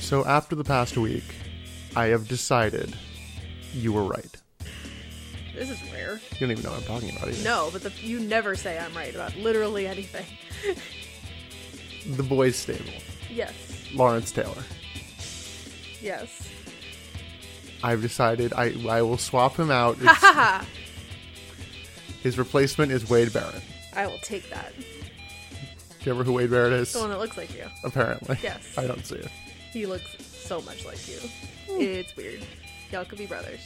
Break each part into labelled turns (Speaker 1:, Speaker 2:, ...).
Speaker 1: So after the past week, I have decided you were right.
Speaker 2: This is rare.
Speaker 1: You don't even know what I'm talking about either.
Speaker 2: No, but the, you never say I'm right about literally anything.
Speaker 1: The Boys Stable,
Speaker 2: Yes.
Speaker 1: Lawrence Taylor.
Speaker 2: Yes.
Speaker 1: I've decided I, I will swap him out.
Speaker 2: Ha
Speaker 1: It's-
Speaker 2: ha ha!
Speaker 1: his replacement is Wade Barrett.
Speaker 2: I will take that.
Speaker 1: Do you ever who Wade Barrett is?
Speaker 2: The one that looks like you.
Speaker 1: Apparently.
Speaker 2: Yes.
Speaker 1: I don't see it.
Speaker 2: He looks so much like you. It's weird. Y'all could be brothers.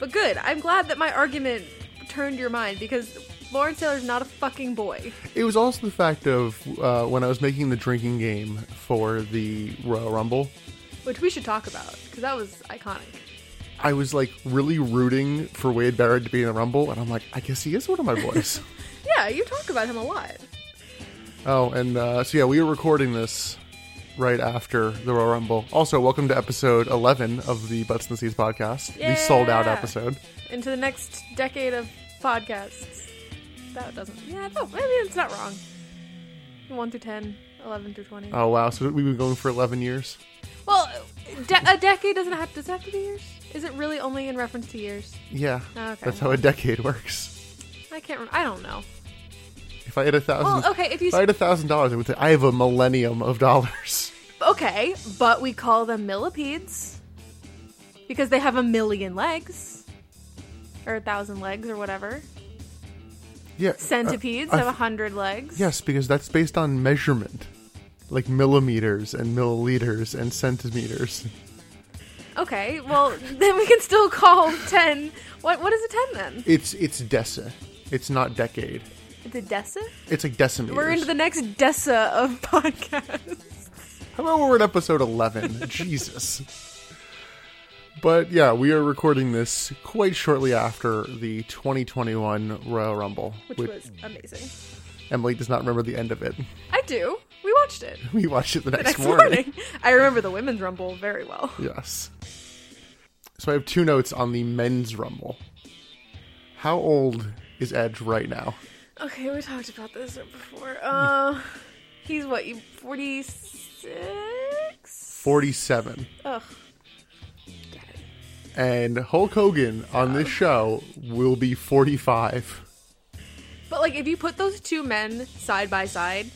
Speaker 2: But good. I'm glad that my argument turned your mind because Lawrence Taylor's not a fucking boy.
Speaker 1: It was also the fact of uh, when I was making the drinking game for the Royal Rumble,
Speaker 2: Which we should talk about because that was iconic.
Speaker 1: I was like really rooting for Wade Barrett to be in the Rumble, and I'm like, I guess he is one of my boys.
Speaker 2: Yeah, you talk about him a lot.
Speaker 1: oh, and uh, so yeah, we were recording this right after the Royal Rumble. Also, welcome to episode 11 of the Butts and Seeds podcast, the sold out
Speaker 2: Yeah.
Speaker 1: episode.
Speaker 2: Into the next decade of podcasts. That doesn't. Yeah, no, I mean, it's not wrong. 1 through 10, 11 through 20.
Speaker 1: Oh wow, so we've been going for 11 years.
Speaker 2: Well, de- a decade doesn't have, does it have to be years? Is it really only in reference to years?
Speaker 1: Yeah,
Speaker 2: Oh, Okay.
Speaker 1: that's how a decade works.
Speaker 2: I can't remember. I don't know.
Speaker 1: If I had a thousand,
Speaker 2: Well, okay, if you
Speaker 1: if Um, I had a thousand dollars, I would say I have a millennium of dollars.
Speaker 2: Okay, but we call them millipedes because they have a million legs or a thousand legs or whatever.
Speaker 1: Yeah,
Speaker 2: Centipedes
Speaker 1: uh,
Speaker 2: have a hundred legs.
Speaker 1: Yes, because that's based on measurement, like millimeters and milliliters and centimeters.
Speaker 2: Okay, well then we can still call ten. What what is a ten then?
Speaker 1: It's it's deca. It's not decade.
Speaker 2: It's a deca.
Speaker 1: It's like decimeters.
Speaker 2: We're into the next deca of podcasts.
Speaker 1: How about we're at episode eleven? Jesus. But yeah, we are recording this quite shortly after the 2021 Royal Rumble.
Speaker 2: Which
Speaker 1: with-
Speaker 2: was amazing.
Speaker 1: Emily does not remember the end of it.
Speaker 2: I do. We watched it
Speaker 1: We watched it the
Speaker 2: the
Speaker 1: next,
Speaker 2: next
Speaker 1: morning.
Speaker 2: morning. I remember the women's rumble very well.
Speaker 1: Yes. So I have two notes on the men's rumble. How old is Edge right now?
Speaker 2: Okay, we talked about this before. Uh, he's what? You forty six?
Speaker 1: 47.
Speaker 2: Ugh.
Speaker 1: And Hulk Hogan on this show will be 45.
Speaker 2: But like, if you put those two men side by side,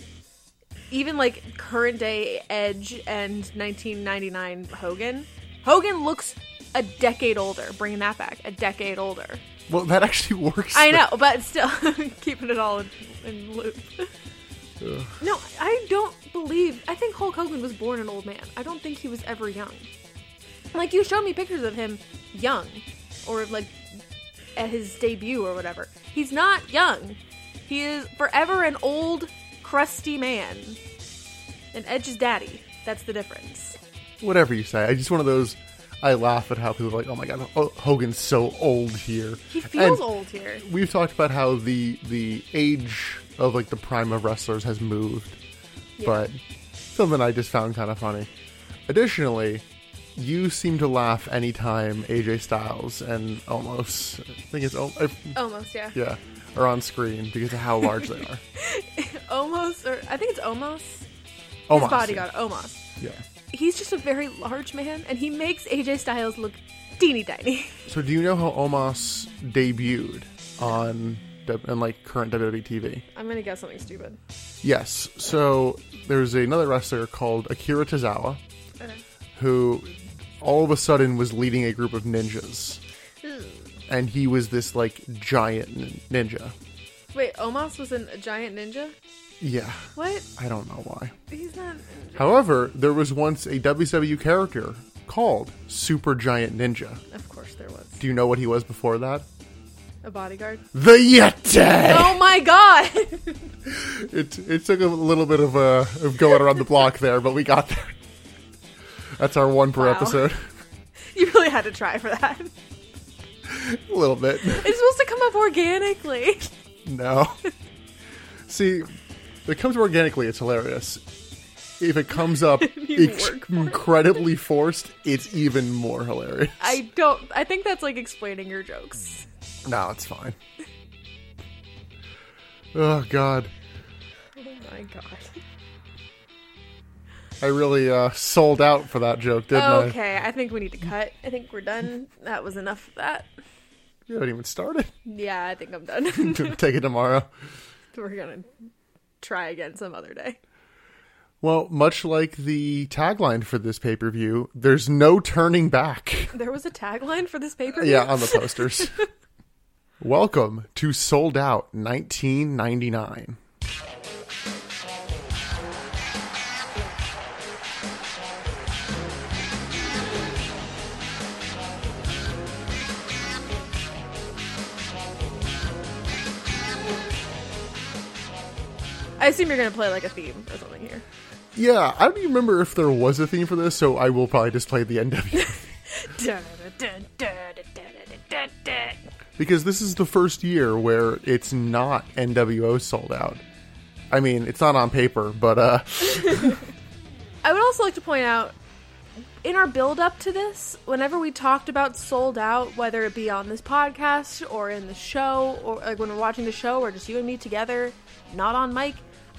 Speaker 2: even like current day Edge and nineteen ninety nine Hogan, Hogan looks a decade older. Bringing that back, a decade older.
Speaker 1: Well, that actually works.
Speaker 2: I know, but still keeping it all in, in loop. No, I don't believe. I think Hulk Hogan was born an old man. I don't think he was ever young. Like you showed me pictures of him young, or like at his debut or whatever. He's not young. He is forever an old, crusty man. And Edge's daddy. That's the difference.
Speaker 1: Whatever you say. I just one of those. I laugh at how people are like, oh my god, oh, Hogan's so old here.
Speaker 2: He
Speaker 1: And
Speaker 2: feels old here.
Speaker 1: We've talked about how the the age of like the prime of wrestlers has moved,
Speaker 2: Yeah.
Speaker 1: but something I just found kind of funny. Additionally, you seem to laugh anytime AJ Styles and almost I think it's Om- I-
Speaker 2: Almost, yeah.
Speaker 1: yeah are on screen because of how large they are.
Speaker 2: Almost, or I think it's almost.
Speaker 1: Omos,
Speaker 2: His bodyguard, Omos.
Speaker 1: Yeah.
Speaker 2: He's just a very large man, and he makes AJ Styles look teeny tiny.
Speaker 1: So do you know how Omos debuted on W- E on like current WWE TV?
Speaker 2: I'm gonna guess something stupid.
Speaker 1: Yes. So there's another wrestler called Akira Tozawa
Speaker 2: Okay.
Speaker 1: who all of a sudden was leading a group of ninjas
Speaker 2: Hmm.
Speaker 1: and he was this like giant nin- ninja.
Speaker 2: Wait, Omos was an, a giant ninja?
Speaker 1: Yeah.
Speaker 2: What?
Speaker 1: I don't know why.
Speaker 2: He's not.
Speaker 1: However, there was once a WCW character called Super Giant Ninja.
Speaker 2: Of course there was.
Speaker 1: Do you know what he was before that?
Speaker 2: A bodyguard?
Speaker 1: The Yeti!
Speaker 2: Oh my god!
Speaker 1: It, it took a little bit of, uh, of going around the block there, but we got there. That's our one per
Speaker 2: Wow.
Speaker 1: episode.
Speaker 2: you really had to try for that.
Speaker 1: a little bit.
Speaker 2: It's supposed to come up organically.
Speaker 1: No. See, if it comes organically, it's hilarious. If it comes up
Speaker 2: You
Speaker 1: ex-
Speaker 2: work for it.
Speaker 1: incredibly forced, it's even more hilarious.
Speaker 2: I don't. I think that's like explaining your jokes.
Speaker 1: No, it's fine. Oh, God.
Speaker 2: Oh my god.
Speaker 1: I really uh, sold out for that joke, didn't I?
Speaker 2: Okay, I think we need to cut. I think we're done. That was enough of that.
Speaker 1: You haven't even started.
Speaker 2: Yeah, I think I'm done.
Speaker 1: Take it tomorrow.
Speaker 2: we're gonna try again some other day.
Speaker 1: Well, much like the tagline for this pay per view, there's no turning back.
Speaker 2: There was a tagline for this paper.
Speaker 1: Yeah, on the posters. Welcome to Sold Out 1999.
Speaker 2: I assume you're gonna play like a theme or something here.
Speaker 1: Yeah, I don't even remember if there was a theme for this, so I will probably just play the NW
Speaker 2: Dun, dun, dun, dun, dun, dun, dun, dun.
Speaker 1: because this is the first year where it's not NWO sold out. I mean, it's not on paper, but uh,
Speaker 2: I would also like to point out in our build up to this, whenever we talked about sold out, whether it be on this podcast or in the show, or like when we're watching the show or just you and me together, not on mic,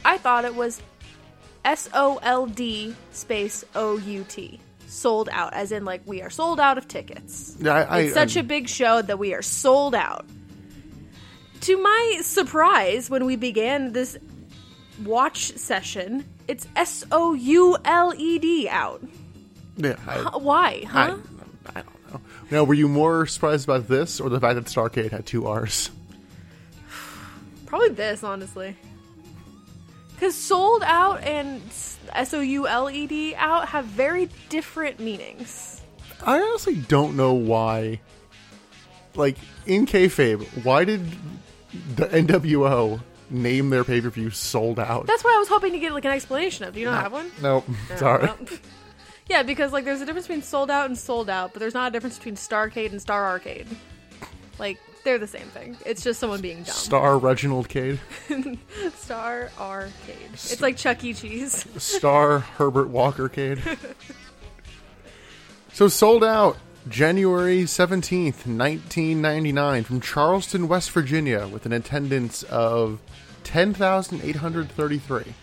Speaker 2: I thought it was S O L D space O U T. Sold out, as in like we are sold out of tickets.
Speaker 1: I, I,
Speaker 2: It's such a big show that we are sold out. To my surprise, when we began this watch session, it's S O U L E D out.
Speaker 1: yeah, I,
Speaker 2: Uh, Why,
Speaker 1: I,
Speaker 2: huh?
Speaker 1: I don't know. Now, were you more surprised about this or the fact that Starcade had two R's?
Speaker 2: Probably this, honestly. Because sold out and S O U L E D out have very different meanings.
Speaker 1: I honestly don't know why. Like in kayfabe, why did the NWO name their pay per view sold out?
Speaker 2: That's what I was hoping to get like an explanation of. Do you not have one?
Speaker 1: Nope. Sorry.
Speaker 2: Well, yeah, because like there's a difference between sold out and sold out, but there's not a difference between Starcade and Star Arcade. Like they're the same thing. It's just someone being dumb.
Speaker 1: Star Reginald Cade.
Speaker 2: Star Arcade. It's like Chuck E. Cheese.
Speaker 1: Star Herbert Walker Cade. so sold out January 17th, 1999 from Charleston, West Virginia with an attendance of 10,833.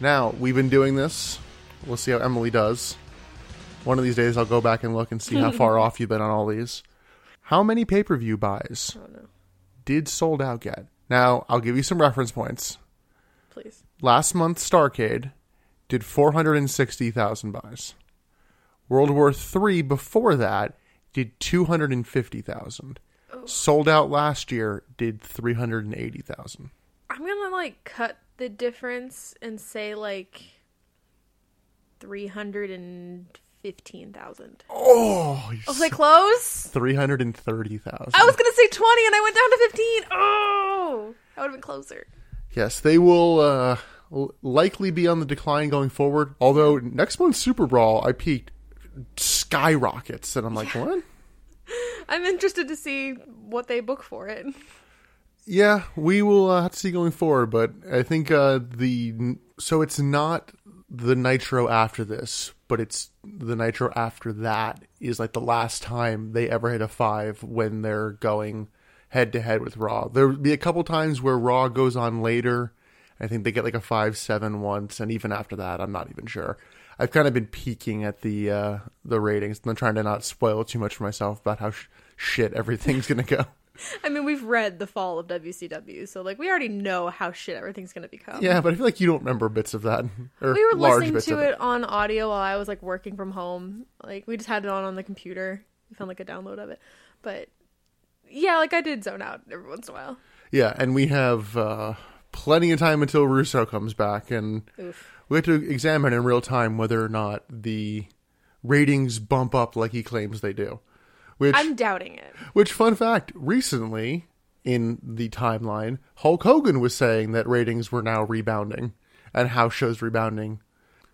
Speaker 1: Now, we've been doing this. We'll see how Emily does. One of these days I'll go back and look and see how far off you've been on all these. How many pay-per-view buys did sold out get? Now, I'll give you some reference points
Speaker 2: Please.
Speaker 1: last month's Starcade did 460,000 buys. World War III before that did 250,000. Sold out last year did 380,000.
Speaker 2: I'm gonna like cut the difference and say like three hundred and fifteen thousand.
Speaker 1: Oh,
Speaker 2: Was I close?
Speaker 1: 330,000.
Speaker 2: I was gonna say twenty and I went down to fifteen. Oh I would have been closer.
Speaker 1: Yes, they will uh, l- likely be on the decline going forward. Although next month's Super Brawl, I peaked skyrockets and I'm like, "What?"
Speaker 2: I'm interested to see what they book for it.
Speaker 1: Yeah, we will uh, have to see going forward, but I think uh, the so it's not the Nitro after this, but it's the Nitro after that is like the last time they ever hit a five when they're going head to head with Raw. There will be a couple times where Raw goes on later. I think they get like a five seven once, and even after that, I'm not even sure. I've kind of been peeking at the uh, the ratings and I'm trying to not spoil too much for myself about how sh- shit everything's gonna go.
Speaker 2: I mean, we've read the fall of WCW, so like we already know how shit everything's gonna become.
Speaker 1: Yeah, but I feel like you don't remember bits of that. Or
Speaker 2: We were
Speaker 1: large
Speaker 2: listening
Speaker 1: bits
Speaker 2: to
Speaker 1: of
Speaker 2: it on audio while I was like working from home. Like we just had it on on the computer. We found like a download of it, but yeah, like I did zone out every once in a while.
Speaker 1: Yeah, and we have uh, plenty of time until Russo comes back, and we have to examine in real time whether or not the ratings bump up like he claims they do. Which,
Speaker 2: I'm doubting it.
Speaker 1: which fun fact, recently in the timeline, Hulk Hogan was saying that ratings were now rebounding and how shows rebounding.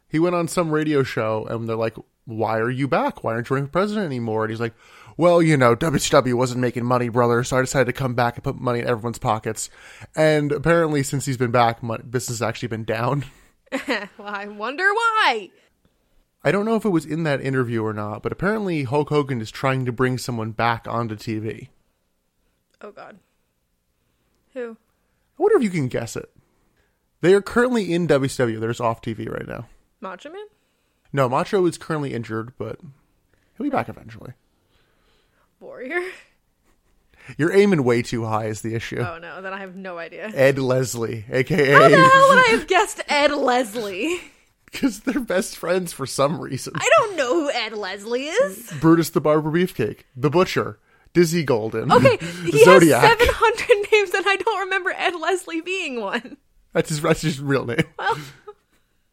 Speaker 1: He went on some radio show and they're like, Why are you back? Why aren't you running for president anymore? And he's like, Well, you know, WCW wasn't making money, brother, so I decided to come back and put money in everyone's pockets. And apparently, since he's been back, mon- business has actually been down.
Speaker 2: well, I wonder why.
Speaker 1: I don't know if it was in that interview or not, but apparently Hulk Hogan is trying to bring someone back onto TV.
Speaker 2: Oh God, who?
Speaker 1: I wonder if you can guess it. They are currently in WCW. They're just off TV right now.
Speaker 2: Macho Man?
Speaker 1: No, Macho is currently injured, but he'll be back eventually.
Speaker 2: Warrior?
Speaker 1: You're aiming way too high is the issue.
Speaker 2: Oh no, then I have no idea.
Speaker 1: Ed Leslie, aka
Speaker 2: How the hell would I have guessed Ed Leslie?
Speaker 1: because they're best friends for some reason.
Speaker 2: I don't know who Ed Leslie is.
Speaker 1: Brutus the Barber Beefcake, the Butcher, Dizzy Golden.
Speaker 2: Okay, he
Speaker 1: Zodiac.
Speaker 2: has 700 names and I don't remember Ed Leslie being one.
Speaker 1: That's his that's his real name.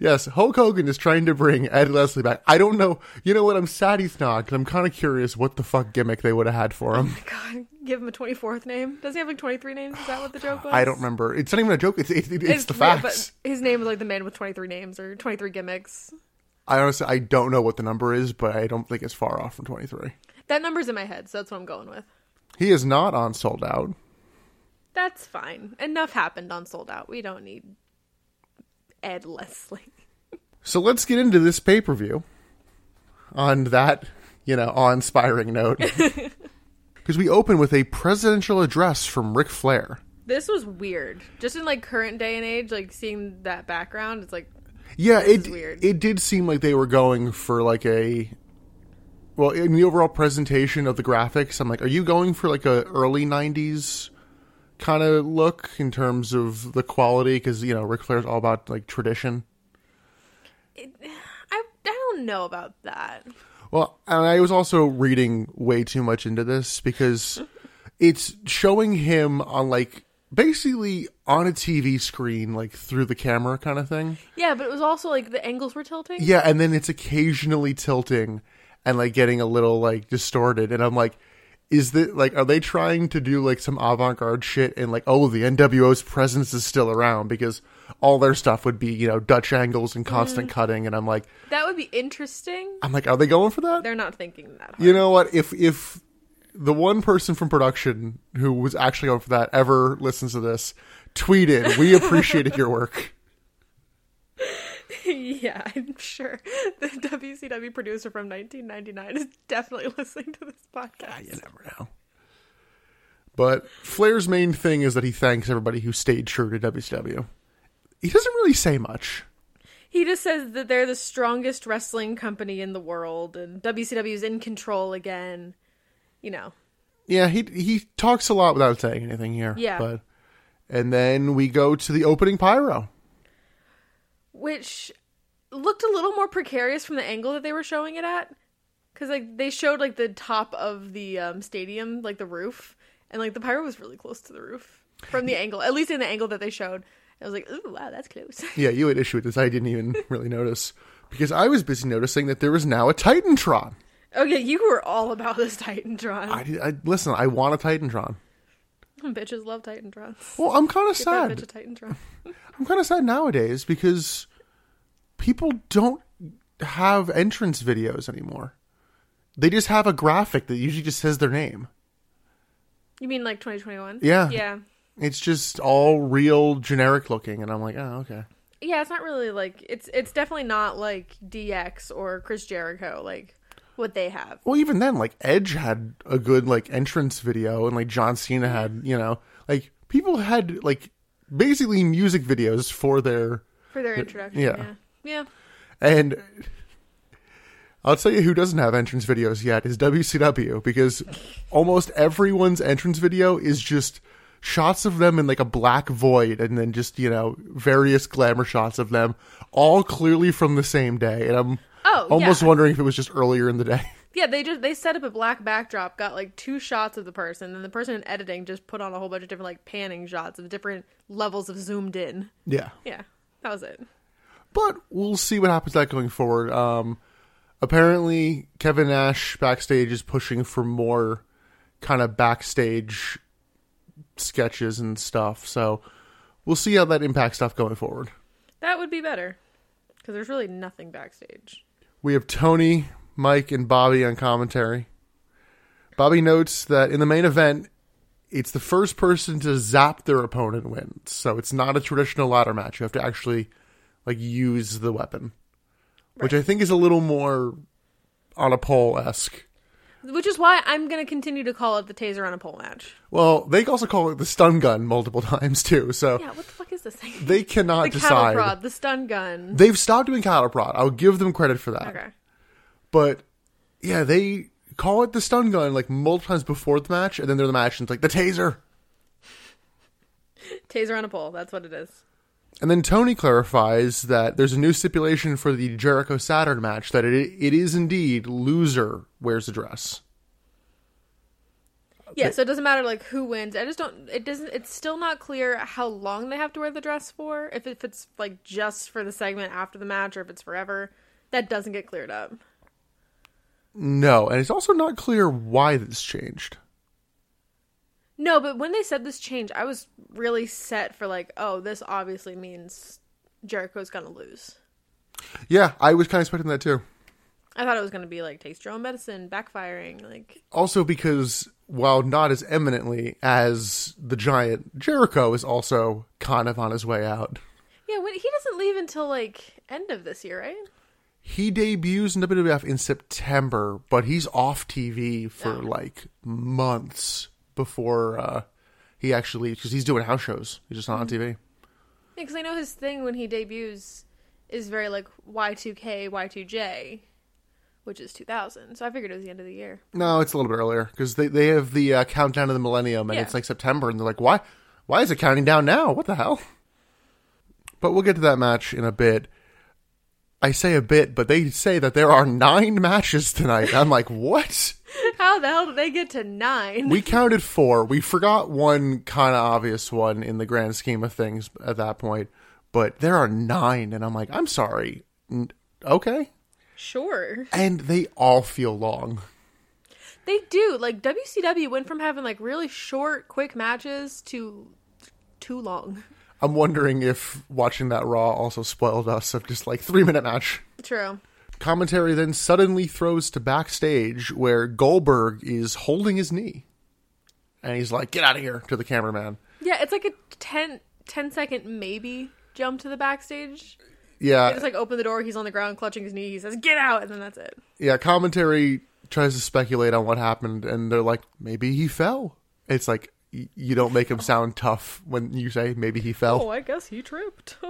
Speaker 1: yes, Hulk Hogan is trying to bring Ed Leslie back. I don't know. You know what? I'm sad he's not because I'm kind of curious what the fuck gimmick they would have had for him.
Speaker 2: God, give him a 24th name. Does he have like 23 names? Is that what the joke was?
Speaker 1: I don't remember. It's not even a joke. It's it's, it's, the
Speaker 2: yeah,
Speaker 1: facts.
Speaker 2: but his name was like the man with 23 names or 23 gimmicks.
Speaker 1: I honestly I don't know what the number is, but I don't think it's far off from 23.
Speaker 2: That number's in my head, so that's what I'm going with.
Speaker 1: He is not on sold out.
Speaker 2: That's fine. Enough happened on Sold Out. We don't need Ed Leslie.
Speaker 1: So let's get into this pay per view on that, you know, awe inspiring note. Because we open with a presidential address from Ric Flair.
Speaker 2: This was weird. Just in like current day and age, like seeing that background, it's like
Speaker 1: Yeah, it
Speaker 2: is weird.
Speaker 1: it did seem like they were going for like a well, in the overall presentation of the graphics, I'm like, are you going for like a early 90s kind of look in terms of the quality cuz you know, Ric Flair's all about like tradition.
Speaker 2: I I don't know about that.
Speaker 1: Well, and I was also reading way too much into this because it's showing him on like basically on a TV screen, like through the camera kind of thing.
Speaker 2: Yeah, but it was also like the angles were tilting.
Speaker 1: Yeah, and then it's occasionally tilting and like getting a little like distorted, and I'm like. Is that like are they trying to do like some avant garde shit and like oh the NWO's presence is still around because all their stuff would be you know Dutch angles and constant cutting and I'm like
Speaker 2: That would be interesting.
Speaker 1: I'm like are they going for that?
Speaker 2: They're not thinking that hard.
Speaker 1: You know what? If if the one person from production who was actually on for that ever listens to this, tweet in. We appreciated your work.
Speaker 2: yeah, I'm sure the WCW producer from 1999 is definitely listening to this podcast.
Speaker 1: Ah, You never know. But Flair's main thing is that he thanks everybody who stayed true to WCW. He doesn't really say much.
Speaker 2: He just says that they're the strongest wrestling company in the world and WCW is in control again. You know.
Speaker 1: Yeah, he he talks a lot without saying anything here.
Speaker 2: Yeah.
Speaker 1: But and then we go to the opening pyro.
Speaker 2: which looked a little more precarious from the angle that they were showing it at because like they showed like the top of the um, stadium like the roof and like the pyro was really close to the roof from the angle at least in the angle that they showed i was like ooh wow that's close
Speaker 1: Yeah, you had issue with this. I didn't even really notice because I was busy noticing that there was now a Titantron.
Speaker 2: okay you were all about this titantron
Speaker 1: I, I listen. I want a Titantron.
Speaker 2: bitches love titantrons
Speaker 1: Well, I'm kind of
Speaker 2: that
Speaker 1: sad.
Speaker 2: bitch a titantron
Speaker 1: I'm kind of sad nowadays because people don't have entrance videos anymore. They just have a graphic that usually just says their name.
Speaker 2: you mean like 2021
Speaker 1: Yeah.
Speaker 2: yeah
Speaker 1: It's just all real generic looking, and I'm like, oh, okay.
Speaker 2: yeah it's not really like it's it's definitely not like dx or chris jericho like what they have
Speaker 1: Well, even then, like Edge had a good like entrance video, and like John Cena had, you know, like people had like basically music videos for their
Speaker 2: for their introduction
Speaker 1: yeah.
Speaker 2: yeah, yeah.
Speaker 1: And I'll tell you who doesn't have entrance videos yet is WCW because almost everyone's entrance video is just shots of them in like a black void and then just, you know, various glamour shots of them all clearly from the same day. And I'm
Speaker 2: Oh,
Speaker 1: almost
Speaker 2: yeah.
Speaker 1: wondering if it was just earlier in the day.
Speaker 2: Yeah, they just they set up a black backdrop, got like two shots of the person, and the person in editing just put on a whole bunch of different like panning shots of different levels of zoomed in.
Speaker 1: yeah.
Speaker 2: Yeah, that was it.
Speaker 1: But we'll see what happens to that going forward. Um, apparently, Kevin Nash backstage is pushing for more kind of backstage sketches and stuff. So we'll see how that impacts stuff going forward.
Speaker 2: That would be better because there's really nothing backstage.
Speaker 1: We have Tony, Mike, and Bobby on commentary. Bobby notes that in the main event, it's the first person to zap their opponent wins. So it's not a traditional ladder match. You have to actually like use the weapon, which I think is a little more on a pole esque.
Speaker 2: Which is why I'm gonna continue to call it the taser on a pole match.
Speaker 1: Well, they also call it the stun gun multiple times too. So
Speaker 2: Yeah, what the fuck is this thing?
Speaker 1: They cannot
Speaker 2: the cattle
Speaker 1: decide.
Speaker 2: prod, the stun gun.
Speaker 1: They've stopped doing cattle prod. I'll give them credit for that.
Speaker 2: Okay.
Speaker 1: But yeah, they call it the stun gun like multiple times before the match, and then they're the match, and it's like the taser.
Speaker 2: Taser on a pole. That's what it is.
Speaker 1: And then Tony clarifies that there's a new stipulation for the Jericho Saturn match that it it is indeed loser wears the dress.
Speaker 2: Yeah, so it doesn't matter like who wins. I just don't. It doesn't. It's still not clear how long they have to wear the dress for. If if it's like just for the segment after the match, or if it's forever, that doesn't get cleared up.
Speaker 1: No, and it's also not clear why this changed.
Speaker 2: No, but when they said this change, I was really set for like, oh, this obviously means Jericho's gonna lose.
Speaker 1: Yeah, I was kind of expecting that too.
Speaker 2: I thought it was gonna be like takes your own medicine, backfiring, like
Speaker 1: Also because while not as eminently as the giant, Jericho is also kind of on his way out.
Speaker 2: yeah. When he doesn't leave until like end of this year, right?
Speaker 1: He debuts in WWF in September, but he's off TV for like months before uh, he actually because he's doing house shows. He's just not on TV.
Speaker 2: Because I know his thing when he debuts is very like Y2K, Y2J, which is 2000. So I figured it was the end of the year.
Speaker 1: No, it's a little bit earlier because they they have the uh, countdown to the millennium, and
Speaker 2: Yeah.
Speaker 1: it's like September, and they're like, why why is it counting down now? What the hell? But we'll get to that match in a bit. I say a bit, but they say that there are nine matches tonight. I'm like, what?
Speaker 2: How the hell did they get to nine?
Speaker 1: we counted four. We forgot one kind of obvious one in the grand scheme of things at that point, but there are nine, and I'm like, I'm sorry. N- Okay.
Speaker 2: sure.
Speaker 1: And they all feel long.
Speaker 2: They do. Like WCW went from having like really short, quick matches to too long.
Speaker 1: I'm wondering if watching that Raw also spoiled us of just like three minute match.
Speaker 2: True.
Speaker 1: Commentary then suddenly throws to backstage where Goldberg is holding his knee. And he's like, get out of here to the cameraman.
Speaker 2: Yeah, it's like a 10, 10 second maybe jump to the backstage.
Speaker 1: Yeah.
Speaker 2: They just like open the door, he's on the ground clutching his knee, he says, Get out! And then that's it.
Speaker 1: yeah, commentary tries to speculate on what happened, and they're like, maybe he fell. It's like y- you don't make him sound tough when you say maybe he fell.
Speaker 2: Oh, I guess he tripped.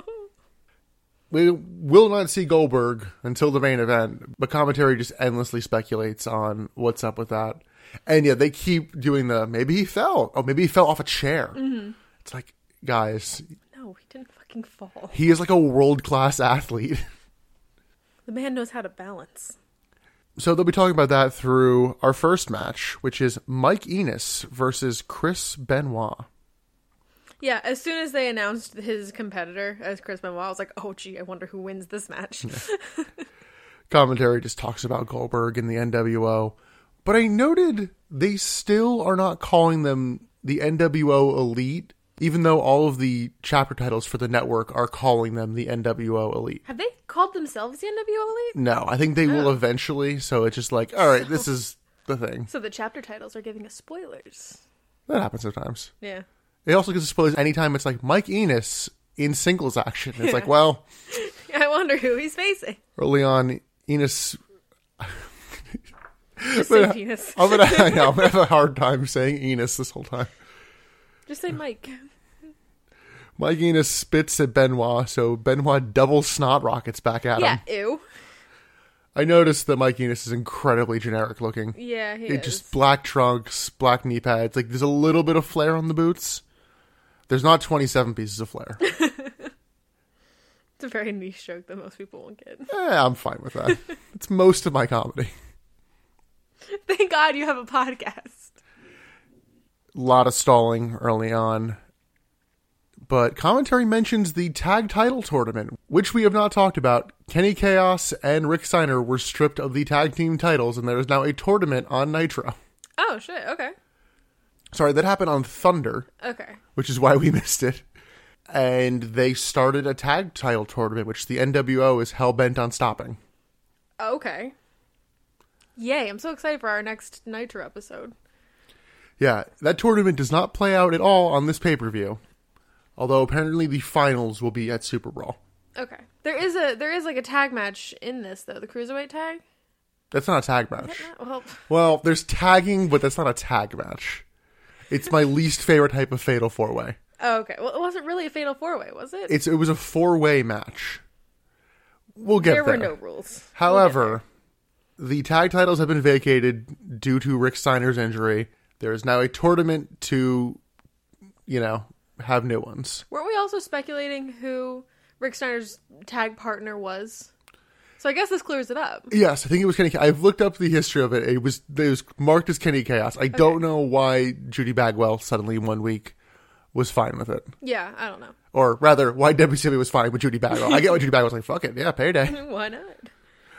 Speaker 1: We will not see Goldberg until the main event, but commentary just endlessly speculates on what's up with that. And yeah, they keep doing the maybe he fell. Oh, maybe he fell off a chair. It's like, guys,
Speaker 2: no, he didn't fucking fall.
Speaker 1: he is like a world class athlete.
Speaker 2: The man knows how to balance.
Speaker 1: So they'll be talking about that through our first match, which is Mike Enos versus Chris Benoit.
Speaker 2: Yeah, as soon as they announced his competitor as Chris Benoit, I was like, oh, gee, I wonder who wins this match.
Speaker 1: commentary just talks about Goldberg and the NWO. But I noted they still are not calling them the NWO Elite, even though all of the chapter titles for the network are calling them the NWO Elite.
Speaker 2: Have they called themselves the NWO Elite?
Speaker 1: No, I think they will eventually. So it's just like, all right, this is the thing.
Speaker 2: So the chapter titles are giving us spoilers.
Speaker 1: That happens sometimes.
Speaker 2: Yeah.
Speaker 1: It also gets exposed anytime it's like Mike Enos in singles action. It's like, well,
Speaker 2: I wonder who he's facing.
Speaker 1: early on, Enos
Speaker 2: Just say penis.
Speaker 1: I'm gonna, oh, I know, I'm gonna have a hard time saying Enos this whole time.
Speaker 2: Just say Mike.
Speaker 1: Mike Enos spits at Benoit, so Benoit double snot rockets back at
Speaker 2: Yeah,
Speaker 1: him.
Speaker 2: ew.
Speaker 1: I noticed that Mike Enos is incredibly generic looking.
Speaker 2: Yeah, he
Speaker 1: It
Speaker 2: is.
Speaker 1: just black trunks, black knee pads. Like there's a little bit of flair on the boots. There's not 27 pieces of Eh, flair.
Speaker 2: It's a very niche joke that most people won't get.
Speaker 1: Eh, I'm fine with that. It's most of my comedy.
Speaker 2: Thank God you have a podcast.
Speaker 1: A lot of stalling early on. But commentary mentions the tag title tournament, which we have not talked about. Kenny Chaos and Rick Steiner were stripped of the tag team titles, and there is now a tournament on Nitro.
Speaker 2: Oh, shit. Okay.
Speaker 1: Sorry, that happened on Thunder,
Speaker 2: Okay.
Speaker 1: which is why we missed it. And they started a tag title tournament, which the NWO is hell bent on stopping.
Speaker 2: Okay. Yay, I'm so excited for our next Nitro episode.
Speaker 1: Yeah, that tournament does not play out at all on this pay per view. Although apparently the finals will be at Super Brawl.
Speaker 2: Okay. There is a there is like a tag match in this though, the cruiserweight tag.
Speaker 1: That's not a tag match.
Speaker 2: Yeah, Well,
Speaker 1: Well, there's tagging, but that's not a tag match. It's my least favorite type of fatal four way.
Speaker 2: Oh, okay. Well, it wasn't really a fatal four way, was it?
Speaker 1: It's it was a four way match. We'll get
Speaker 2: there
Speaker 1: there.
Speaker 2: were no rules.
Speaker 1: However, the tag titles have been vacated due to Rick Steiner's injury. There is now a tournament to, you know, have new ones.
Speaker 2: Weren't we also speculating who Rick Steiner's tag partner was? So I guess this clears it up.
Speaker 1: Yes, I think it was Kenny. Cha- I've looked up the history of it. It was it was marked as Kenny Chaos. I don't know why Judy Bagwell suddenly one week was fine with it,
Speaker 2: Yeah, I don't know.
Speaker 1: or rather, why WCW was fine with Judy Bagwell. I get why Judy Bagwell's like, "Fuck it, yeah, payday."
Speaker 2: Why not?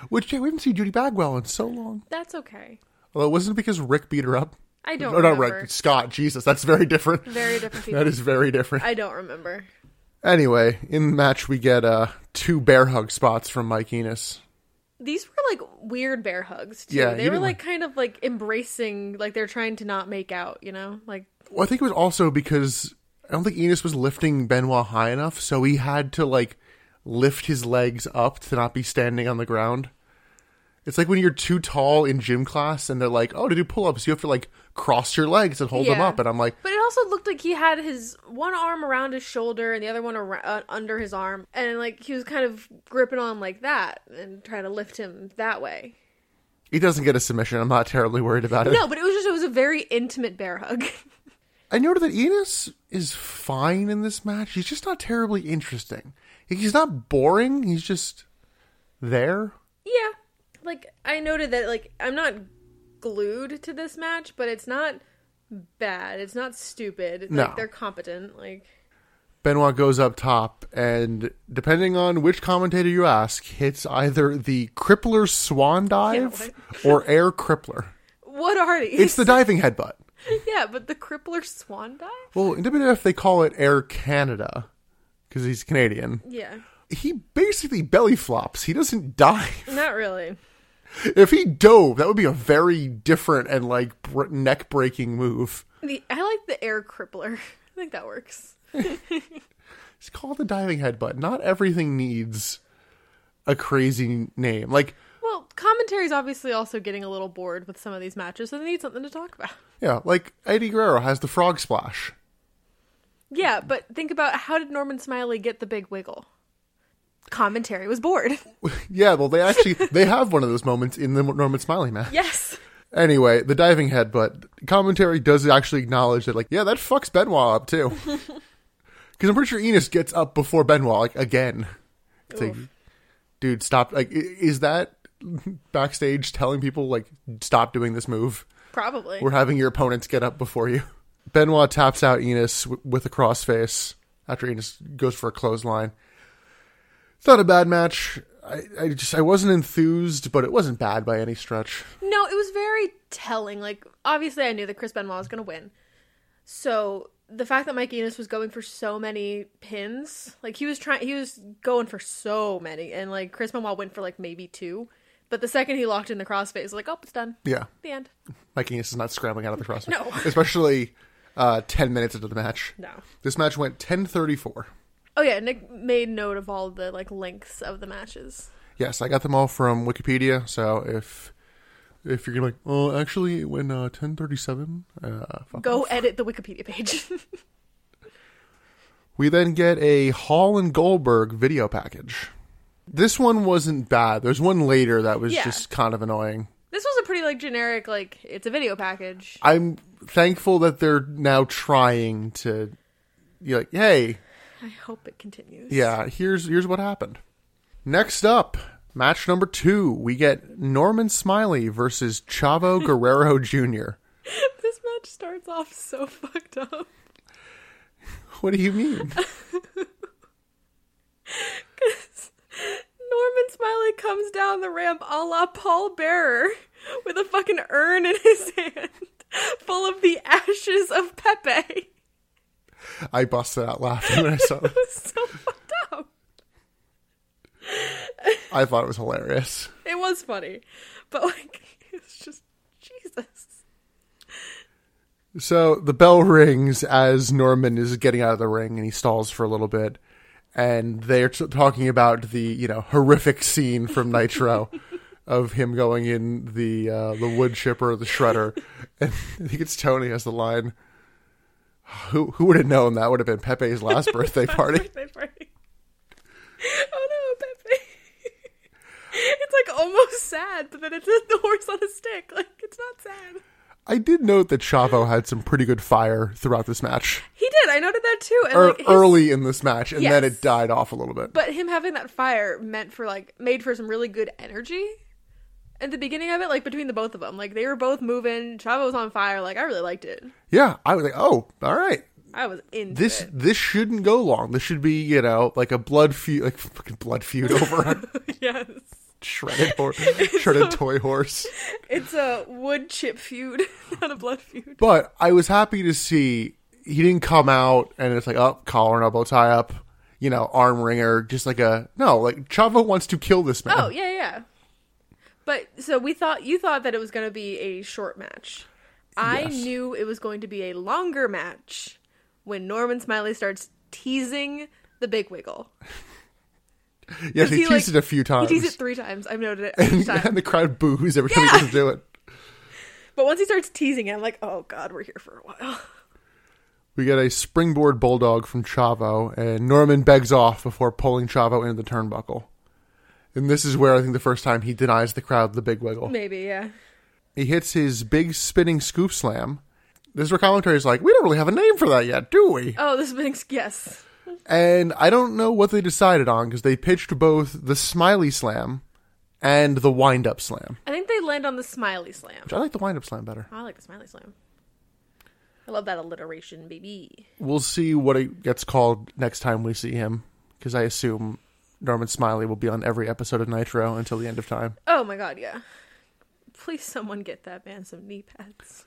Speaker 1: Which yeah, we haven't seen Judy Bagwell in so long.
Speaker 2: That's okay.
Speaker 1: Although, wasn't it because Rick beat her up?
Speaker 2: I don't
Speaker 1: Or not
Speaker 2: remember.
Speaker 1: Rick, Scott. Jesus, that's very different.
Speaker 2: Very different people.
Speaker 1: That is very different.
Speaker 2: I don't remember.
Speaker 1: Anyway, in the match, we get uh, two bear hug spots from Mike Enos.
Speaker 2: These were like weird bear hugs too.
Speaker 1: Yeah,
Speaker 2: they
Speaker 1: you
Speaker 2: were
Speaker 1: didn't
Speaker 2: like kind of like embracing, like they're trying to not make out, you know? Like
Speaker 1: Well, I think it was also because I don't think Enos was lifting Benoit high enough, so he had to like lift his legs up to not be standing on the ground. It's like when you're too tall in gym class and they're like, "Oh, to do pull-ups, you have to like cross your legs and hold them
Speaker 2: Yeah.
Speaker 1: up." And I'm like,
Speaker 2: But it also looked like he had his one arm around his shoulder and the other one ar- uh, under his arm, and like he was kind of gripping on like that and trying to lift him that way.
Speaker 1: "He doesn't get a submission. I'm not terribly worried about it."
Speaker 2: No, but it was just it was a very intimate bear hug.
Speaker 1: I noted that Enos is fine in this match. He's just not terribly interesting. He's not boring. He's just there.
Speaker 2: yeah, like I noted that like I'm not glued to this match, but it's not bad. It's not stupid.
Speaker 1: No.
Speaker 2: Like they're competent. Like
Speaker 1: Benoit goes up top, and depending on which commentator you ask, hits either the crippler swan dive or air crippler.
Speaker 2: what are these?
Speaker 1: It's the diving headbutt.
Speaker 2: yeah, but the crippler swan dive.
Speaker 1: Well, in WWF, they call it Air Canada because he's Canadian.
Speaker 2: Yeah,
Speaker 1: He basically belly flops. He doesn't dive.
Speaker 2: not really.
Speaker 1: If he dove, that would be a very different and like br- neck breaking move.
Speaker 2: The I like the air crippler. I think that works.
Speaker 1: It's called the diving headbutt. Not everything needs a crazy name. Like,
Speaker 2: Well, commentary's obviously also getting a little bored with some of these matches, so they need something to talk about.
Speaker 1: yeah, like Eddie Guerrero has the frog splash.
Speaker 2: Yeah, but think about how did Norman Smiley get the big wiggle? Commentary was bored.
Speaker 1: Yeah, well, they actually they have one of those moments in the Norman Smiley match.
Speaker 2: Yes.
Speaker 1: Anyway, the diving headbutt commentary does actually acknowledge that, like, yeah, that fucks Benoit up too, because I'm pretty sure Enos gets up before Benoit like again. It's like, dude, stop! Like, i- is that backstage telling people like stop doing this move?
Speaker 2: Probably.
Speaker 1: We're having your opponents get up before you. Benoit taps out Enos w- with a crossface after Enos goes for a clothesline. It's not a bad match. I, I just I wasn't enthused, but it wasn't bad by any stretch.
Speaker 2: No, it was very telling. Like, obviously, I knew that Chris Benoit was going to win. So the fact that Mike Enos was going for so many pins, like he was trying, he was going for so many, and like Chris Benoit went for like maybe two, but the second he locked in the crossface, like, oh, it's done.
Speaker 1: Yeah,
Speaker 2: The end.
Speaker 1: Mike Enos is not scrambling out of the crossface,
Speaker 2: No.
Speaker 1: especially uh, ten minutes into the match.
Speaker 2: No.
Speaker 1: This match went ten thirty four.
Speaker 2: Oh yeah, Nick made note of all the like lengths of the matches.
Speaker 1: Yes, I got them all from Wikipedia. So if if you're gonna be like, well, actually, when uh, ten thirty seven, uh, fuck
Speaker 2: Go edit the Wikipedia page.
Speaker 1: We then get a Hall and Goldberg video package. This one wasn't bad. There's one later that was
Speaker 2: Yeah.
Speaker 1: just kind of annoying.
Speaker 2: this was a pretty like generic like it's a video package.
Speaker 1: I'm thankful that they're now trying to you're like, hey,
Speaker 2: I hope it continues.
Speaker 1: yeah, here's here's what happened. Next up, match number two, we get Norman Smiley versus Chavo Guerrero Jr.
Speaker 2: This match starts off so fucked up.
Speaker 1: What do you mean?
Speaker 2: Norman Smiley comes down the ramp a la Paul Bearer with a fucking urn in his hand full of the ashes of Pepe.
Speaker 1: I busted out laughing when I saw it.
Speaker 2: It was so fucked up.
Speaker 1: I thought it was hilarious.
Speaker 2: It was funny. But like it's just Jesus.
Speaker 1: So the bell rings as Norman is getting out of the ring and he stalls for a little bit. And they're t- talking about the, you know, horrific scene from Nitro of him going in the uh, the wood chipper, the shredder. And I think it's Tony has the line Who who would have known that would have been Pepe's last birthday party?
Speaker 2: Birthday party. Oh no, Pepe. it's like almost sad, but then it's the horse on a stick. Like it's not sad.
Speaker 1: I did note that Chavo had some pretty good fire throughout this match,
Speaker 2: He did. I noted that too. And
Speaker 1: or
Speaker 2: like his-
Speaker 1: early in this match, and then
Speaker 2: Yes.
Speaker 1: it died off a little bit.
Speaker 2: But him having that fire meant for like made for some really good energy at the beginning of it, like between the both of them. Like they were both moving. Chavo was on fire. Like I really liked it.
Speaker 1: yeah, I was like, oh, all right,
Speaker 2: I was into
Speaker 1: this
Speaker 2: it.
Speaker 1: this shouldn't go long. This should be you know like a blood feud, like fucking blood feud over a
Speaker 2: yes.
Speaker 1: shredded hor shredded toy horse.
Speaker 2: It's a wood chip feud, not a blood feud.
Speaker 1: But I was happy to see he didn't come out and it's like, oh, collar and elbow tie up, you know, arm wringer, just like a no, like Chavo wants to kill this man.
Speaker 2: Oh, yeah, yeah. But so we thought you thought that it was going to be a short match. I
Speaker 1: Yes.
Speaker 2: knew it was going to be a longer match when Norman Smiley starts teasing the big wiggle.
Speaker 1: yeah, he,
Speaker 2: he,
Speaker 1: teased
Speaker 2: like-
Speaker 1: it a few
Speaker 2: He
Speaker 1: times.
Speaker 2: teased it three times. I've noted it each time.
Speaker 1: and the crowd boos every time he doesn't do it.
Speaker 2: But once he starts teasing it, I'm like, oh god, we're here for a while.
Speaker 1: We get a springboard bulldog from Chavo, and Norman begs off before pulling Chavo into the turnbuckle. And this is where I think the first time he denies the crowd the big wiggle.
Speaker 2: Maybe, yeah.
Speaker 1: He hits his big spinning scoop slam. This is where commentary is like, we don't really have a name for that yet, do we?
Speaker 2: Oh, this makes yes.
Speaker 1: And I don't know what they decided on because they pitched both the smiley slam and the wind up slam.
Speaker 2: I think they land on the smiley slam. Oh,
Speaker 1: Which I like the wind up slam better.
Speaker 2: I like the smiley slam. I love that alliteration, baby.
Speaker 1: We'll see what it gets called next time we see him because I assume Norman Smiley will be on every episode of Nitro until the end of time.
Speaker 2: Oh my god, yeah. Please, someone get that man some knee pads.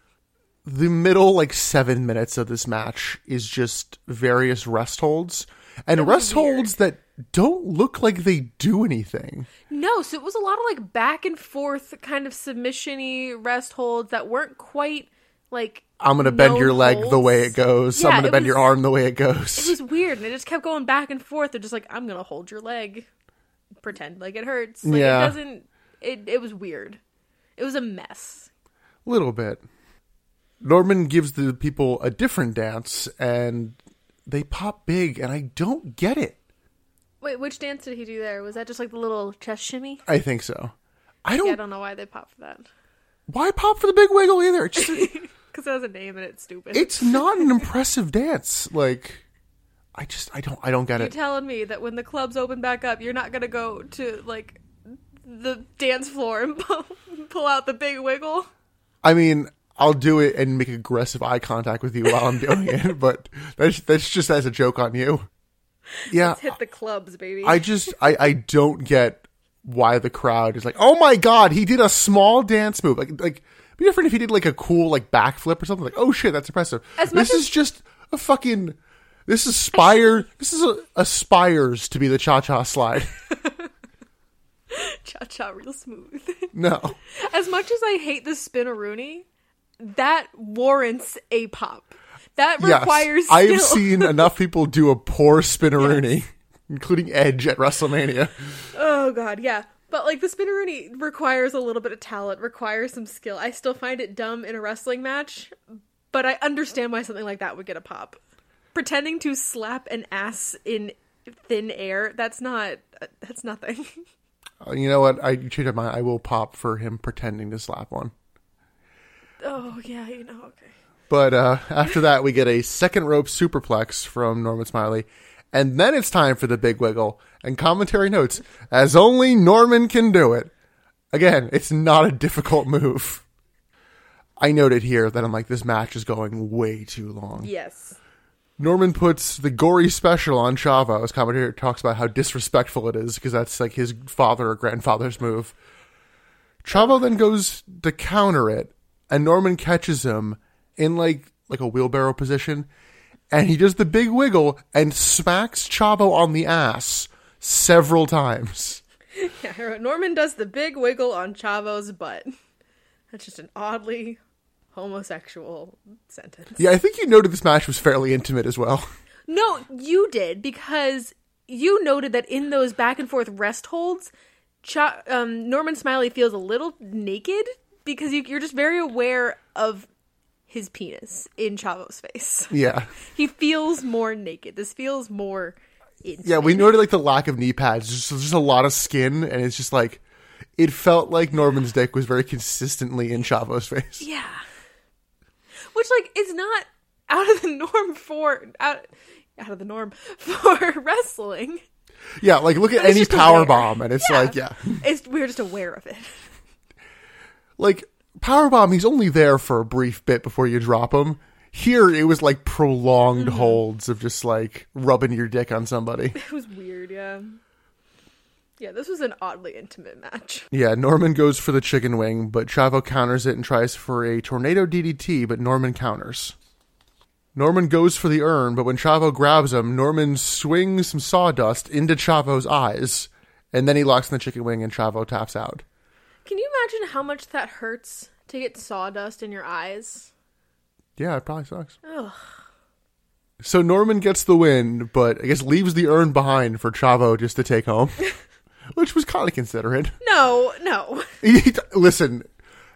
Speaker 1: The middle like seven minutes of this match is just various rest holds and rest
Speaker 2: weird.
Speaker 1: holds that don't look like they do anything.
Speaker 2: No, so it was a lot of like back and forth kind of submission-y rest holds that weren't quite like.
Speaker 1: I'm going to bend
Speaker 2: known
Speaker 1: your leg the
Speaker 2: holds.
Speaker 1: way it goes. I'm
Speaker 2: Yeah,
Speaker 1: going to
Speaker 2: it
Speaker 1: bend your
Speaker 2: was-
Speaker 1: arm the way it goes.
Speaker 2: It was weird, and it just kept going back and forth. They're just like, I'm gonna hold your leg, pretend like it hurts. Like,
Speaker 1: Yeah.
Speaker 2: It doesn't. It it was weird. It was a mess.
Speaker 1: little bit. Norman gives the people a different dance, and they pop big, and I don't get it.
Speaker 2: Wait, which dance did he do there? Was that just like the little chest shimmy?
Speaker 1: I think so. I don't.
Speaker 2: Yeah, I don't know why they popped for that.
Speaker 1: Why pop for the big wiggle either? It's just,
Speaker 2: Because it has a name and it's stupid.
Speaker 1: it's not an impressive dance. Like, I just I don't I don't get
Speaker 2: You're
Speaker 1: it.
Speaker 2: telling me that when the clubs open back up, you're not gonna go to like the dance floor and pull, pull out the big wiggle?
Speaker 1: I mean, I'll do it and make aggressive eye contact with you while I'm doing it, but that's that's just as a joke on you. Yeah,
Speaker 2: Hit the clubs, baby.
Speaker 1: I just I I don't get why the crowd is like, oh my god, he did a small dance move. Like like it'd be different if he did like a cool like backflip or something. Like oh shit, that's impressive.
Speaker 2: As much
Speaker 1: this is just a fucking this aspire this is a, aspires to be the cha cha slide.
Speaker 2: Cha cha, real smooth.
Speaker 1: no,
Speaker 2: as much as I hate the spinneroonie, that warrants a pop. That requires
Speaker 1: yes, I have
Speaker 2: skill.
Speaker 1: seen enough people do a poor spinneroonie, including Edge at WrestleMania.
Speaker 2: Oh god, yeah. But like the spinneroonie requires a little bit of talent, requires some skill. I still find it dumb in a wrestling match, but I understand why something like that would get a pop. Pretending to slap an ass in thin air, that's not that's nothing.
Speaker 1: Uh, You know what? I changed my mind. I will pop for him pretending to slap one.
Speaker 2: oh yeah, you know, okay.
Speaker 1: But uh, after that, we get a second rope superplex from Norman Smiley. And then it's time for the big wiggle. And commentary notes, as only Norman can do it. Again, it's not a difficult move. I noted here that I'm like, this match is going way too long.
Speaker 2: Yes.
Speaker 1: Norman puts the gory special on Chavo as commentator talks about how disrespectful it is because that's like his father or grandfather's move. Chavo then goes to counter it, and Norman catches him in like like a wheelbarrow position, and he does the big wiggle and smacks Chavo on the ass several times.
Speaker 2: Yeah, I wrote, Norman does the big wiggle on Chavo's butt. That's just an oddly homosexual sentence.
Speaker 1: Yeah, I think you noted this match was fairly intimate as well.
Speaker 2: No, you did because you noted that in those back and forth rest holds, Cha- um, Norman Smiley feels a little naked because you, you're just very aware of his penis in Chavo's face.
Speaker 1: Yeah.
Speaker 2: He feels more naked. This feels more. Intimate.
Speaker 1: Yeah, we noted like the lack of knee pads, just just a lot of skin, and it's just like it felt like Norman's dick was very consistently in Chavo's face.
Speaker 2: Yeah. Which like is not out of the norm for out out of the norm for wrestling.
Speaker 1: Yeah, like look at
Speaker 2: But it's
Speaker 1: any
Speaker 2: just a
Speaker 1: power
Speaker 2: wear.
Speaker 1: bomb, and it's
Speaker 2: Yeah.
Speaker 1: like yeah,
Speaker 2: It's we're just aware of it.
Speaker 1: like power bomb. He's only there for a brief bit before you drop him. Here it was like prolonged
Speaker 2: Mm-hmm.
Speaker 1: holds of just like rubbing your dick on somebody.
Speaker 2: It was weird, yeah. Yeah, this was an oddly intimate match.
Speaker 1: Yeah, Norman goes for the chicken wing, but Chavo counters it and tries for a tornado DDT, but Norman counters. Norman goes for the urn, but when Chavo grabs him, Norman swings some sawdust into Chavo's eyes, and then he locks in the chicken wing and Chavo taps out.
Speaker 2: Can you imagine how much that hurts to get sawdust in your eyes?
Speaker 1: Yeah, it probably sucks.
Speaker 2: Ugh.
Speaker 1: So Norman gets the win, but I guess leaves the urn behind for Chavo just to take home, which was kind of considerate.
Speaker 2: No, no.
Speaker 1: Listen,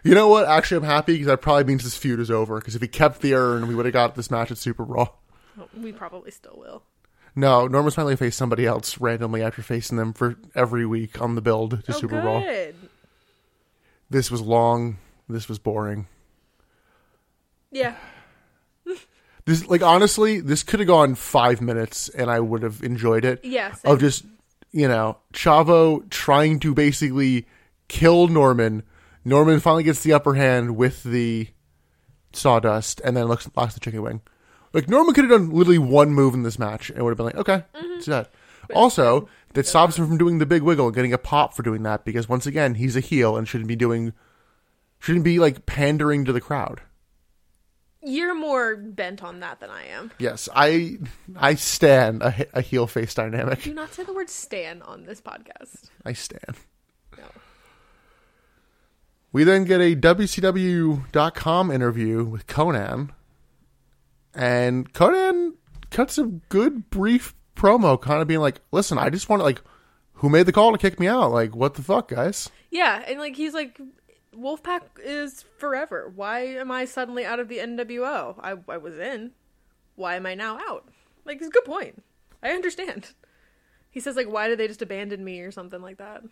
Speaker 1: you know what? Actually, I'm happy because that probably means this feud is over. Because if he kept the urn, we would have got this match at Super Raw.
Speaker 2: We probably still will.
Speaker 1: No, Norman's finally faced somebody else randomly after facing them for every week on the build to
Speaker 2: Oh,
Speaker 1: Super Raw.
Speaker 2: good.
Speaker 1: This was long. This was boring.
Speaker 2: Yeah.
Speaker 1: This, like, honestly, this could have gone five minutes and I would have enjoyed it.
Speaker 2: Yeah, same.
Speaker 1: Of just, you know, Chavo trying to basically kill Norman. Norman finally gets the upper hand with the sawdust and then looks, locks the chicken wing. Like, Norman could have done literally one move in this match and it would have been like, okay,
Speaker 2: Mm-hmm.
Speaker 1: it's that. Also, that stops him from doing the big wiggle and getting a pop for doing that because, once again, he's a heel and shouldn't be doing, shouldn't be like pandering to the crowd.
Speaker 2: You're more bent on that than I am.
Speaker 1: Yes, I I stand a, he- a heel face dynamic.
Speaker 2: Do not say the word stan on this podcast.
Speaker 1: I stand.
Speaker 2: No.
Speaker 1: We then get a WCW.com interview with Conan, and Conan cuts a good brief promo, kind of being like, "Listen, I just want to like, who made the call to kick me out? Like, what the fuck, guys?
Speaker 2: Yeah, and like he's like, Wolfpack is forever. Why am I suddenly out of the NWO? I I was in. Why am I now out? Like it's a good point. I understand. He says like, why did they just abandon me or something like that?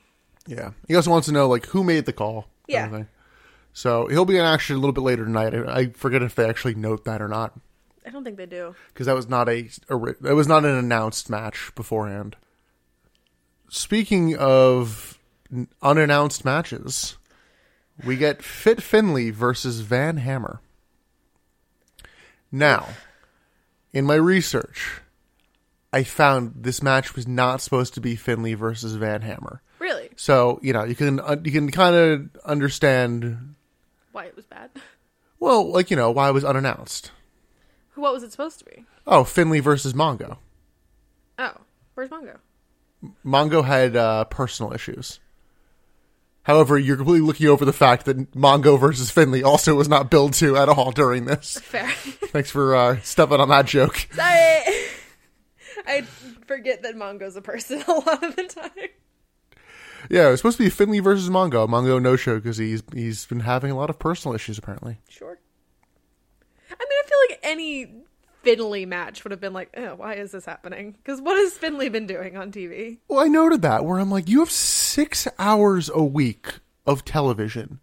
Speaker 1: Yeah." He also wants to know like who made the call.
Speaker 2: Yeah.
Speaker 1: kind of thing. So he'll be on actually a little bit later tonight. I I forget if they actually note that or not.
Speaker 2: I don't think they do.
Speaker 1: because that was not a, a ri- that was not an announced match beforehand. Speaking of n- unannounced matches, we get Fit Finley versus Van Hammer. Now, in my research, I found this match was not supposed to be Finley versus Van Hammer.
Speaker 2: Really?
Speaker 1: So you know you can uh, you can kind of understand
Speaker 2: Why it was bad?
Speaker 1: well like you know why it was unannounced.
Speaker 2: What was it supposed to be?
Speaker 1: Oh, Finley versus Mongo.
Speaker 2: Oh, where's Mongo?
Speaker 1: Mongo had uh, personal issues. However, you're completely looking over the fact that Mongo versus Finley also was not billed to at all during this.
Speaker 2: Fair.
Speaker 1: Thanks for uh, stepping on that joke.
Speaker 2: I I forget that Mongo's a person a lot of the time.
Speaker 1: Yeah, it was supposed to be Finley versus Mongo. Mongo no show because he's he's been having a lot of personal issues apparently.
Speaker 2: Sure. I mean, I feel like any Finley match would have been like, oh, why is this happening? Because what has Finley been doing on TV?
Speaker 1: Well, I noted that where I'm like, you have six hours a week of television.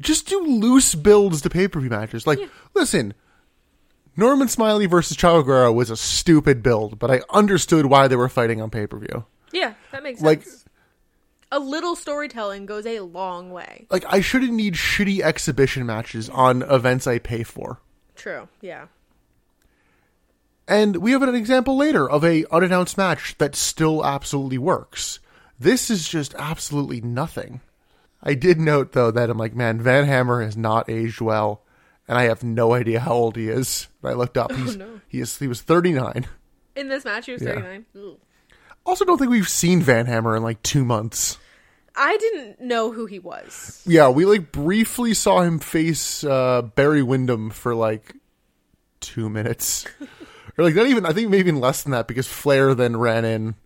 Speaker 1: Just do loose builds to pay per view matches. Like, listen, Norman Smiley versus Chavo Guerrero was a stupid build, but I understood why they were fighting on pay per view.
Speaker 2: Yeah, that makes
Speaker 1: Like-
Speaker 2: sense. A little storytelling goes a long way.
Speaker 1: Like, I shouldn't need shitty exhibition matches on events I pay for.
Speaker 2: True. Yeah.
Speaker 1: And we have an example later of a unannounced match that still absolutely works. This is just absolutely nothing. I did note though that I'm like, man, Van Hammer has not aged well, and I have no idea how old he is. I looked up; he's
Speaker 2: no.
Speaker 1: he is he was 39.
Speaker 2: In this match, he was
Speaker 1: Yeah.
Speaker 2: 39. Ooh.
Speaker 1: Also, don't think we've seen Van Hammer in like two months.
Speaker 2: I didn't know who he was.
Speaker 1: Yeah, we like briefly saw him face uh, Barry Windham for like two minutes, or like not even. I think maybe even less than that because Flair then ran in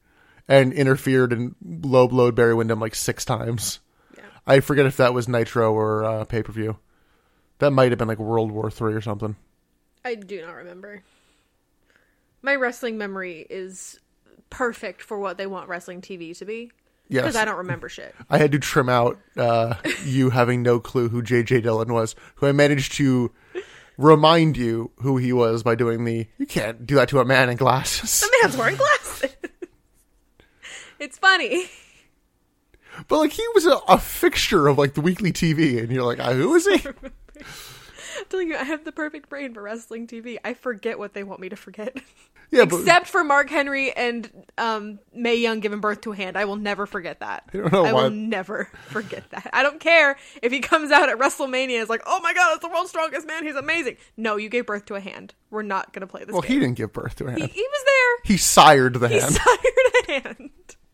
Speaker 1: and interfered and low blowed Barry Windham like six times.
Speaker 2: Yeah.
Speaker 1: I forget if that was Nitro or uh, pay per view. That might have been like World War Three or something.
Speaker 2: I do not remember. My wrestling memory is perfect for what they want wrestling TV to be. Because
Speaker 1: Yes,
Speaker 2: I don't remember shit.
Speaker 1: I had to trim out uh, you having no clue who J.J. Dillon was, who I managed to remind you who he was by doing the "you can't do that to a man in glasses."
Speaker 2: The man's wearing glasses. it's funny.
Speaker 1: But like he was a, a fixture of like the weekly TV, and you're like, "Ah, who is he?
Speaker 2: I'm telling you, I have the perfect brain for wrestling TV. I forget what they want me to forget.
Speaker 1: Yeah, but
Speaker 2: Except for Mark Henry and um, May Young giving birth to a hand. I will never forget that. I,
Speaker 1: don't know why-
Speaker 2: will never forget that. I don't care if he comes out at WrestleMania and is like, oh my god, that's the world's strongest man. He's amazing. No, you gave birth to a hand. We're not going to play this
Speaker 1: well, he
Speaker 2: game.
Speaker 1: didn't give birth to a
Speaker 2: He,
Speaker 1: hand.
Speaker 2: he was there.
Speaker 1: He sired the
Speaker 2: He
Speaker 1: hand.
Speaker 2: sired a hand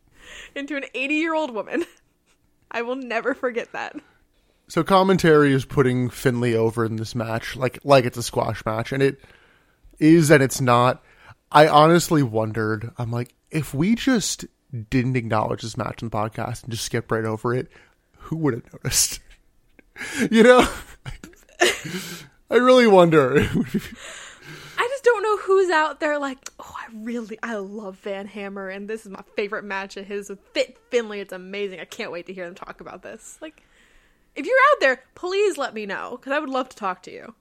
Speaker 2: into an 80 year old woman. I will never forget that.
Speaker 1: So commentary is putting Finley over in this match, like like it's a squash match, and it is and it's not. I honestly wondered. I'm like, if we just didn't acknowledge this match in the podcast and just skip right over it, who would have noticed? you know, I really wonder.
Speaker 2: I just don't know who's out there like, oh, I really, I love Van Hammer, and this is my favorite match of his with Fit Finley. It's amazing. I can't wait to hear them talk about this. Like, if you're out there, please let me know, because I would love to talk to you.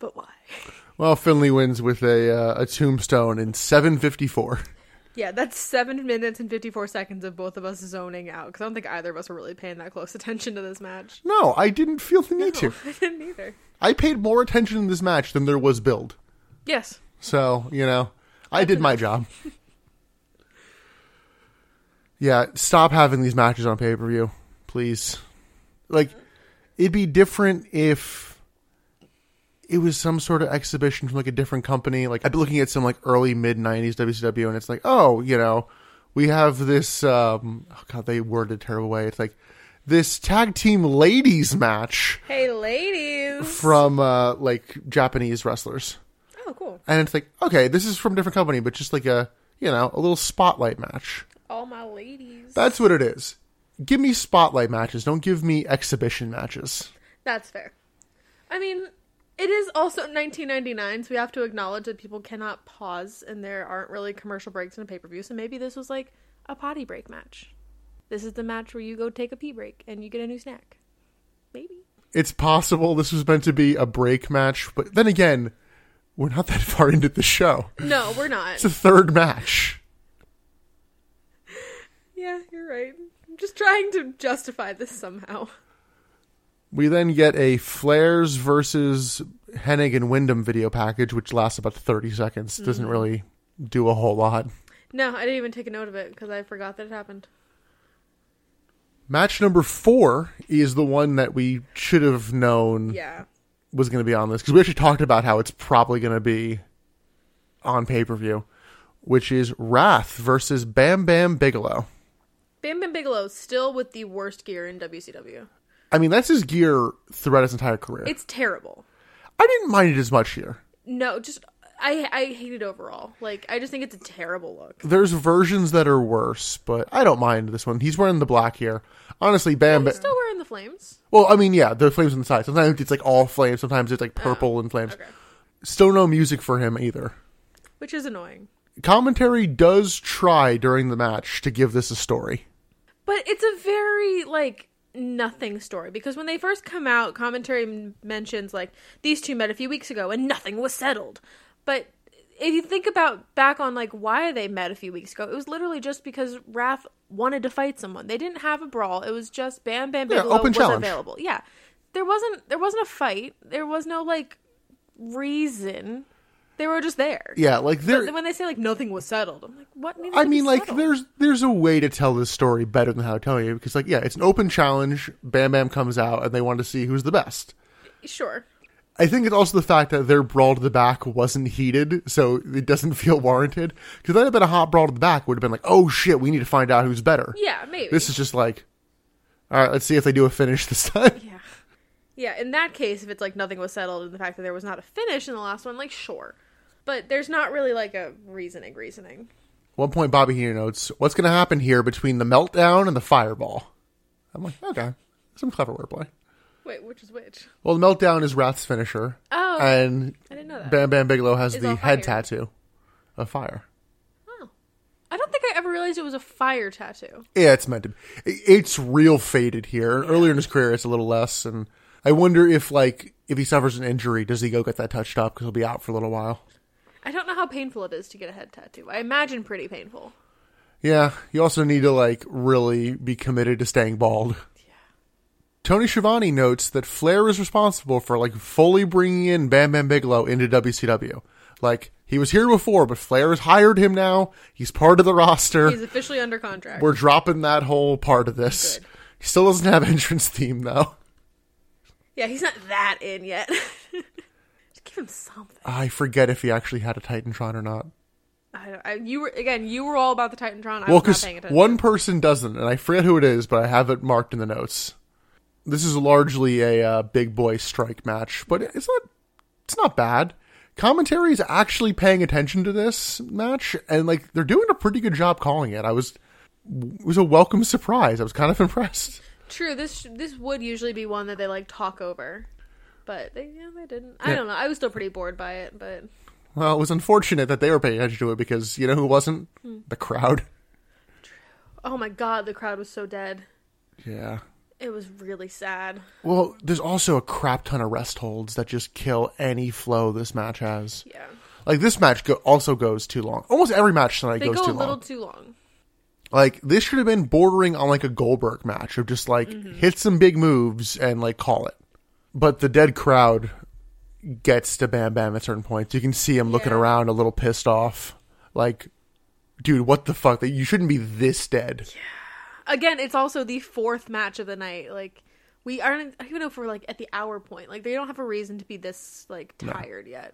Speaker 2: But why?
Speaker 1: well, Finley wins with a uh, a tombstone in 7:54.
Speaker 2: Yeah, that's seven minutes and 54 seconds of both of us zoning out, because I don't think either of us are really paying that close attention to this match.
Speaker 1: No, I didn't feel the need to.
Speaker 2: I didn't either.
Speaker 1: I paid more attention in this match than there was build.
Speaker 2: Yes.
Speaker 1: So, you know, I did my job. yeah, stop having these matches on pay per view, please. Like, it'd be different if it was some sort of exhibition from like a different company. Like, I'd be looking at some like early mid 90s WCW and it's like, oh, you know, we have this, um, oh God, they worded it a terrible way. It's like, this tag team ladies match
Speaker 2: Hey, ladies.
Speaker 1: from uh, like Japanese wrestlers
Speaker 2: Oh, cool.
Speaker 1: and it's like okay this is from a different company but just like a you know a little spotlight match
Speaker 2: All my ladies.
Speaker 1: that's what it is give me spotlight matches don't give me exhibition matches
Speaker 2: That's fair. I mean, it is also 1999, so we have to acknowledge that people cannot pause and there aren't really commercial breaks in a pay per view. So maybe this was like a potty break match. This is the match where you go take a pee break and you get a new snack. Maybe.
Speaker 1: it's possible this was meant to be a break match but then again we're not that far into the show
Speaker 2: No, we're
Speaker 1: it's
Speaker 2: not.
Speaker 1: the third match
Speaker 2: yeah, you're right. I'm just trying to justify this somehow.
Speaker 1: we then get a flares versus hennig and wyndham video package which lasts about 30 seconds doesn't really do a whole lot
Speaker 2: No, I didn't even take a note of it because I forgot that it happened.
Speaker 1: match number four is the one that we should have known
Speaker 2: Yeah.
Speaker 1: was going to be on this because we actually talked about how it's probably going to be on pay per view, which is Wrath versus Bam Bam Bigelow.
Speaker 2: Bam Bam Bigelow still with the worst gear in WCW.
Speaker 1: I mean, that's his gear throughout his entire career.
Speaker 2: It's terrible.
Speaker 1: I didn't mind it as much here.
Speaker 2: No, just I I hate it overall. Like I just think it's a terrible look.
Speaker 1: There's versions that are worse, but I don't mind this one. He's wearing the black here. Honestly, Bam. Ba-
Speaker 2: He's still wearing the flames.
Speaker 1: well, I mean, yeah, the flames on the side. Sometimes it's like all flames. Sometimes it's like purple and flames.
Speaker 2: Oh, Okay.
Speaker 1: Still no music for him either.
Speaker 2: Which is annoying.
Speaker 1: Commentary does try during the match to give this a story.
Speaker 2: But it's a very like nothing story because when they first come out, commentary m- mentions like these two met a few weeks ago and nothing was settled. But if you think about back on like why they met a few weeks ago, it was literally just because Wrath wanted to fight someone. They didn't have a brawl. It was just Bam Bam
Speaker 1: Yeah,
Speaker 2: Bigelow
Speaker 1: open
Speaker 2: was
Speaker 1: challenge.
Speaker 2: available. Yeah. There wasn't there wasn't a fight. There was no like reason. They were just there.
Speaker 1: Yeah, like there.
Speaker 2: But when they say like nothing was settled, I'm like, what? Needed
Speaker 1: I
Speaker 2: to be
Speaker 1: mean, like,
Speaker 2: settled?
Speaker 1: there's there's a way to tell this story better than how to tell you because, like, yeah, it's an open challenge. Bam Bam comes out, and they want to see who's the best.
Speaker 2: sure.
Speaker 1: I think it's also the fact that their brawl to the back wasn't heated, so it doesn't feel warranted. Because that had been a hot brawl to the back, would have been like, oh shit, we need to find out who's better.
Speaker 2: Yeah, maybe.
Speaker 1: This is just like, all right, let's see if they do a finish this time.
Speaker 2: yeah, yeah. In that case, if it's like nothing was settled and the fact that there was not a finish in the last one, like sure, but there's not really like a reasoning reasoning.
Speaker 1: At one point, Bobby Heenan notes, "What's going to happen here between the meltdown and the fireball?" I'm like, okay, some clever wordplay.
Speaker 2: Wait, which is which?
Speaker 1: Well, the meltdown is Wrath's finisher,
Speaker 2: Oh,
Speaker 1: and
Speaker 2: I didn't know that.
Speaker 1: Bam Bam Bigelow has
Speaker 2: Is
Speaker 1: the
Speaker 2: on
Speaker 1: head
Speaker 2: fire.
Speaker 1: tattoo of fire.
Speaker 2: Oh. I don't think I ever realized it was a fire tattoo.
Speaker 1: Yeah, it's meant to. Be. i- It's real faded here. Earlier in his career, it's a little less, and I wonder if like if he suffers an injury, does he go get that touched up because he'll be out for a little while.
Speaker 2: I don't know how painful it is to get a head tattoo. I imagine pretty painful.
Speaker 1: Yeah, you also need to like really be committed to staying bald. Tony Schiavone notes that Flair is responsible for like fully bringing in Bam Bam Bigelow into WCW. Like he was here before, but Flair has hired him now. He's part of the roster.
Speaker 2: He's officially under contract.
Speaker 1: We're dropping that whole part of this.
Speaker 2: Good.
Speaker 1: He still doesn't have entrance theme though.
Speaker 2: yeah, he's not that in yet. Just give him something.
Speaker 1: I forget if he actually had a Titantron or not.
Speaker 2: I, don't- I, you were again. You were all about the Titantron. I
Speaker 1: Well,
Speaker 2: was
Speaker 1: because
Speaker 2: not paying attention.
Speaker 1: one person doesn't, and I forget who it is, but I have it marked in the notes. This is largely a uh, big boy strike match, but it's not. It's not bad. Commentary is actually paying attention to this match, and like they're doing a pretty good job calling it. I was it was a welcome surprise. I was kind of impressed.
Speaker 2: True. This this would usually be one that they like talk over, but they yeah they didn't. I
Speaker 1: Yeah.
Speaker 2: don't know. I was still pretty bored by it, but
Speaker 1: Well, it was unfortunate that they were paying attention to it because you know who wasn't
Speaker 2: Hmm.
Speaker 1: the crowd.
Speaker 2: oh my god, the crowd was so dead.
Speaker 1: Yeah.
Speaker 2: It was really sad.
Speaker 1: Well, there's also a crap ton of rest holds that just kill any flow this match has.
Speaker 2: Yeah,
Speaker 1: Like this match go- also goes too long. Almost every match tonight
Speaker 2: they
Speaker 1: goes
Speaker 2: go
Speaker 1: too
Speaker 2: a little
Speaker 1: long.
Speaker 2: too long.
Speaker 1: Like this should have been bordering on like a Goldberg match of just like
Speaker 2: Mm-hmm.
Speaker 1: hit some big moves and like call it. But the dead crowd gets to Bam Bam at certain points. You can see him looking
Speaker 2: Yeah.
Speaker 1: around a little pissed off. Like, dude, what the fuck? That you shouldn't be this dead.
Speaker 2: Again, it's also the fourth match of the night. Like we aren't. I don't even know if we're like at the hour point. Like they don't have a reason to be this like tired yet.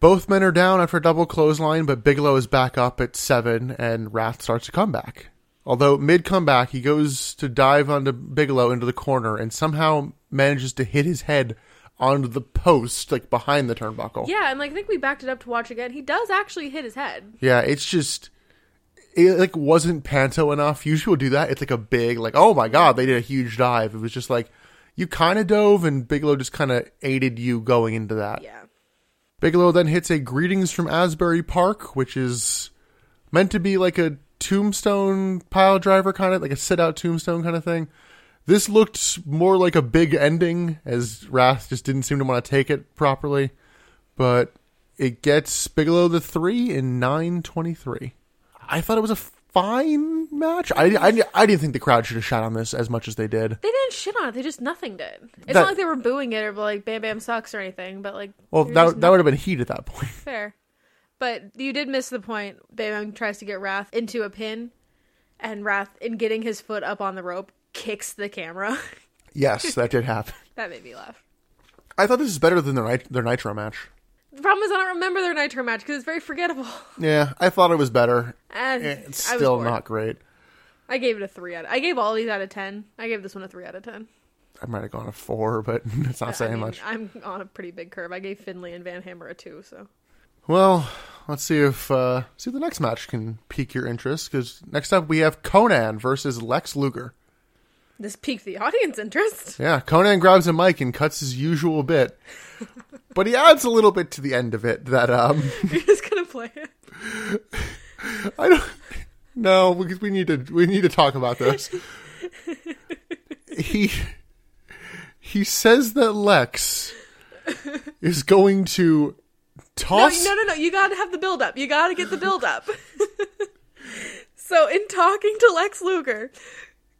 Speaker 1: Both men are down after a double clothesline, but Bigelow is back up at seven, and Wrath starts a comeback. Although mid comeback, he goes to dive onto Bigelow into the corner and somehow manages to hit his head onto the post, like behind the turnbuckle.
Speaker 2: Yeah, and like I think we backed it up to watch again. He does actually hit his head.
Speaker 1: Yeah, it's just it like wasn't panto enough. Usually we'll do that. It's like a big like, oh my god, they did a huge dive. It was just like you kind of dove, and Bigelow just kind of aided you going into that.
Speaker 2: Yeah.
Speaker 1: Bigelow then hits a greetings from Asbury Park, which is meant to be like a tombstone pile driver kind of like a sit out tombstone kind of thing. This looked more like a big ending as Wrath just didn't seem to want to take it properly, but it gets Bigelow the three in nine twenty three. I thought it was a fine match. I, I, I didn't think the crowd should have shot on this as much as they did.
Speaker 2: They didn't shit on it. They just nothinged it. It's
Speaker 1: That-
Speaker 2: not like they were booing it or like Bam Bam sucks or anything. But like,
Speaker 1: Well,
Speaker 2: they were
Speaker 1: that
Speaker 2: just
Speaker 1: that would have been heat at that point.
Speaker 2: not fair. But you did miss the point. Bam Bam tries to get Wrath into a pin, and Wrath, in getting his foot up on the rope, kicks the camera.
Speaker 1: Yes, that did happen.
Speaker 2: that made me laugh.
Speaker 1: I thought this is better than their nit- their Nitro match.
Speaker 2: The problem is I don't remember their Nitro match because it's very forgettable.
Speaker 1: Yeah, I thought it was better.
Speaker 2: And
Speaker 1: It's
Speaker 2: I was
Speaker 1: still
Speaker 2: bored.
Speaker 1: not great.
Speaker 2: I gave it a three out. Of, I gave all these out of ten. I gave this one a three out of ten.
Speaker 1: I might have gone a four, but it's not saying
Speaker 2: I mean,
Speaker 1: much.
Speaker 2: I'm on a pretty big curve. I gave Finley and Van Hammer a two. So
Speaker 1: Well, let's see if uh, see if the next match can pique your interest. Because next up we have Conan versus Lex Luger.
Speaker 2: this piqued the audience interest.
Speaker 1: Yeah, Conan grabs a mic and cuts his usual bit, but he adds a little bit to the end of it that um
Speaker 2: You're just gonna play it.
Speaker 1: I don't. No, we, we need to we need to talk about this. he he says that Lex is going to
Speaker 2: No,
Speaker 1: toss.
Speaker 2: no, no, no. You gotta have the build up. You gotta get the build up. so, in talking to Lex Luger,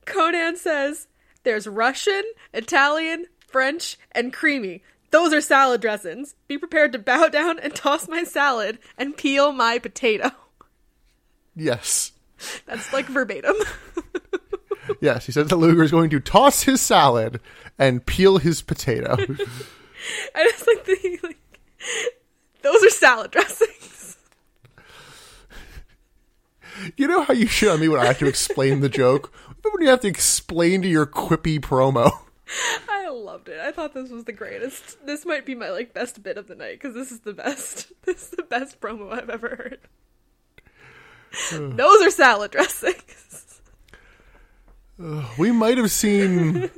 Speaker 2: Conan says there's Russian, Italian, French, and creamy. Those are salad dressings. Be prepared to bow down and toss my salad and peel my potato.
Speaker 1: Yes.
Speaker 2: That's like verbatim.
Speaker 1: Yes, he said that Luger is going to toss his salad and peel his potato.
Speaker 2: I just like the like. Those are salad dressings.
Speaker 1: you know how you shit on me when I have to explain the joke? But when you have to explain to your quippy promo.
Speaker 2: I loved it. I thought this was the greatest. This might be my like best bit of the night because this is the best. This is the best promo I've ever heard. Those are salad dressings.
Speaker 1: We might have seen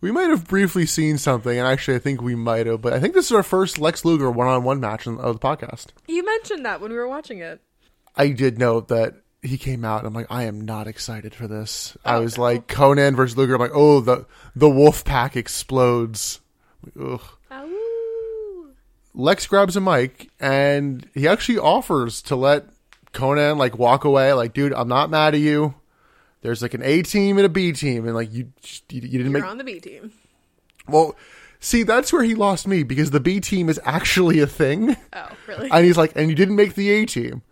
Speaker 1: We might have briefly seen something, and actually, I think we might have. But I think this is our first Lex Luger one-on-one match in- of the podcast.
Speaker 2: You mentioned that when we were watching it.
Speaker 1: I did know that he came out. And I'm like, I am not excited for this. I was like, Conan versus Luger. I'm like, oh, the the wolf pack explodes. Ugh.
Speaker 2: Oh.
Speaker 1: Lex grabs a mic and he actually offers to let Conan like walk away. Like, dude, I'm not mad at you. There's like an A team and a B team, and like you, you, you didn't
Speaker 2: You're
Speaker 1: make
Speaker 2: on the B team.
Speaker 1: well. See, that's where he lost me because the B team is actually a thing.
Speaker 2: Oh, really?
Speaker 1: And he's like, and you didn't make the A team.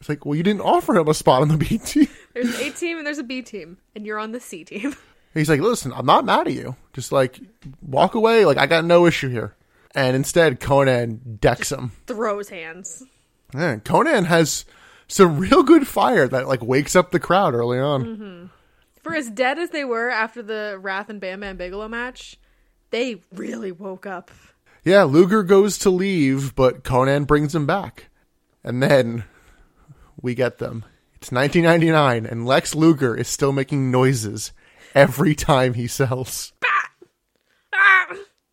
Speaker 1: It's like, well, you didn't offer him a spot on the B team.
Speaker 2: there's an A team and there's a B team, and you're on the C team.
Speaker 1: He's like, listen, I'm not mad at you. Just like walk away. Like I got no issue here. And instead, Conan decks him.
Speaker 2: Throws hands.
Speaker 1: Man, Conan has some real good fire that like wakes up the crowd early on.
Speaker 2: For as dead as they were after the Wrath and Bam Bam Bigelow match, they really woke up.
Speaker 1: Yeah, Luger goes to leave, but Conan brings him back. And then we get them. It's 1999, and Lex Luger is still making noises every time he sells.
Speaker 2: Ah!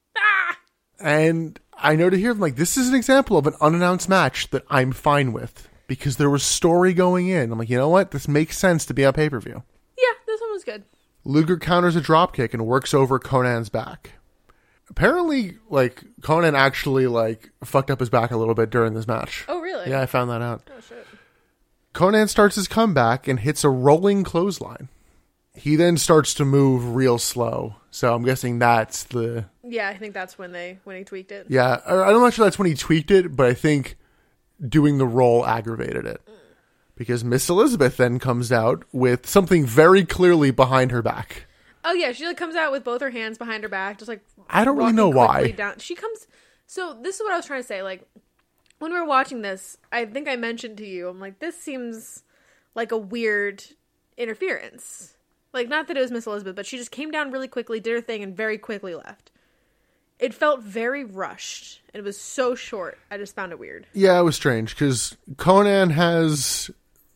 Speaker 2: Ah!
Speaker 1: And I know to hear them like this is an example of an unannounced match that I'm fine with because there was story going in. I'm like, you know what? This makes sense to be on pay per view.
Speaker 2: Yeah, this one was good.
Speaker 1: Luger counters a dropkick and works over Conan's back. Apparently, like Conan actually like fucked up his back a little bit during this match.
Speaker 2: Oh, really?
Speaker 1: Yeah, I found that out.
Speaker 2: Oh, shit.
Speaker 1: Conan starts his comeback and hits a rolling clothesline. He then starts to move real slow. So I'm guessing that's the
Speaker 2: Yeah, I think that's when they when he tweaked it.
Speaker 1: Yeah, I- I'm not sure that's when he tweaked it, but I think doing the role aggravated it. Because Miss Elizabeth then comes out with something very clearly behind her back.
Speaker 2: Oh yeah, she like comes out with both her hands behind her back, just like
Speaker 1: I don't really
Speaker 2: walking
Speaker 1: know why.
Speaker 2: quickly Down. She comes. So this is what I was trying to say. Like when we were watching this, I think I mentioned to you, I'm like, this seems like a weird interference. Like not that it was Miss Elizabeth, but she just came down really quickly, did her thing, and very quickly left. It felt very rushed. It was so short. I just found it weird.
Speaker 1: Yeah, it was strange because Conan has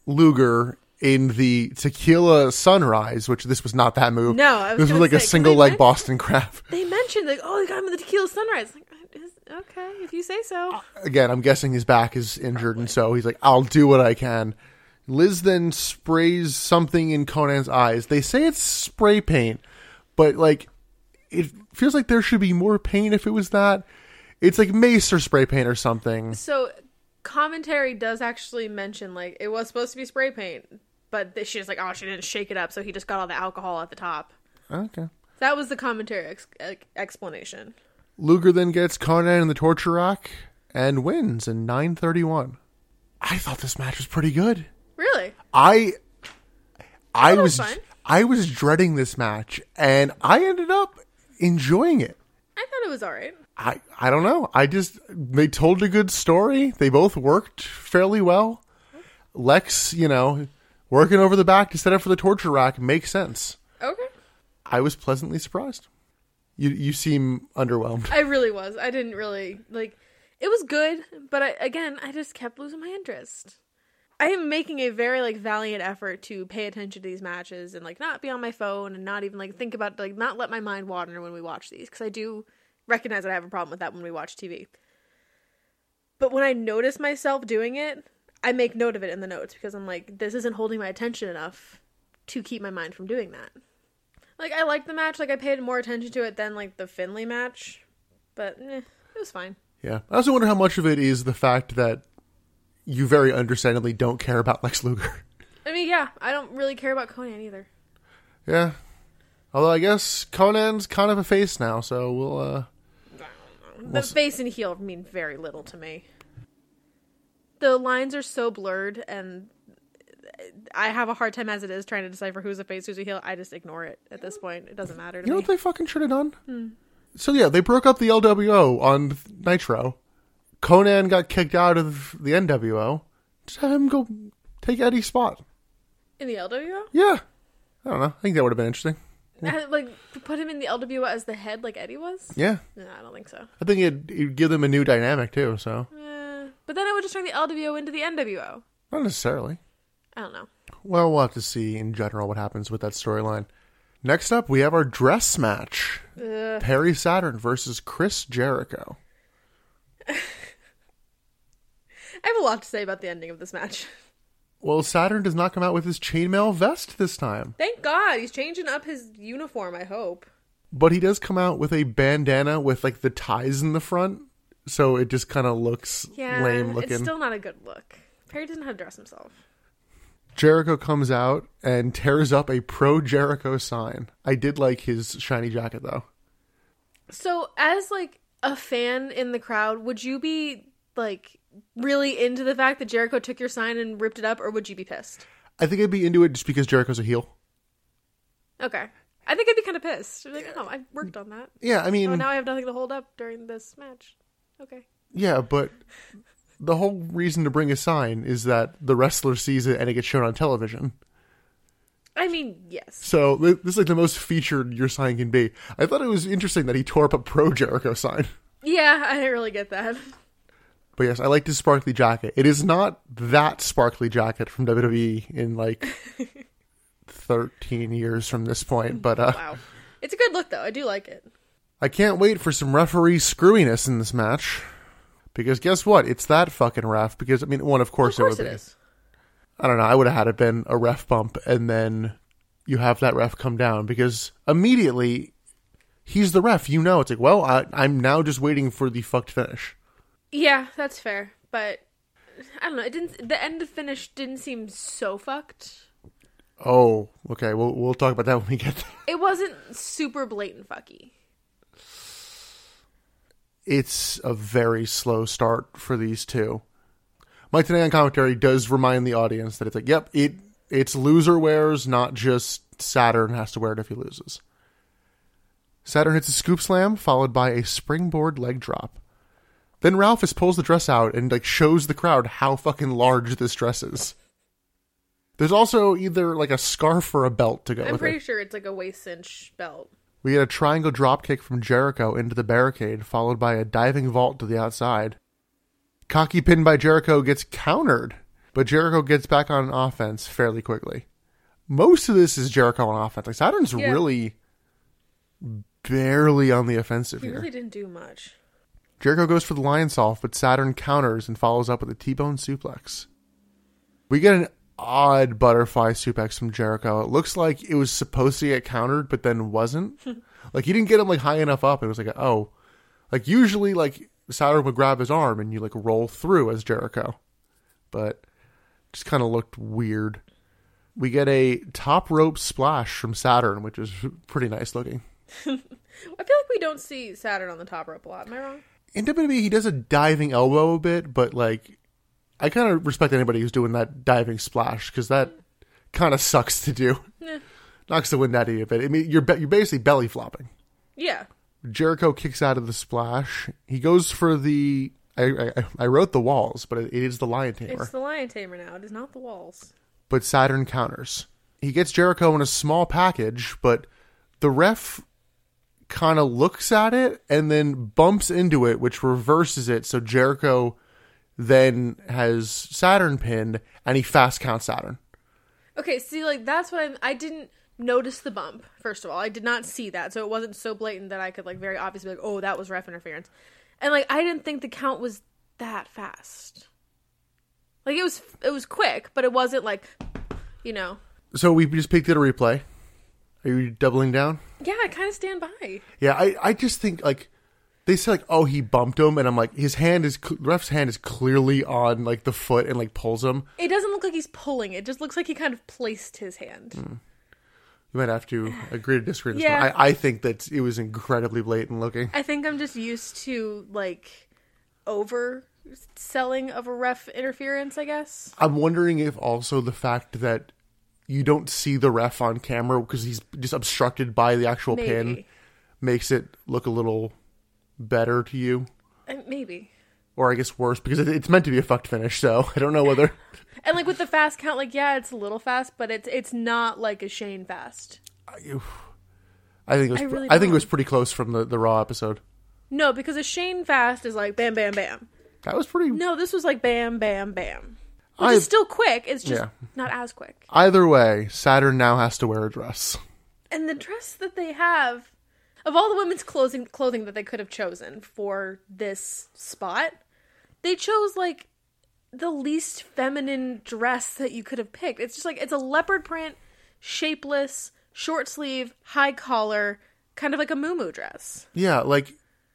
Speaker 1: Luger in the tequila sunrise, which this was not that move.
Speaker 2: No, I was
Speaker 1: this was
Speaker 2: gonna
Speaker 1: like
Speaker 2: say,
Speaker 1: a
Speaker 2: 'cause
Speaker 1: single
Speaker 2: they
Speaker 1: leg
Speaker 2: meant-
Speaker 1: Boston crab.
Speaker 2: They mentioned like, oh, they got him in the tequila sunrise. Like, is- okay, if you say so.
Speaker 1: again, I'm guessing his back is injured, and so he's like, I'll do what I can. Liz then sprays something in Conan's eyes. They say it's spray paint, but like, it feels like there should be more paint if it was that. It's like mace or spray paint or something.
Speaker 2: So commentary does actually mention like it was supposed to be spray paint, but th- she was like, oh, she didn't shake it up, so he just got all the alcohol at the top.
Speaker 1: Okay.
Speaker 2: That was the commentary ex- ex- explanation.
Speaker 1: Luger then gets Conan in the torture rack and wins in 9:31. I thought this match was pretty good.
Speaker 2: Really?
Speaker 1: I I
Speaker 2: was
Speaker 1: was
Speaker 2: fine.
Speaker 1: I was dreading this match and I ended up enjoying it.
Speaker 2: I thought it was all right.
Speaker 1: I I don't know. I just they told a good story. They both worked fairly well. Lex, you know, working over the back to set up for the torture rack makes sense.
Speaker 2: Okay.
Speaker 1: I was pleasantly surprised. You you seem underwhelmed.
Speaker 2: I really was. I didn't really like. It was good, but I, again, I just kept losing my interest. I am making a very like valiant effort to pay attention to these matches and like not be on my phone and not even like think about like not let my mind wander when we watch these because I do recognize that I have a problem with that when we watch TV. But when I notice myself doing it, I make note of it in the notes because I'm like, this isn't holding my attention enough to keep my mind from doing that. Like I liked the match, like I paid more attention to it than like the Finley match, but eh, it was fine.
Speaker 1: Yeah. I also wonder how much of it is the fact that you very understandably don't care about Lex Luger.
Speaker 2: I mean, yeah, I don't really care about Conan either.
Speaker 1: yeah. Although I guess Conan's kind of a face now, so we'll uh
Speaker 2: The face and heel mean very little to me. The lines are so blurred, and I have a hard time as it is trying to decipher who's a face, who's a heel. I just ignore it at this point. It doesn't matter to
Speaker 1: You know
Speaker 2: me.
Speaker 1: what they fucking should have done? So yeah, they broke up the LWO on th- Nitro. Conan got kicked out of the NWO. Just have him go take Eddie's spot.
Speaker 2: in the LWO,
Speaker 1: Yeah. I don't know. I think that would have been interesting.
Speaker 2: I- Uh, like put him in the LWO as the head, like Eddie was.
Speaker 1: Yeah.
Speaker 2: No, I don't think so.
Speaker 1: I think it'd, it'd give them a new dynamic too, so
Speaker 2: Eh, but then I would just turn the LWO into the NWO.
Speaker 1: not necessarily.
Speaker 2: I don't know.
Speaker 1: Well, we'll have to see in general what happens with that storyline. Next up, we have our dress match:
Speaker 2: Ugh.
Speaker 1: Perry Saturn versus Chris Jericho.
Speaker 2: I have a lot to say about the ending of this match.
Speaker 1: Well, Saturn does not come out with his chainmail vest this time,
Speaker 2: Thank God he's changing up his uniform. I hope.
Speaker 1: but he does come out with a bandana with like the ties in the front, so it just kind of looks
Speaker 2: Yeah,
Speaker 1: lame looking.
Speaker 2: it's still not a good look. Perry doesn't know how to dress himself.
Speaker 1: Jericho comes out and tears up a pro Jericho sign. I did like his shiny jacket though.
Speaker 2: So, as like a fan in the crowd, would you be like really into the fact that Jericho took your sign and ripped it up, or would you be pissed?
Speaker 1: I think I'd be into it just because Jericho's a heel.
Speaker 2: Okay, I think I'd be kind of pissed. I'd be like, oh, I worked on that.
Speaker 1: Yeah, I mean,
Speaker 2: Oh, now I have nothing to hold up during this match. Okay.
Speaker 1: yeah, but the whole reason to bring a sign is that the wrestler sees it and it gets shown on television.
Speaker 2: I mean, yes.
Speaker 1: So th- this is like the most featured your sign can be. I thought it was interesting that he tore up a pro Jericho sign.
Speaker 2: Yeah, I didn't really get that.
Speaker 1: But yes, I liked his sparkly jacket. It is not that sparkly jacket from WWE in like 13 years from this point, but uh,
Speaker 2: Wow. It's a good look, though. I do like it.
Speaker 1: I can't wait for some referee screwiness in this match. Because guess what? It's that fucking ref. Because, I mean, one, of course,
Speaker 2: Of course
Speaker 1: it would
Speaker 2: it
Speaker 1: be.
Speaker 2: is.
Speaker 1: I don't know. I would have had it been a ref bump, and then you have that ref come down because immediately he's the ref. You know, it's like, well, I, I'm now just waiting for the fucked finish.
Speaker 2: Yeah, that's fair. But I don't know. It didn't. The end finish didn't seem so fucked.
Speaker 1: Oh, okay. We'll we'll talk about that when we get there.
Speaker 2: It wasn't super blatant fucky.
Speaker 1: It's a very slow start for these two. My today on commentary does remind the audience that it's like, yep, it it's loser wears, not just Saturn has to wear it if he loses. Saturn hits a scoop slam followed by a springboard leg drop. Then Ralphus pulls the dress out and like shows the crowd how fucking large this dress is. There's also either like a scarf or a belt to go
Speaker 2: I'm
Speaker 1: with
Speaker 2: pretty
Speaker 1: it.
Speaker 2: sure it's like a waist cinch belt.
Speaker 1: We get a triangle dropkick from Jericho into the barricade, followed by a diving vault to the outside. Cocky pin by Jericho gets countered, but Jericho gets back on offense fairly quickly. Most of this is Jericho on offense. Like Saturn's
Speaker 2: Yeah.
Speaker 1: really barely on the offensive
Speaker 2: He
Speaker 1: here.
Speaker 2: really didn't do much.
Speaker 1: Jericho goes for the lion solve, but Saturn counters and follows up with a T-bone suplex. We get an odd butterfly suplex from Jericho. It looks like it was supposed to get countered, but then wasn't. like he didn't get him like high enough up. It was like oh, like usually like Saturn would grab his arm and you like roll through as Jericho, but just kind of looked weird. We get a top rope splash from Saturn, which is pretty nice looking.
Speaker 2: I feel like we don't see Saturn on the top rope a lot. Am I wrong?
Speaker 1: in WWE, he does a diving elbow a bit, but like, I kind of respect anybody who's doing that diving splash because that kind of sucks to do.
Speaker 2: Yeah.
Speaker 1: Knocks the wind out of you a bit. I mean, you're be- you're basically belly flopping.
Speaker 2: Yeah.
Speaker 1: Jericho kicks out of the splash. He goes for the. I, I, I wrote the walls, but it is the lion tamer.
Speaker 2: It's the lion tamer now. It is not the walls.
Speaker 1: but Saturn counters. He gets Jericho in a small package, but the ref kind of looks at it and then bumps into it, which reverses it. So Jericho then has Saturn pinned, and he fast counts Saturn.
Speaker 2: Okay, see, like that's what I'm. I didn't notice the bump. First of all, I did not see that, so it wasn't so blatant that I could like very obviously be like, "Oh, that was ref interference," and like I didn't think the count was that fast. Like it was, it was quick, but it wasn't like, you know.
Speaker 1: So we just picked it a replay. Are you doubling down?
Speaker 2: Yeah, I kind of stand by.
Speaker 1: Yeah, I, I just think like they say like oh he bumped him, and I'm like his hand is cl- ref's hand is clearly on like the foot and like pulls him.
Speaker 2: It doesn't look like he's pulling. It just looks like he kind of placed his hand.
Speaker 1: You might have to agree to disagree. on This
Speaker 2: Yeah.
Speaker 1: one. I, I think that it was incredibly blatant looking.
Speaker 2: I think I'm just used to like over selling of a ref interference. I guess.
Speaker 1: I'm wondering if also the fact that you don't see the ref on camera because he's just obstructed by the actual pin
Speaker 2: Maybe.
Speaker 1: makes it look a little better to you,
Speaker 2: Uh, Maybe.
Speaker 1: or I guess worse because it, it's meant to be a fucked finish. So I don't know whether.
Speaker 2: And like with the fast count, like yeah, it's a little fast, but it's it's not like a Shane fast.
Speaker 1: I think it was.
Speaker 2: I
Speaker 1: I,
Speaker 2: really
Speaker 1: think
Speaker 2: don't.
Speaker 1: it was pretty close from the the Raw episode.
Speaker 2: No, because a Shane fast is like bam, bam, bam.
Speaker 1: That was pretty.
Speaker 2: No, this was like bam, bam, bam, which
Speaker 1: I-
Speaker 2: is still quick. It's just
Speaker 1: Yeah.
Speaker 2: not as quick.
Speaker 1: Either way, Saturn now has to wear a dress.
Speaker 2: and the dress that they have of all the women's clothing clothing that they could have chosen for this spot, they chose like the least feminine dress that you could have picked. It's just like it's a leopard print, shapeless, short sleeve, high collar, kind of like a muumuu dress.
Speaker 1: Yeah, like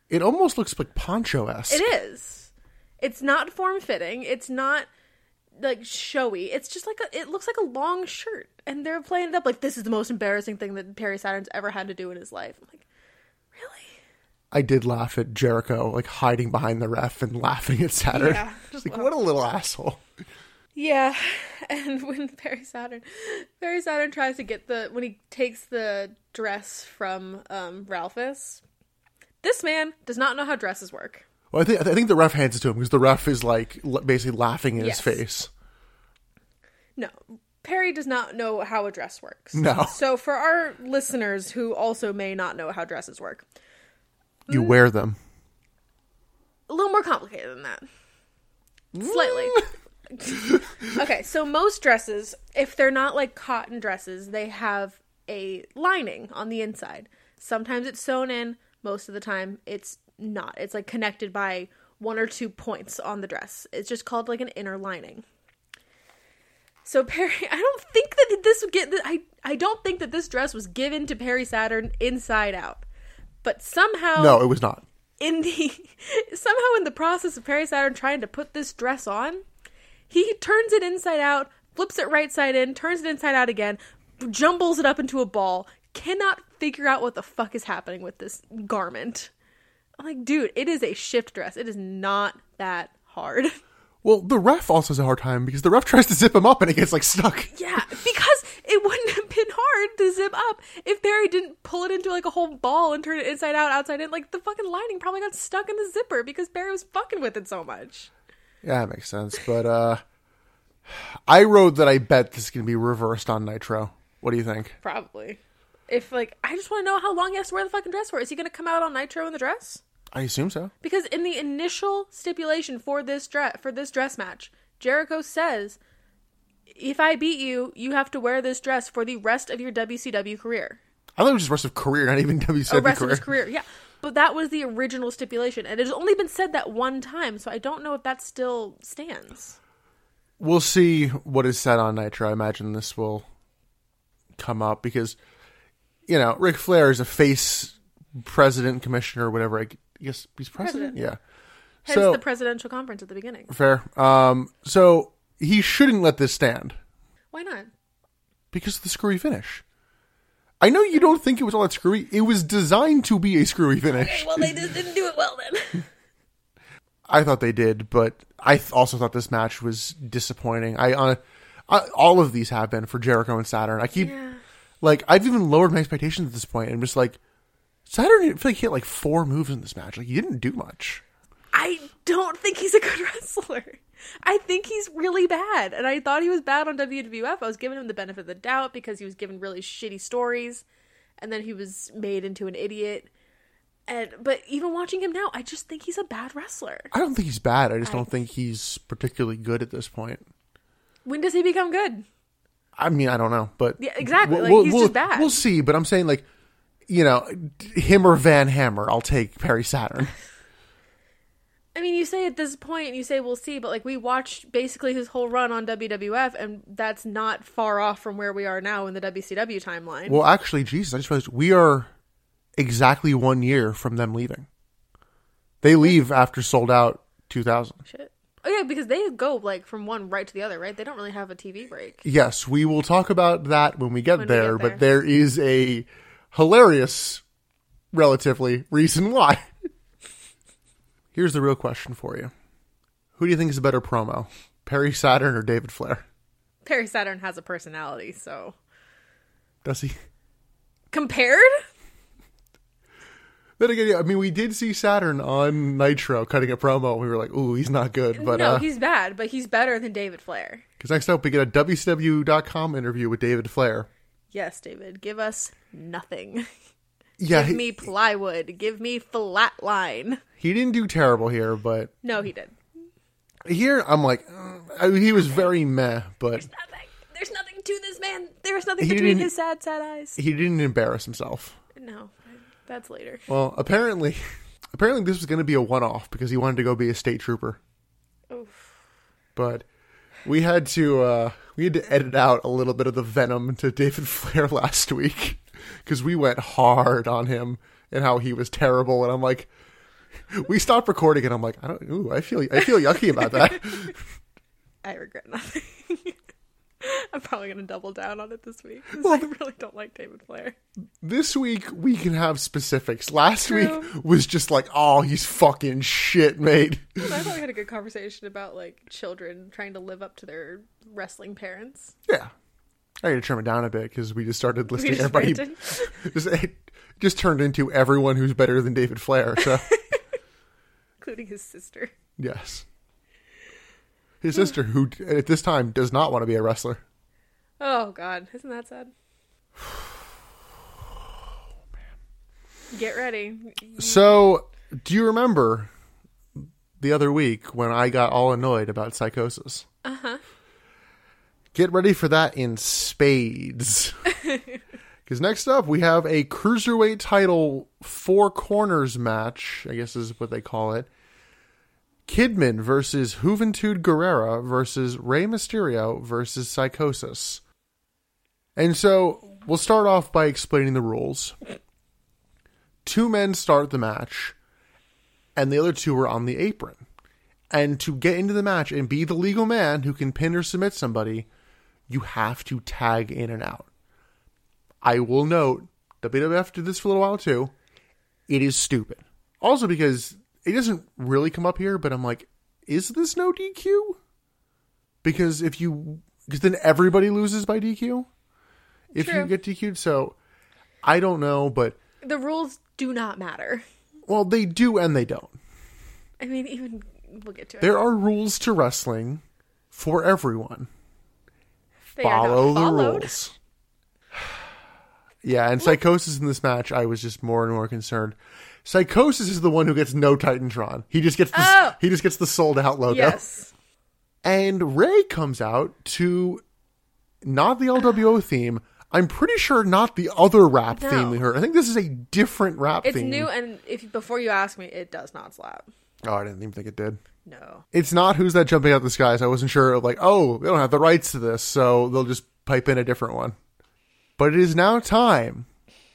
Speaker 1: it almost looks like poncho esque.
Speaker 2: It is. It's not form fitting. It's not like showy. It's just like a, it looks like a long shirt, and they're playing it up like this is the most embarrassing thing that Perry Saturn's ever had to do in his life. I'm like, really?
Speaker 1: I did laugh at Jericho like hiding behind the ref and laughing at Saturn.
Speaker 2: Yeah,
Speaker 1: just like what a little asshole.
Speaker 2: Yeah. And when Perry Saturn, Perry Saturn tries to get the when he takes the dress from um, Ralphus, this man does not know how dresses work.
Speaker 1: Well, I think I think the ref hands it to him because the ref is like l- basically laughing in
Speaker 2: Yes.
Speaker 1: his face.
Speaker 2: No, Perry does not know how a dress works.
Speaker 1: No.
Speaker 2: So for our listeners who also may not know how dresses work,
Speaker 1: You wear them.
Speaker 2: a little more complicated than that. Slightly. okay, so most dresses, if they're not like cotton dresses, they have a lining on the inside. Sometimes it's sewn in, most of the time it's not. It's like connected by one or two points on the dress. It's just called like an inner lining. So Perry, I don't think that this would get. I I don't think that this dress was given to Perry Saturn inside out, but somehow
Speaker 1: No, it was not.
Speaker 2: in the somehow in the process of Perry Saturn trying to put this dress on, he turns it inside out, flips it right side in, turns it inside out again, jumbles it up into a ball. Cannot figure out what the fuck is happening with this garment. I'm like, dude, it is a shift dress. It is not that hard.
Speaker 1: Well, the ref also has a hard time because the ref tries to zip him up and it gets like stuck.
Speaker 2: Yeah, because it wouldn't have been hard to zip up if Barry didn't pull it into like a whole ball and turn it inside out, outside in. Like the fucking lining probably got stuck in the zipper because Barry was fucking with it so much.
Speaker 1: Yeah, that makes sense. But uh I wrote that I bet this is going to be reversed on Nitro. What do you think?
Speaker 2: Probably. If like I just want to know how long he has to wear the fucking dress for. Is he gonna come out on Nitro in the dress?
Speaker 1: I assume so.
Speaker 2: Because in the initial stipulation for this dress for this dress match, Jericho says, "If I beat you, you have to wear this dress for the rest of your WCW career,
Speaker 1: I thought it was just rest of career, not even
Speaker 2: the
Speaker 1: WCW
Speaker 2: rest
Speaker 1: career.
Speaker 2: of his career." Yeah, but that was the original stipulation, and it has only been said that one time, so I don't know if that still stands.
Speaker 1: We'll see what is said on Nitro. I imagine this will come up because you know Ric Flair is a face president, commissioner, whatever. I guess he's president. Yeah.
Speaker 2: Hence the presidential conference at the beginning.
Speaker 1: Fair. Um, so he shouldn't let this stand
Speaker 2: Why not?
Speaker 1: because of the screwy finish. I know you don't think it was all that screwy. It was designed to be a screwy finish.
Speaker 2: Well, they just didn't do it well then.
Speaker 1: I thought they did, but I th- also thought this match was disappointing. I, uh, I all of these have been for Jericho and Saturn. I keep
Speaker 2: Yeah.
Speaker 1: like I've even lowered my expectations at this point, and just like Saturn, I feel like he hit like four moves in this match. Like he didn't do much.
Speaker 2: I don't think he's a good wrestler. I think he's really bad. And I thought he was bad on WWF. I was giving him the benefit of the doubt because he was given really shitty stories and then he was made into an idiot. And but even watching him now, I just think he's a bad wrestler.
Speaker 1: I don't think he's bad. I just don't think he's particularly good at this point.
Speaker 2: When does he become good?
Speaker 1: I mean, I don't know, but
Speaker 2: Yeah, exactly. Like, he's just bad.
Speaker 1: We'll see, but I'm saying like, you know, d- him or Van Hammer, I'll take Perry Saturn.
Speaker 2: I mean, you say at this point, you say we'll see, but like we watched basically his whole run on WWF, and that's not far off from where we are now in the WCW timeline.
Speaker 1: well, actually, Jesus, I just realized we are exactly one year from them leaving. They leave after sold out 2000.
Speaker 2: Shit. Oh yeah, because they go like from one right to the other, right? They don't really have a TV break.
Speaker 1: Yes, we will talk about that when we get,
Speaker 2: When we
Speaker 1: there,
Speaker 2: get
Speaker 1: but there is a hilarious, relatively, reason why. Here's the real question for you Who do you think is a better promo, Perry Saturn or David Flair?
Speaker 2: Perry Saturn has a personality, so
Speaker 1: Does he?
Speaker 2: compared,
Speaker 1: Then again, yeah, I mean, we did see Saturn on Nitro cutting a promo. We were like, ooh, he's not good. But
Speaker 2: no,
Speaker 1: uh 'cause
Speaker 2: he's bad, but he's better than David Flair.
Speaker 1: next up, we get a WCW.com interview with David Flair.
Speaker 2: Yes, David, give us nothing.
Speaker 1: Yeah,
Speaker 2: give
Speaker 1: he,
Speaker 2: me plywood. Give me flatline.
Speaker 1: he didn't do terrible here, but
Speaker 2: No, he did.
Speaker 1: here I'm like, mm, I mean, he was very meh, but
Speaker 2: Nothing. There's nothing to this man. man, there was nothing
Speaker 1: He
Speaker 2: between
Speaker 1: didn't-
Speaker 2: his sad, sad eyes.
Speaker 1: He didn't embarrass himself.
Speaker 2: No, that's later.
Speaker 1: Well, apparently, apparently this was going to be a one-off because he wanted to go be a state trooper,
Speaker 2: Oof.
Speaker 1: but we had to uh, we had to edit out a little bit of the venom to David Flair last week because we went hard on him and how he was terrible, and I'm like, we stopped recording, and I'm like, I don't, ooh, I feel, I feel yucky about that.
Speaker 2: I regret nothing. I'm probably gonna double down on it this week. 'cause I really don't like David Flair.
Speaker 1: this week we can have specifics. Last
Speaker 2: True.
Speaker 1: week was just like, oh, he's fucking shit, mate.
Speaker 2: I thought we had a good conversation about like children trying to live up to their wrestling parents.
Speaker 1: Yeah. I gotta trim it down a bit because we just started
Speaker 2: We
Speaker 1: listing
Speaker 2: just
Speaker 1: everybody.
Speaker 2: ranted.
Speaker 1: Just, it just turned into everyone who's better than David Flair. So,
Speaker 2: including his sister.
Speaker 1: yes. His sister, who at this time does not want to be a wrestler.
Speaker 2: Oh God, isn't that sad? Oh, Get ready.
Speaker 1: So, do you remember the other week when I got all annoyed about psychosis? Uh huh. Get ready for that in spades. Because next up, we have a cruiserweight title four corners match, I guess is what they call it. Kidman versus Juventud Guerrera versus Rey Mysterio versus Psychosis. And so we'll start off by explaining the rules two men start the match and the other two are on the apron. And to get into the match and be the legal man who can pin or submit somebody, you have to tag in and out. I will note WWF did this for a little while too. It is stupid. Also because it doesn't really come up here, but I'm like, is this no DQ? Because if you, because then everybody loses by DQ. If
Speaker 2: True.
Speaker 1: you get DQ'd, so I don't know, but
Speaker 2: The rules do not matter.
Speaker 1: well, they do and they don't.
Speaker 2: I mean, even we'll get to it.
Speaker 1: There are rules to wrestling for everyone.
Speaker 2: They are not
Speaker 1: Follow the
Speaker 2: followed.
Speaker 1: rules. Yeah, and Psychosis in this match, I was just more and more concerned. Psychosis is the one who gets no Titantron. He just gets the,
Speaker 2: Oh!
Speaker 1: he just gets the sold out logo.
Speaker 2: Yes.
Speaker 1: And Ray comes out to not the LWO theme. I'm pretty sure not the other rap
Speaker 2: No.
Speaker 1: theme we heard. I think this is a different rap
Speaker 2: It's
Speaker 1: theme.
Speaker 2: new, and if before you ask me, it does not slap.
Speaker 1: Oh, I didn't even think it did.
Speaker 2: No.
Speaker 1: it's not who's that jumping out the skies. I wasn't sure. Like, oh, they don't have the rights to this, so they'll just pipe in a different one. But it is now time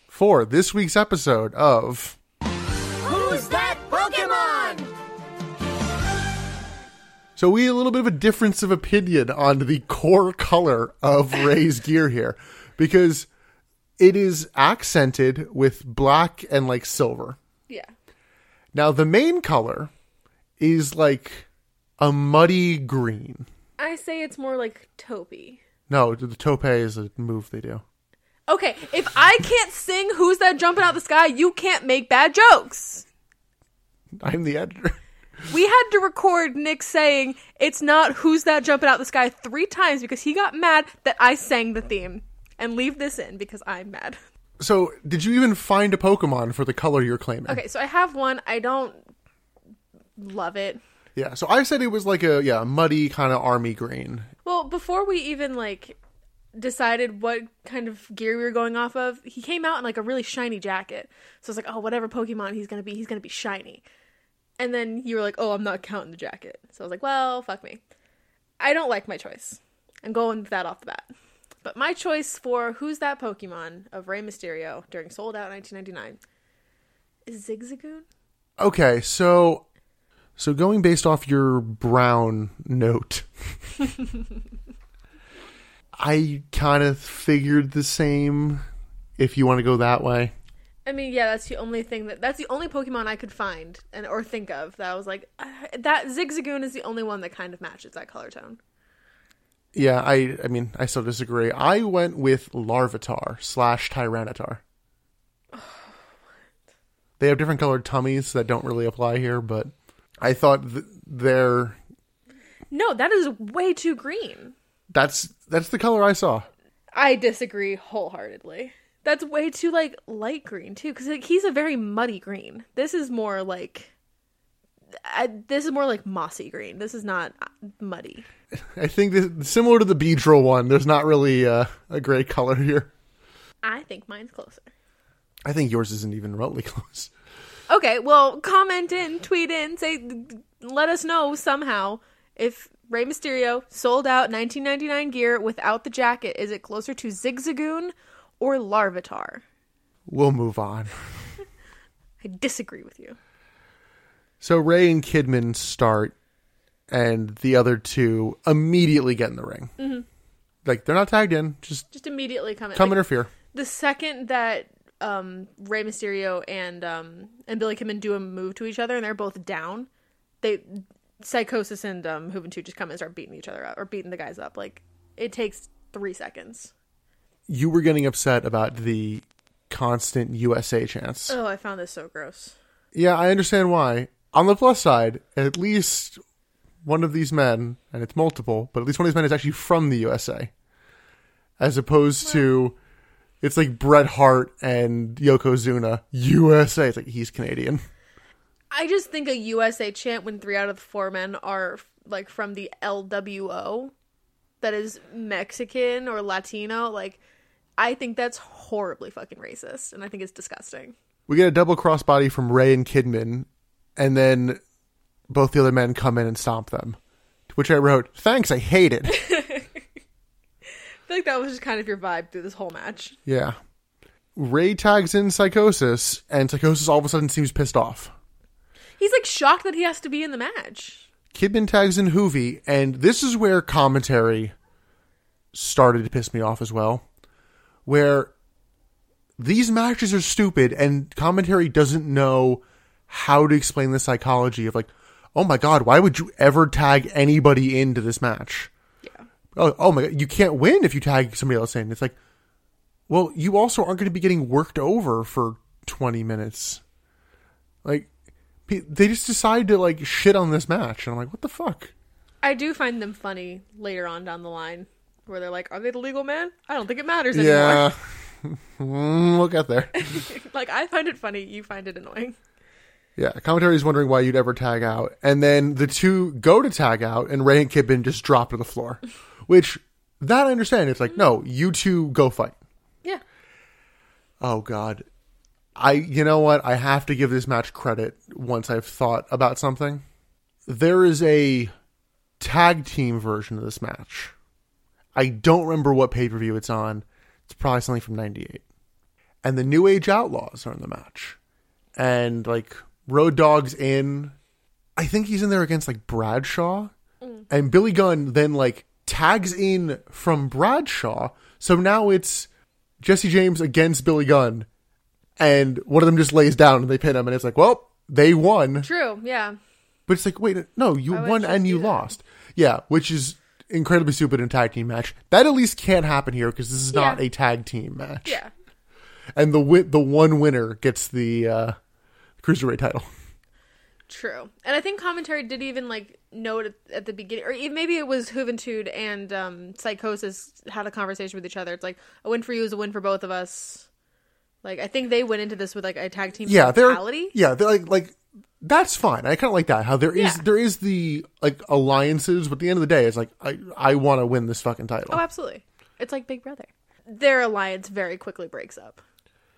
Speaker 1: for this week's episode of
Speaker 3: Who's that Pokemon?
Speaker 1: So we had a little bit of a difference of opinion on the core color of Ray's gear here because it is accented with black and like silver.
Speaker 2: Yeah.
Speaker 1: Now the main color is like a muddy green.
Speaker 2: I say it's more like taupey.
Speaker 1: No, the tope is a move they do.
Speaker 2: Okay, if I can't sing "Who's That Jumping Out the Sky," you can't make bad jokes.
Speaker 1: I'm the editor.
Speaker 2: We had to record Nick saying it's not "Who's That Jumping Out the Sky" three times because he got mad that I sang the theme, and leave this in because I'm mad.
Speaker 1: So, did you even find a Pokemon for the color you're claiming?
Speaker 2: Okay, so I have one. I don't love it.
Speaker 1: Yeah. So I said it was like a yeah muddy kind of army green.
Speaker 2: Well, before we even like decided what kind of gear we were going off of, he came out in like a really shiny jacket. So I was like, oh, whatever Pokemon he's gonna be, he's gonna be shiny. And then you were like, oh, I'm not counting the jacket. So I was like, well, fuck me. I don't like my choice. I'm going with that off the bat. But my choice for who's that Pokemon of Rey Mysterio during Sold Out 1999 is Zigzagoon.
Speaker 1: Okay. So, so going based off your brown note, I kind of figured the same. If you want to go that way,
Speaker 2: I mean, yeah, that's the only thing that that's the only Pokemon I could find and or think of that I was like "Ah, that Zigzagoon is the only one that kind of matches that color tone.
Speaker 1: yeah. I I mean I still disagree. I went with Larvitar slash Tyranitar. They have different colored tummies that don't really apply here, but I thought th- their
Speaker 2: No, that is way too green.
Speaker 1: That's that's the color I saw.
Speaker 2: I disagree wholeheartedly. That's way too like light green too, because like, he's a very muddy green. This is more like I, this is more like mossy green. This is not uh, muddy.
Speaker 1: I think this, similar to the Beedrill one, there's not really uh, a gray color here.
Speaker 2: I think mine's closer.
Speaker 1: I think yours isn't even remotely close.
Speaker 2: Okay, well, comment in, tweet in, say, let us know somehow if Rey Mysterio sold out 1999 gear without the jacket. Is it closer to Zigzagoon or Larvitar?
Speaker 1: We'll move on.
Speaker 2: I disagree with you.
Speaker 1: So Ray and Kidman start, and the other two immediately get in the ring. Like they're not tagged in; just
Speaker 2: Just immediately comment.
Speaker 1: come
Speaker 2: like,
Speaker 1: interfere.
Speaker 2: the second that um Rey Mysterio and um and Billy Kidman do a move to each other and they're both down, they Psychosis and um Juventud just come and start beating each other up or beating the guys up. Like it takes three seconds.
Speaker 1: You were getting upset about the constant USA chance.
Speaker 2: Oh, I found this so gross.
Speaker 1: Yeah, I understand why. On the plus side, at least one of these men, and it's multiple, but at least one of these men is actually from the USA. As opposed to, it's like Bret Hart and Yokozuna, USA. It's like he's Canadian.
Speaker 2: I just think a USA chant when three out of the four men are like from the LWO that is Mexican or Latino, like I think that's horribly fucking racist and I think it's disgusting.
Speaker 1: We get a double crossbody from Ray and Kidman, and then both the other men come in and stomp them. To which I wrote, thanks, I hate it.
Speaker 2: I feel like that was just kind of your vibe through this whole match.
Speaker 1: yeah. Ray tags in Psychosis, and Psychosis all of a sudden seems pissed off.
Speaker 2: He's like shocked that he has to be in the match.
Speaker 1: Kidman tags in Hoovy, and this is where commentary started to piss me off as well. Where these matches are stupid, and commentary doesn't know how to explain the psychology of like, oh my god, why would you ever tag anybody into this match?
Speaker 2: Yeah.
Speaker 1: Oh, oh my god, you can't win if you tag somebody else in. It's like, well, you also aren't going to be getting worked over for twenty minutes. Like, pe- they just decide to like shit on this match, and I'm like, what the fuck?
Speaker 2: I do find them funny later on down the line where they're like, Are they the legal man? I don't think it matters anymore.
Speaker 1: Yeah. Mm, we'll get there.
Speaker 2: like, I find it funny. You find it annoying.
Speaker 1: Yeah, commentary is wondering why you'd ever tag out, and then the two go to tag out, and Ray and Kidman just drop to the floor, which that I understand. It's like, no, you two go fight.
Speaker 2: Yeah.
Speaker 1: Oh God, I you know what? I have to give this match credit. Once I've thought about something, there is a tag team version of this match. I don't remember what pay per view it's on. It's probably something from '98. And the New Age Outlaws are in the match, and like Road Dogs in. I think he's in there against like Bradshaw, and Billy Gunn then like tags in from Bradshaw. So now it's Jesse James against Billy Gunn, and one of them just lays down and they pin him, and it's like, well, they won.
Speaker 2: True. Yeah.
Speaker 1: But it's like, wait, no, you
Speaker 2: would
Speaker 1: won
Speaker 2: just
Speaker 1: and
Speaker 2: do
Speaker 1: you
Speaker 2: that?
Speaker 1: lost. Yeah, which is incredibly stupid in a tag team match. That at least can't happen here because this is not
Speaker 2: Yeah.
Speaker 1: a tag team match.
Speaker 2: Yeah.
Speaker 1: And the win- the one winner gets the uh, cruiserweight title.
Speaker 2: True. And I think commentary did even like note at, at the beginning, or even, maybe it was Juventud and um, Psychosis had a conversation with each other. It's like a win for you is a win for both of us. Like I think they went into this with like a tag team
Speaker 1: yeah, they're
Speaker 2: mentality.
Speaker 1: yeah, they're like like that's fine. I kind of like that how there is
Speaker 2: Yeah.
Speaker 1: there is the like alliances, but at the end of the day, it's like I I want to win this fucking title.
Speaker 2: Oh, absolutely. It's like Big Brother. Their alliance very quickly breaks up.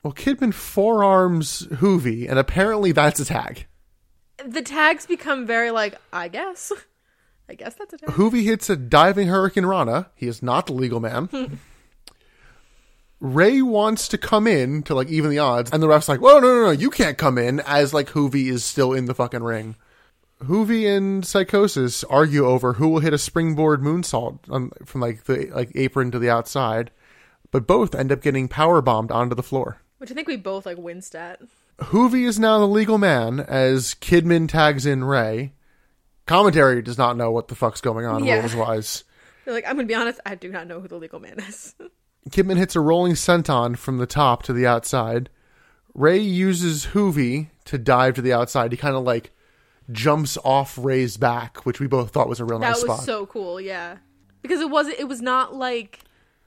Speaker 1: Well, Kidman forearms Hoovy, and apparently that's a tag.
Speaker 2: The tags become very like, I guess. I guess that's a tag.
Speaker 1: Hoovy hits a diving Hurricane Rana. He is not the legal man. Ray wants to come in to like even the odds, and the ref's like, "Whoa, no, no, no! You can't come in!" As like Hoovy is still in the fucking ring. Hoovy and Psychosis argue over who will hit a springboard moonsault on, from like the like apron to the outside, but both end up getting power bombed onto the floor.
Speaker 2: Which I think we both like winced at.
Speaker 1: Hoovy is now the legal man as Kidman tags in Ray. Commentary does not know what the fuck's going on
Speaker 2: Yeah.
Speaker 1: rules wise.
Speaker 2: They're like, I'm gonna be honest, I do not know who the legal man is.
Speaker 1: Kidman hits a rolling senton from the top to the outside. Ray uses Hoovy to dive to the outside. He kind of like jumps off Ray's back, which we both thought was a real
Speaker 2: that
Speaker 1: nice
Speaker 2: was
Speaker 1: spot.
Speaker 2: so cool, yeah. Because it wasn't it was not like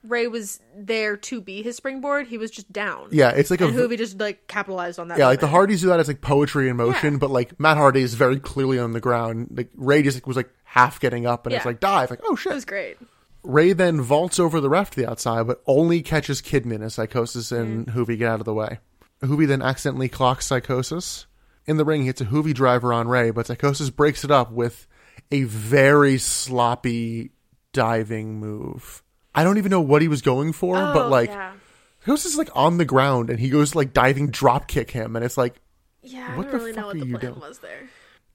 Speaker 2: Ray was there to be his springboard. He was just down.
Speaker 1: Yeah, it's like a
Speaker 2: And
Speaker 1: v-
Speaker 2: Hoovy just like capitalized on that.
Speaker 1: yeah, like the
Speaker 2: moment.
Speaker 1: Hardys do that as like poetry in motion,
Speaker 2: Yeah.
Speaker 1: but like Matt Hardy is very clearly on the ground. Like Ray just like, was like half getting up and it's
Speaker 2: Yeah.
Speaker 1: like dive, like oh
Speaker 2: It
Speaker 1: shit.
Speaker 2: was great.
Speaker 1: Ray then vaults over the raft to the outside, but only catches Kidman as Psychosis
Speaker 2: Mm.
Speaker 1: and Hoovy get out of the way. Hoovy then accidentally clocks Psychosis. In the ring, he hits a Hoovy driver on Ray, but Psychosis breaks it up with a very sloppy diving move. I don't even know what he was going for, but
Speaker 2: Oh,
Speaker 1: like
Speaker 2: yeah,
Speaker 1: Psychosis is like on the ground and he goes to, like diving drop kick him, and it's like
Speaker 2: yeah I
Speaker 1: what
Speaker 2: don't
Speaker 1: the
Speaker 2: really
Speaker 1: fuck
Speaker 2: know
Speaker 1: are
Speaker 2: what the
Speaker 1: you
Speaker 2: plan
Speaker 1: doing?
Speaker 2: was there.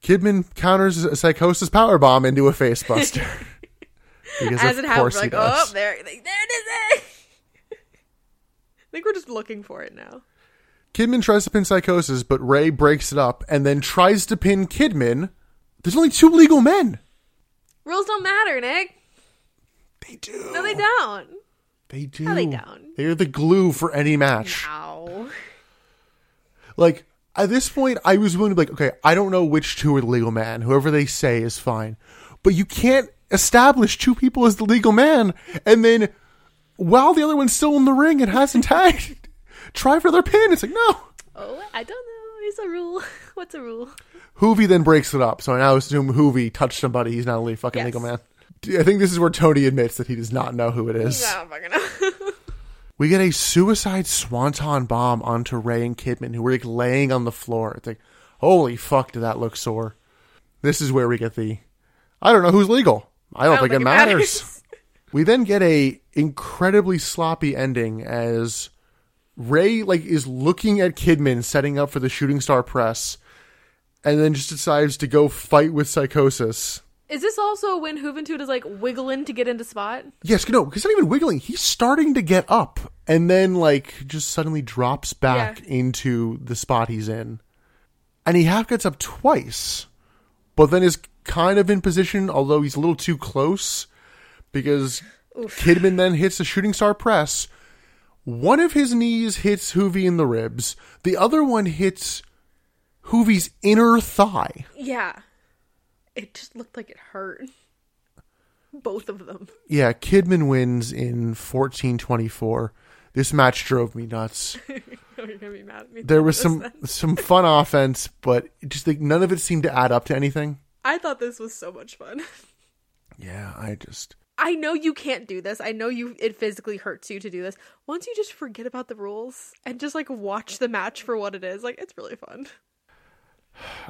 Speaker 1: Kidman counters a Psychosis powerbomb into a facebuster. because
Speaker 2: As
Speaker 1: of
Speaker 2: it
Speaker 1: course
Speaker 2: happens,
Speaker 1: he
Speaker 2: like
Speaker 1: does.
Speaker 2: oh, there, there it is. I think we're just looking for it now.
Speaker 1: Kidman tries to pin Psychosis, but Ray breaks it up and then tries to pin Kidman. There's only two legal men.
Speaker 2: Rules don't matter, Nick.
Speaker 1: They do.
Speaker 2: No, they don't.
Speaker 1: They do.
Speaker 2: No, they don't.
Speaker 1: They're the glue for any match.
Speaker 2: Ow.
Speaker 1: Like at this point, I was willing to be like, okay, I don't know which two are the legal man. Whoever they say is fine, but you can't establish two people as the legal man and then while the other one's still in the ring and hasn't tagged, try for their pin. It's like no.
Speaker 2: Oh, I don't know. It's a rule. What's a rule?
Speaker 1: Hoovy then breaks it up. So I now assume Hoovy touched somebody. He's not a fucking
Speaker 2: Yes.
Speaker 1: legal man. I think this is where Tony admits that he does not know who it is.
Speaker 2: I don't fucking know.
Speaker 1: We get a suicide swanton bomb onto Ray and Kidman, who were like laying on the floor. It's like, holy fuck, did that look sore? This is where we get the, I don't know who's legal. I don't, think, it matters. We then get a incredibly sloppy ending as Ray like is looking at Kidman setting up for the shooting star press and then just decides to go fight with psychosis.
Speaker 2: Is this also when Juventud is like wiggling to get into spot?
Speaker 1: Yes, no, he's not even wiggling. He's starting to get up and then like just suddenly drops back into the spot he's in. And he half gets up twice, but then is kind of in position, although he's a little too close because Kidman then hits the shooting star press. One of his knees hits Hoovy in the ribs, the other one hits Hoovy's inner thigh.
Speaker 2: Yeah. It just looked like it hurt. Both of them.
Speaker 1: Yeah, Kidman wins in 1424. This match drove me nuts.
Speaker 2: Oh, you're gonna be mad at me.
Speaker 1: there was some some fun offense, but it just like none of it seemed to add up to anything.
Speaker 2: I thought this was so much fun.
Speaker 1: Yeah, I just
Speaker 2: I know you can't do this. I know you it physically hurts you to do this. Once you just forget about the rules and just like watch the match for what it is, like it's really fun.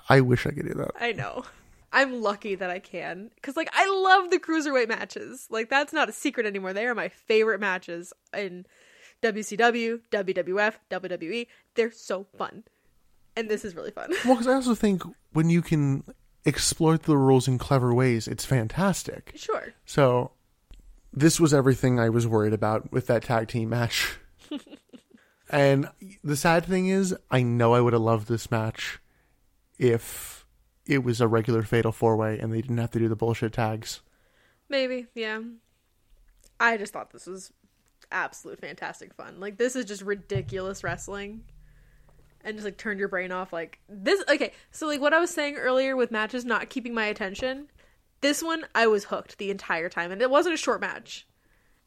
Speaker 1: I wish I could do that.
Speaker 2: I know. I'm lucky that I can cuz like I love the cruiserweight matches. Like that's not a secret anymore. They are my favorite matches in WCW, WWF, WWE. E. They're so fun. And this is really fun.
Speaker 1: Well, because I also think when you can exploit the rules in clever ways, it's fantastic.
Speaker 2: sure.
Speaker 1: So this was everything I was worried about with that tag team match. and the sad thing is, I know I would have loved this match if it was a regular fatal four way and they didn't have to do the bullshit tags.
Speaker 2: Maybe, yeah. I just thought this was absolute fantastic fun. Like this is just ridiculous wrestling. And just like turn your brain off like this okay, so like what I was saying earlier with matches not keeping my attention, this one I was hooked the entire time and it wasn't a short match.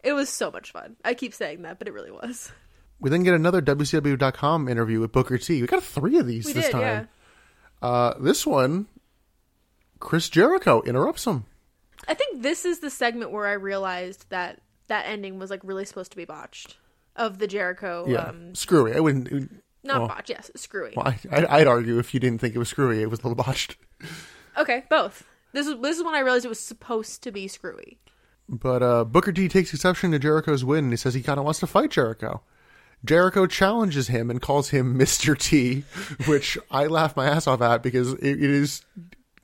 Speaker 2: It was so much fun. I keep saying that, but it really was.
Speaker 1: We then get another WCW.com interview with Booker T. We got three of these
Speaker 2: We
Speaker 1: this
Speaker 2: did, yeah.
Speaker 1: time. Uh, this one, Chris Jericho interrupts him.
Speaker 2: I think this is the segment where I realized that that ending was like really supposed to be botched of the Jericho
Speaker 1: Yeah,
Speaker 2: um
Speaker 1: screwy. I wouldn't.
Speaker 2: not
Speaker 1: well,
Speaker 2: botched, yes, screwy.
Speaker 1: well, I, I'd, I'd argue if you didn't think it was screwy, it was a little botched.
Speaker 2: Okay, both. This is this is when I realized it was supposed to be screwy.
Speaker 1: But uh, Booker T takes exception to Jericho's win and he says he kind of wants to fight Jericho. Jericho challenges him and calls him Mr. T, which I laugh my ass off at because it, it is,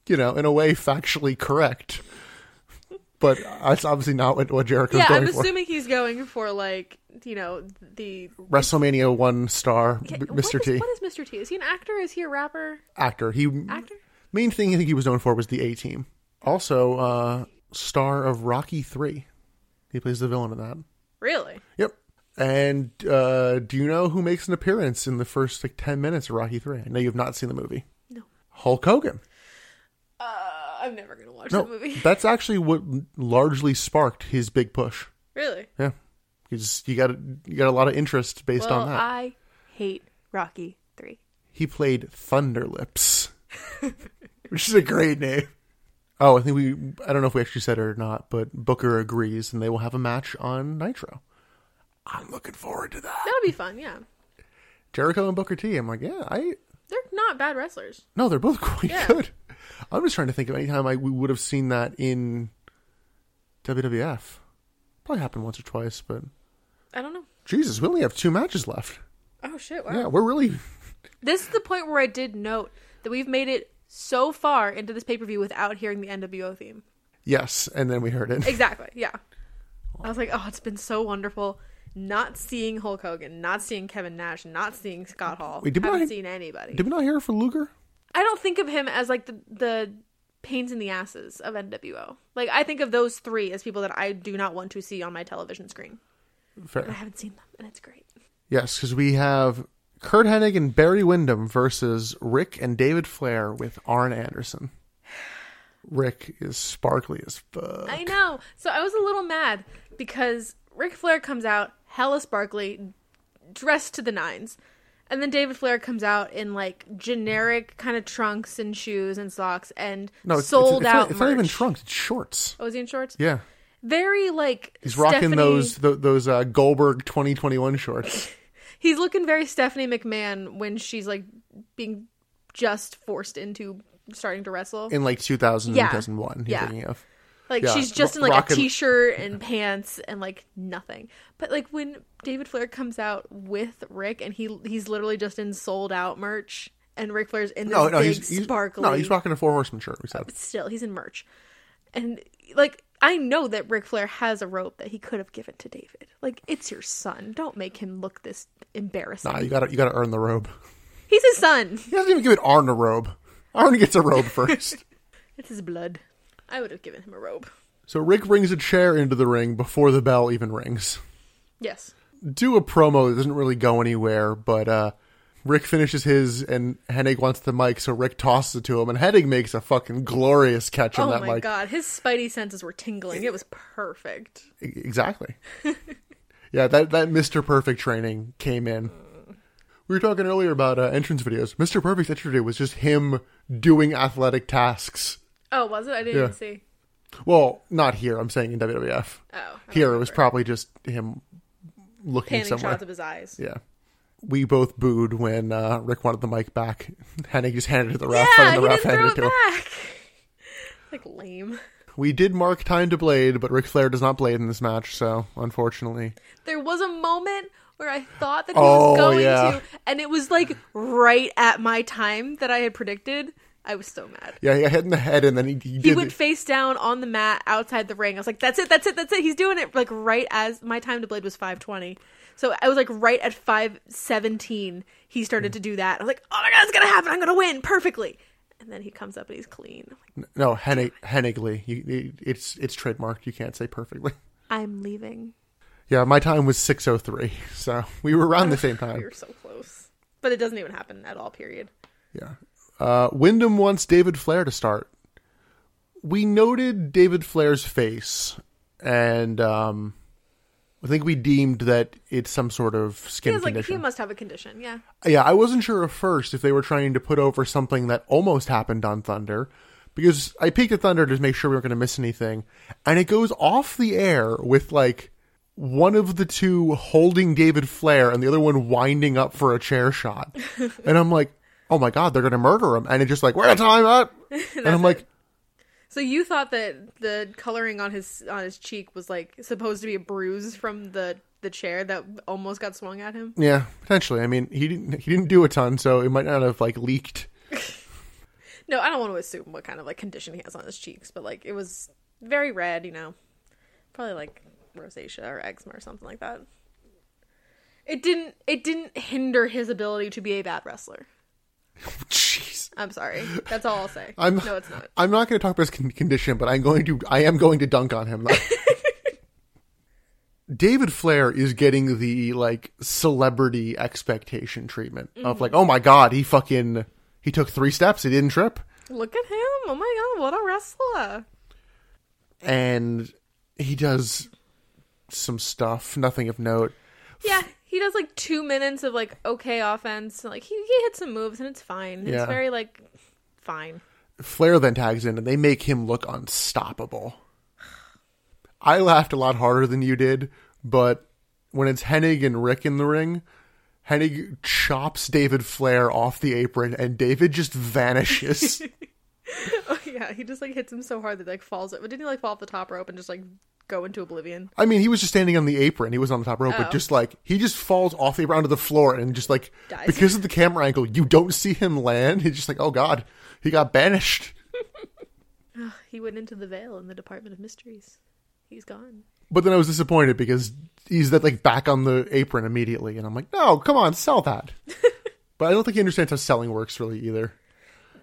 Speaker 1: you know, in a way factually correct. But that's obviously not what, what Jericho's
Speaker 2: yeah,
Speaker 1: going
Speaker 2: I'm
Speaker 1: for.
Speaker 2: assuming he's going for like you know the
Speaker 1: WrestleMania one star, B-
Speaker 2: What
Speaker 1: Mr.
Speaker 2: is-
Speaker 1: T,
Speaker 2: What is Mr. T? Is he an actor? Is he a rapper?
Speaker 1: actor. He
Speaker 2: Actor?
Speaker 1: main thing I think he was known for was the A Team. Also, uh, star of Rocky Three. He plays the villain in that.
Speaker 2: Really?
Speaker 1: Yep. And uh, do you know who makes an appearance in the first like ten minutes of Rocky Three? I know you've not seen the movie.
Speaker 2: No.
Speaker 1: Hulk Hogan.
Speaker 2: Uh, I'm never gonna watch
Speaker 1: No,
Speaker 2: that movie.
Speaker 1: that's actually what largely sparked his big push.
Speaker 2: really?
Speaker 1: Yeah, You just you got you got a lot of interest based
Speaker 2: well,
Speaker 1: on that.
Speaker 2: I hate Rocky 3.
Speaker 1: he played Thunderlips, which is a great name. Oh, I think we, I don't know if we actually said it or not, but Booker agrees and they will have a match on Nitro. I'm looking forward to that.
Speaker 2: That'll be fun, yeah.
Speaker 1: Jericho and Booker T. I'm like, yeah, I,
Speaker 2: They're not bad wrestlers.
Speaker 1: no, they're both quite
Speaker 2: Yeah.
Speaker 1: good. I'm just trying to think of any time I, we would have seen that in WWF. Probably happened once or twice, but
Speaker 2: I don't know.
Speaker 1: Jesus, we only have two matches left.
Speaker 2: Oh shit, wow.
Speaker 1: Yeah, we're really,
Speaker 2: This is the point where I did note that we've made it so far into this pay-per-view without hearing the NWO theme.
Speaker 1: yes. And then we heard it.
Speaker 2: Exactly. Yeah. I was like, oh, it's been so wonderful not seeing Hulk Hogan, not seeing Kevin Nash, not seeing Scott Hall.
Speaker 1: Wait, did we
Speaker 2: haven't
Speaker 1: not-
Speaker 2: seen anybody.
Speaker 1: Did we not hear it for Luger?
Speaker 2: I don't think of him as like the the pains in the asses of NWO. Like I think of those three as people that I do not want to see on my television screen.
Speaker 1: Fair.
Speaker 2: And I haven't seen them, and it's great.
Speaker 1: Yes, because we have Kurt Hennig and Barry Windham versus Rick and David Flair with Arn Anderson. Rick is sparkly as fuck.
Speaker 2: I know. So I was a little mad because Ric Flair comes out hella sparkly, dressed to the nines. And then David Flair comes out in like generic kind of trunks and shoes and socks and sold
Speaker 1: it's
Speaker 2: out.
Speaker 1: Not, it's not even
Speaker 2: merch.
Speaker 1: trunks; it's shorts.
Speaker 2: Oh, is he in shorts?
Speaker 1: Yeah,
Speaker 2: Very like
Speaker 1: he's rocking
Speaker 2: Stephanie-
Speaker 1: those th- those uh, Goldberg twenty twenty one shorts.
Speaker 2: He's looking very Stephanie McMahon when she's like being just forced into starting to wrestle.
Speaker 1: in like 2000
Speaker 2: Yeah.
Speaker 1: 2001 you're
Speaker 2: Yeah.
Speaker 1: thinking of
Speaker 2: Like
Speaker 1: Yeah,
Speaker 2: she's just
Speaker 1: ro-
Speaker 2: in like
Speaker 1: rockin'-
Speaker 2: a t-shirt and pants and like nothing. But like when David Flair comes out with Rick and he he's literally just in sold out merch and Ric Flair's in this
Speaker 1: no no
Speaker 2: big
Speaker 1: he's, he's
Speaker 2: sparkly.
Speaker 1: no he's rocking a four horseman shirt we said
Speaker 2: Still, he's in merch, and like I know that Ric Flair has a rope that he could have given to David. Like it's your son. Don't make him look this embarrassing.
Speaker 1: nah you gotta you gotta earn the robe
Speaker 2: He's his son.
Speaker 1: he doesn't even give it Arn a robe Arn gets a robe first
Speaker 2: It's his blood. I would have given him a robe.
Speaker 1: so Rick brings a chair into the ring before the bell even rings
Speaker 2: Yes.
Speaker 1: do a promo that doesn't really go anywhere, but uh, Rick finishes his and Hennig wants the mic, so Rick tosses it to him, and Hennig makes a fucking glorious catch on
Speaker 2: Oh
Speaker 1: that
Speaker 2: my
Speaker 1: mic.
Speaker 2: god, his spidey senses were tingling. It was perfect.
Speaker 1: E- Exactly. yeah, that, that Mr. Perfect training came in. We were talking earlier about uh, entrance videos. Mr. Perfect's entrance video was just him doing athletic tasks.
Speaker 2: Oh, was it? I didn't
Speaker 1: Yeah.
Speaker 2: even see.
Speaker 1: Well, not here, I'm saying in WWF.
Speaker 2: Oh, I don't
Speaker 1: here, it was
Speaker 2: remember.
Speaker 1: probably just him looking
Speaker 2: panning
Speaker 1: somewhere.
Speaker 2: shots of his eyes.
Speaker 1: Yeah. We both booed when uh, Rick wanted the mic back. Hennig just handed it to the ref.
Speaker 2: Yeah,
Speaker 1: and
Speaker 2: he
Speaker 1: the
Speaker 2: didn't
Speaker 1: ref handed
Speaker 2: throw
Speaker 1: it
Speaker 2: it
Speaker 1: to him.
Speaker 2: back. like lame.
Speaker 1: We did mark time to blade, but Ric Flair does not blade in this match, so unfortunately.
Speaker 2: There was a moment where I thought that he
Speaker 1: Oh,
Speaker 2: was going
Speaker 1: yeah.
Speaker 2: to, and it was like right at my time that I had predicted. I was so mad.
Speaker 1: Yeah, he got hit in the head and then he, he
Speaker 2: He
Speaker 1: did.
Speaker 2: went
Speaker 1: it.
Speaker 2: face down on the mat outside the ring. I was like, "That's it, that's it, that's it." He's doing it like right as my time to blade was five twenty, so I was like right at five seventeen. He
Speaker 1: Mm.
Speaker 2: started to do that. I was like, "Oh my god, it's gonna happen! I'm gonna win perfectly!" And then he comes up and he's clean. I'm like,
Speaker 1: No, Hennig, Hennigly. You, you- it's it's trademarked. You can't say perfectly.
Speaker 2: I'm leaving.
Speaker 1: Yeah, my time was 6.03, so we were around the same
Speaker 2: We
Speaker 1: time.
Speaker 2: were so close. But it doesn't even happen at all, period.
Speaker 1: Yeah. Uh, Wyndham wants David Flair to start. We noted David Flair's face, and um, I think we deemed that it's some sort of
Speaker 2: He
Speaker 1: skin
Speaker 2: has like he
Speaker 1: condition.
Speaker 2: must have a condition, yeah.
Speaker 1: yeah, I wasn't sure at first if they were trying to put over something that almost happened on Thunder, because I peeked at Thunder to make sure we weren't going to miss anything, and it goes off the air with like one of the two holding David Flair and the other one winding up for a chair shot, and I'm like, oh my god, they're going to murder him, and it just like we're out of time up, and I'm like,
Speaker 2: So you thought that the coloring on his on his cheek was like supposed to be a bruise from the the chair that almost got swung at him?
Speaker 1: yeah, potentially. I mean, he didn't he didn't do a ton, so it might not have like leaked.
Speaker 2: No, I don't want to assume what kind of like condition he has on his cheeks, but like it was very red, you know. Probably like rosacea or eczema or something like that. It didn't it didn't hinder his ability to be a bad wrestler.
Speaker 1: Jeez.
Speaker 2: I'm sorry. That's all I'll say.
Speaker 1: I'm
Speaker 2: no, it's not.
Speaker 1: I'm not going to talk about his con- condition, but I'm going to. I am going to dunk on him. though. David Flair is getting the like celebrity expectation treatment of like, oh my god, he fucking he took three steps, he didn't trip,
Speaker 2: Look at him. Oh my god, what a wrestler.
Speaker 1: and he does some stuff. Nothing of note.
Speaker 2: Yeah, he does like two minutes of like okay offense. Like he, he hits some moves and it's fine.
Speaker 1: Yeah.
Speaker 2: It's very like fine.
Speaker 1: Flair then tags in and they make him look unstoppable. I laughed a lot harder than you did, but when it's Hennig and Rick in the ring, Hennig chops David Flair off the apron and David just vanishes.
Speaker 2: Oh yeah, he just like hits him so hard that like falls. But didn't he like fall off the top rope and just like go into oblivion?
Speaker 1: I mean, he was just standing on the apron. He was on the top rope,
Speaker 2: Oh.
Speaker 1: but just like he just falls off the apron onto the floor and just like
Speaker 2: Dies.
Speaker 1: because of the camera angle, you don't see him land. He's just like, oh god, he got banished.
Speaker 2: He went into the veil in the Department of Mysteries. He's gone.
Speaker 1: But then I was disappointed because he's that like back on the apron immediately, and I'm like, no, come on, sell that. but I don't think he understands how selling works really either.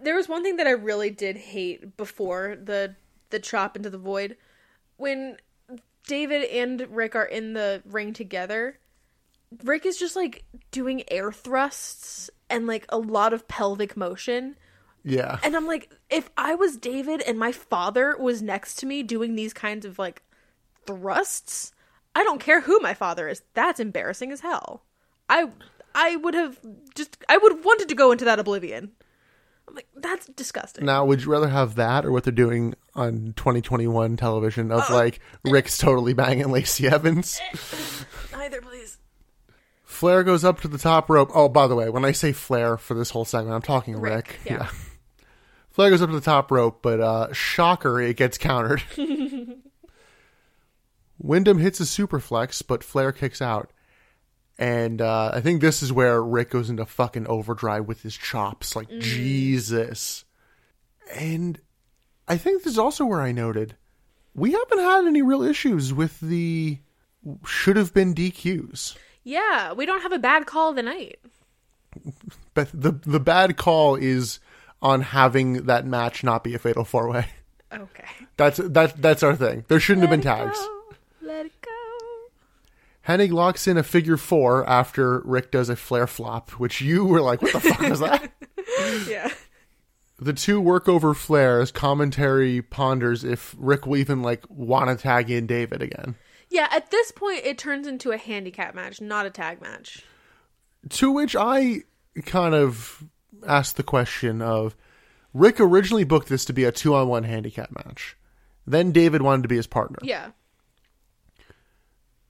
Speaker 2: There was one thing that I really did hate before the the chop into the void when David and Rick are in the ring together. Rick is just like doing air thrusts and like a lot of pelvic motion.
Speaker 1: Yeah,
Speaker 2: And I'm like, if I was David and my father was next to me doing these kinds of like thrusts, I don't care who my father is. That's embarrassing as hell. I I would have just I would have wanted to go into that oblivion. I'm like, that's disgusting.
Speaker 1: Now, would you rather have that or what they're doing on 2021 television of like Rick's totally banging Lacey Evans?
Speaker 2: Neither, please.
Speaker 1: Flair goes up to the top rope. Oh, by the way, when I say Flair for this whole segment, I'm talking Rick.
Speaker 2: Rick, yeah.
Speaker 1: Flair goes up to the top rope, but uh, shocker, it gets countered. Wyndham hits a superflex, but Flair kicks out. And uh, I think this is where Rick goes into fucking overdrive with his chops. Like, Jesus. And I think this is also where I noted we haven't had any real issues with the should have been DQs.
Speaker 2: Yeah, we don't have a bad call of the night.
Speaker 1: But the the bad call is on having that match not be a fatal four way.
Speaker 2: Okay.
Speaker 1: That's that that's our thing. There shouldn't have been tags.
Speaker 2: Let it go.
Speaker 1: Hennig locks in a figure four after Rick does a flare flop, which you were like, "What the fuck is that?"
Speaker 2: Yeah.
Speaker 1: The two work over flares. Commentary ponders if Rick will even like want to tag in David again.
Speaker 2: Yeah, at this point it turns into a handicap match, not a tag match.
Speaker 1: To which I kind of asked the question of Rick originally booked this to be a two on one handicap match. Then David wanted to be his partner.
Speaker 2: Yeah.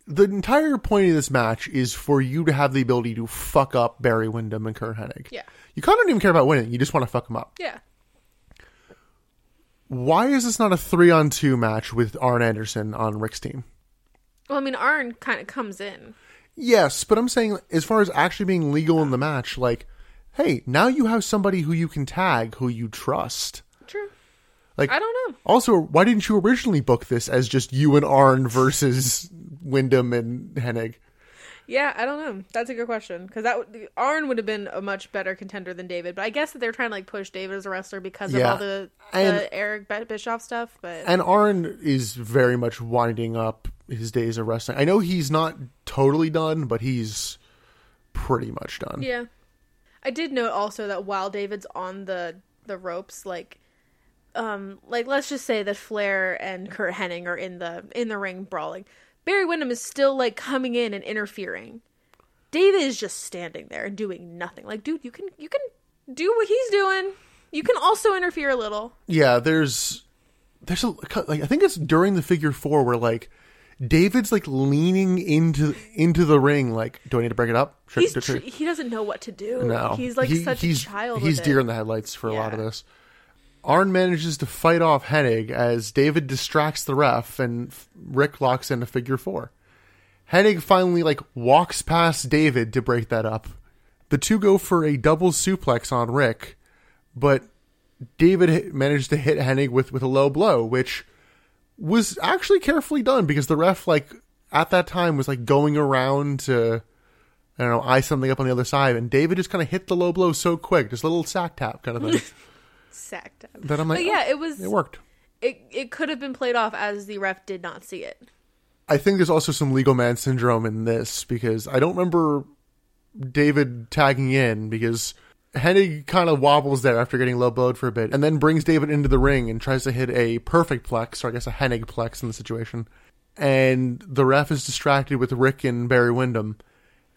Speaker 1: the entire point of this match is for you to have the ability to fuck up Barry Windham and Kurt Hennig.
Speaker 2: Yeah.
Speaker 1: You kind of don't even care about winning. You just want to fuck them up.
Speaker 2: Yeah.
Speaker 1: Why is this not a three on two match with Arn Anderson on Rick's team?
Speaker 2: Well, I mean, Arn kind of comes in.
Speaker 1: Yes, but I'm saying as far as actually being legal in the match, like, hey, now you have somebody who you can tag who you trust.
Speaker 2: True.
Speaker 1: Like
Speaker 2: I don't know.
Speaker 1: Also, why didn't you originally book this as just you and Arn versus Wyndham and Hennig?
Speaker 2: Yeah, I don't know. That's a good question because that would, Arn would have been a much better contender than David. But I guess that they're trying to like push David as a wrestler because of
Speaker 1: Yeah.
Speaker 2: all the, the
Speaker 1: And-
Speaker 2: Eric B- Bischoff stuff. But
Speaker 1: and Arn is very much winding up his days of wrestling. I know he's not totally done, but he's pretty much done.
Speaker 2: yeah, I did note also that while David's on the the ropes, like, um, like let's just say that Flair and Kurt Hennig are in the in the ring brawling. Barry Windham is still like coming in and interfering. David is just standing there and doing nothing. Like, dude, you can you can do what he's doing. You can also interfere a little.
Speaker 1: Yeah, there's there's a like I think it's during the figure 4 where like David's like leaning into into the ring like do I need to break it up? Should-
Speaker 2: He's
Speaker 1: should-
Speaker 2: tr- he doesn't know what to do.
Speaker 1: No.
Speaker 2: He's like
Speaker 1: He-
Speaker 2: such
Speaker 1: he's,
Speaker 2: a child.
Speaker 1: He's
Speaker 2: with
Speaker 1: deer
Speaker 2: it.
Speaker 1: in the headlights for a lot of
Speaker 2: Yeah.
Speaker 1: this. Arn manages to fight off Hennig as David distracts the ref and f- Rick locks in a figure four. Hennig finally like walks past David to break that up. The two go for a double suplex on Rick, but David hit, managed to hit Hennig with with a low blow, which was actually carefully done because the ref like at that time was like going around to I don't know, eye something up on the other side, and David just kind of hit the low blow so quick, just a little sack tap kind of thing.
Speaker 2: sacked up.
Speaker 1: that I'm like,
Speaker 2: But yeah,
Speaker 1: oh,
Speaker 2: it was.
Speaker 1: it worked.
Speaker 2: It it could have been played off as the ref did not see it.
Speaker 1: I think there's also some legal man syndrome in this because I don't remember David tagging in because Hennig kind of wobbles there after getting low blowed for a bit and then brings David into the ring and tries to hit a perfect plex, or I guess a Hennig plex in the situation. and the ref is distracted with Rick and Barry Windham,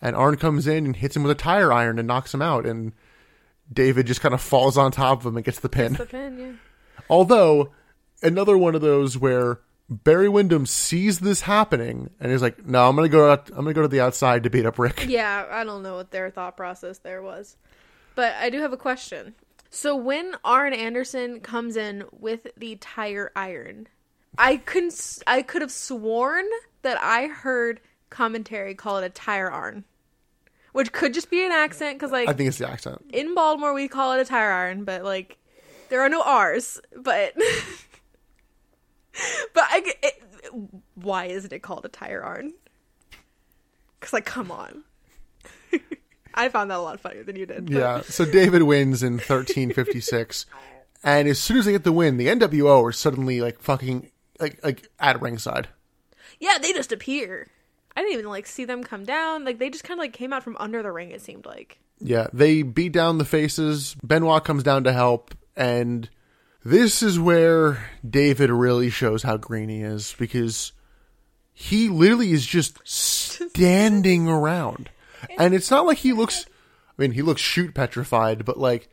Speaker 1: and Arn comes in and hits him with a tire iron and knocks him out, and David just kind of falls on top of him and gets the pin.
Speaker 2: The pin, yeah.
Speaker 1: Although, another one of those where Barry Windham sees this happening and he's like, "No, I'm gonna go. Out, I'm gonna go to the outside to beat up Rick."
Speaker 2: Yeah, I don't know what their thought process there was. But I do have a question. So when Arn Anderson comes in with the tire iron, I couldn't s- I could have sworn that I heard commentary call it a tire iron. Which could just be an accent cuz like
Speaker 1: I think it's the accent.
Speaker 2: in Baltimore we call it a tire iron, but like there are no R's, but but I g- it, why isn't it called a tire iron? Cuz like come on. I found that a lot funnier than you did. but-
Speaker 1: Yeah. So David wins in 1356, and as soon as they get the win, the NWO are suddenly like fucking like like at ringside.
Speaker 2: Yeah, they just appear. I didn't even like see them come down. Like they just kind of like came out from under the ring. It seemed like.
Speaker 1: Yeah, they beat down the faces. Benoit comes down to help, and this is where David really shows how green he is because he literally is just standing around. And it's not like he looks, I mean, he looks shoot petrified, but like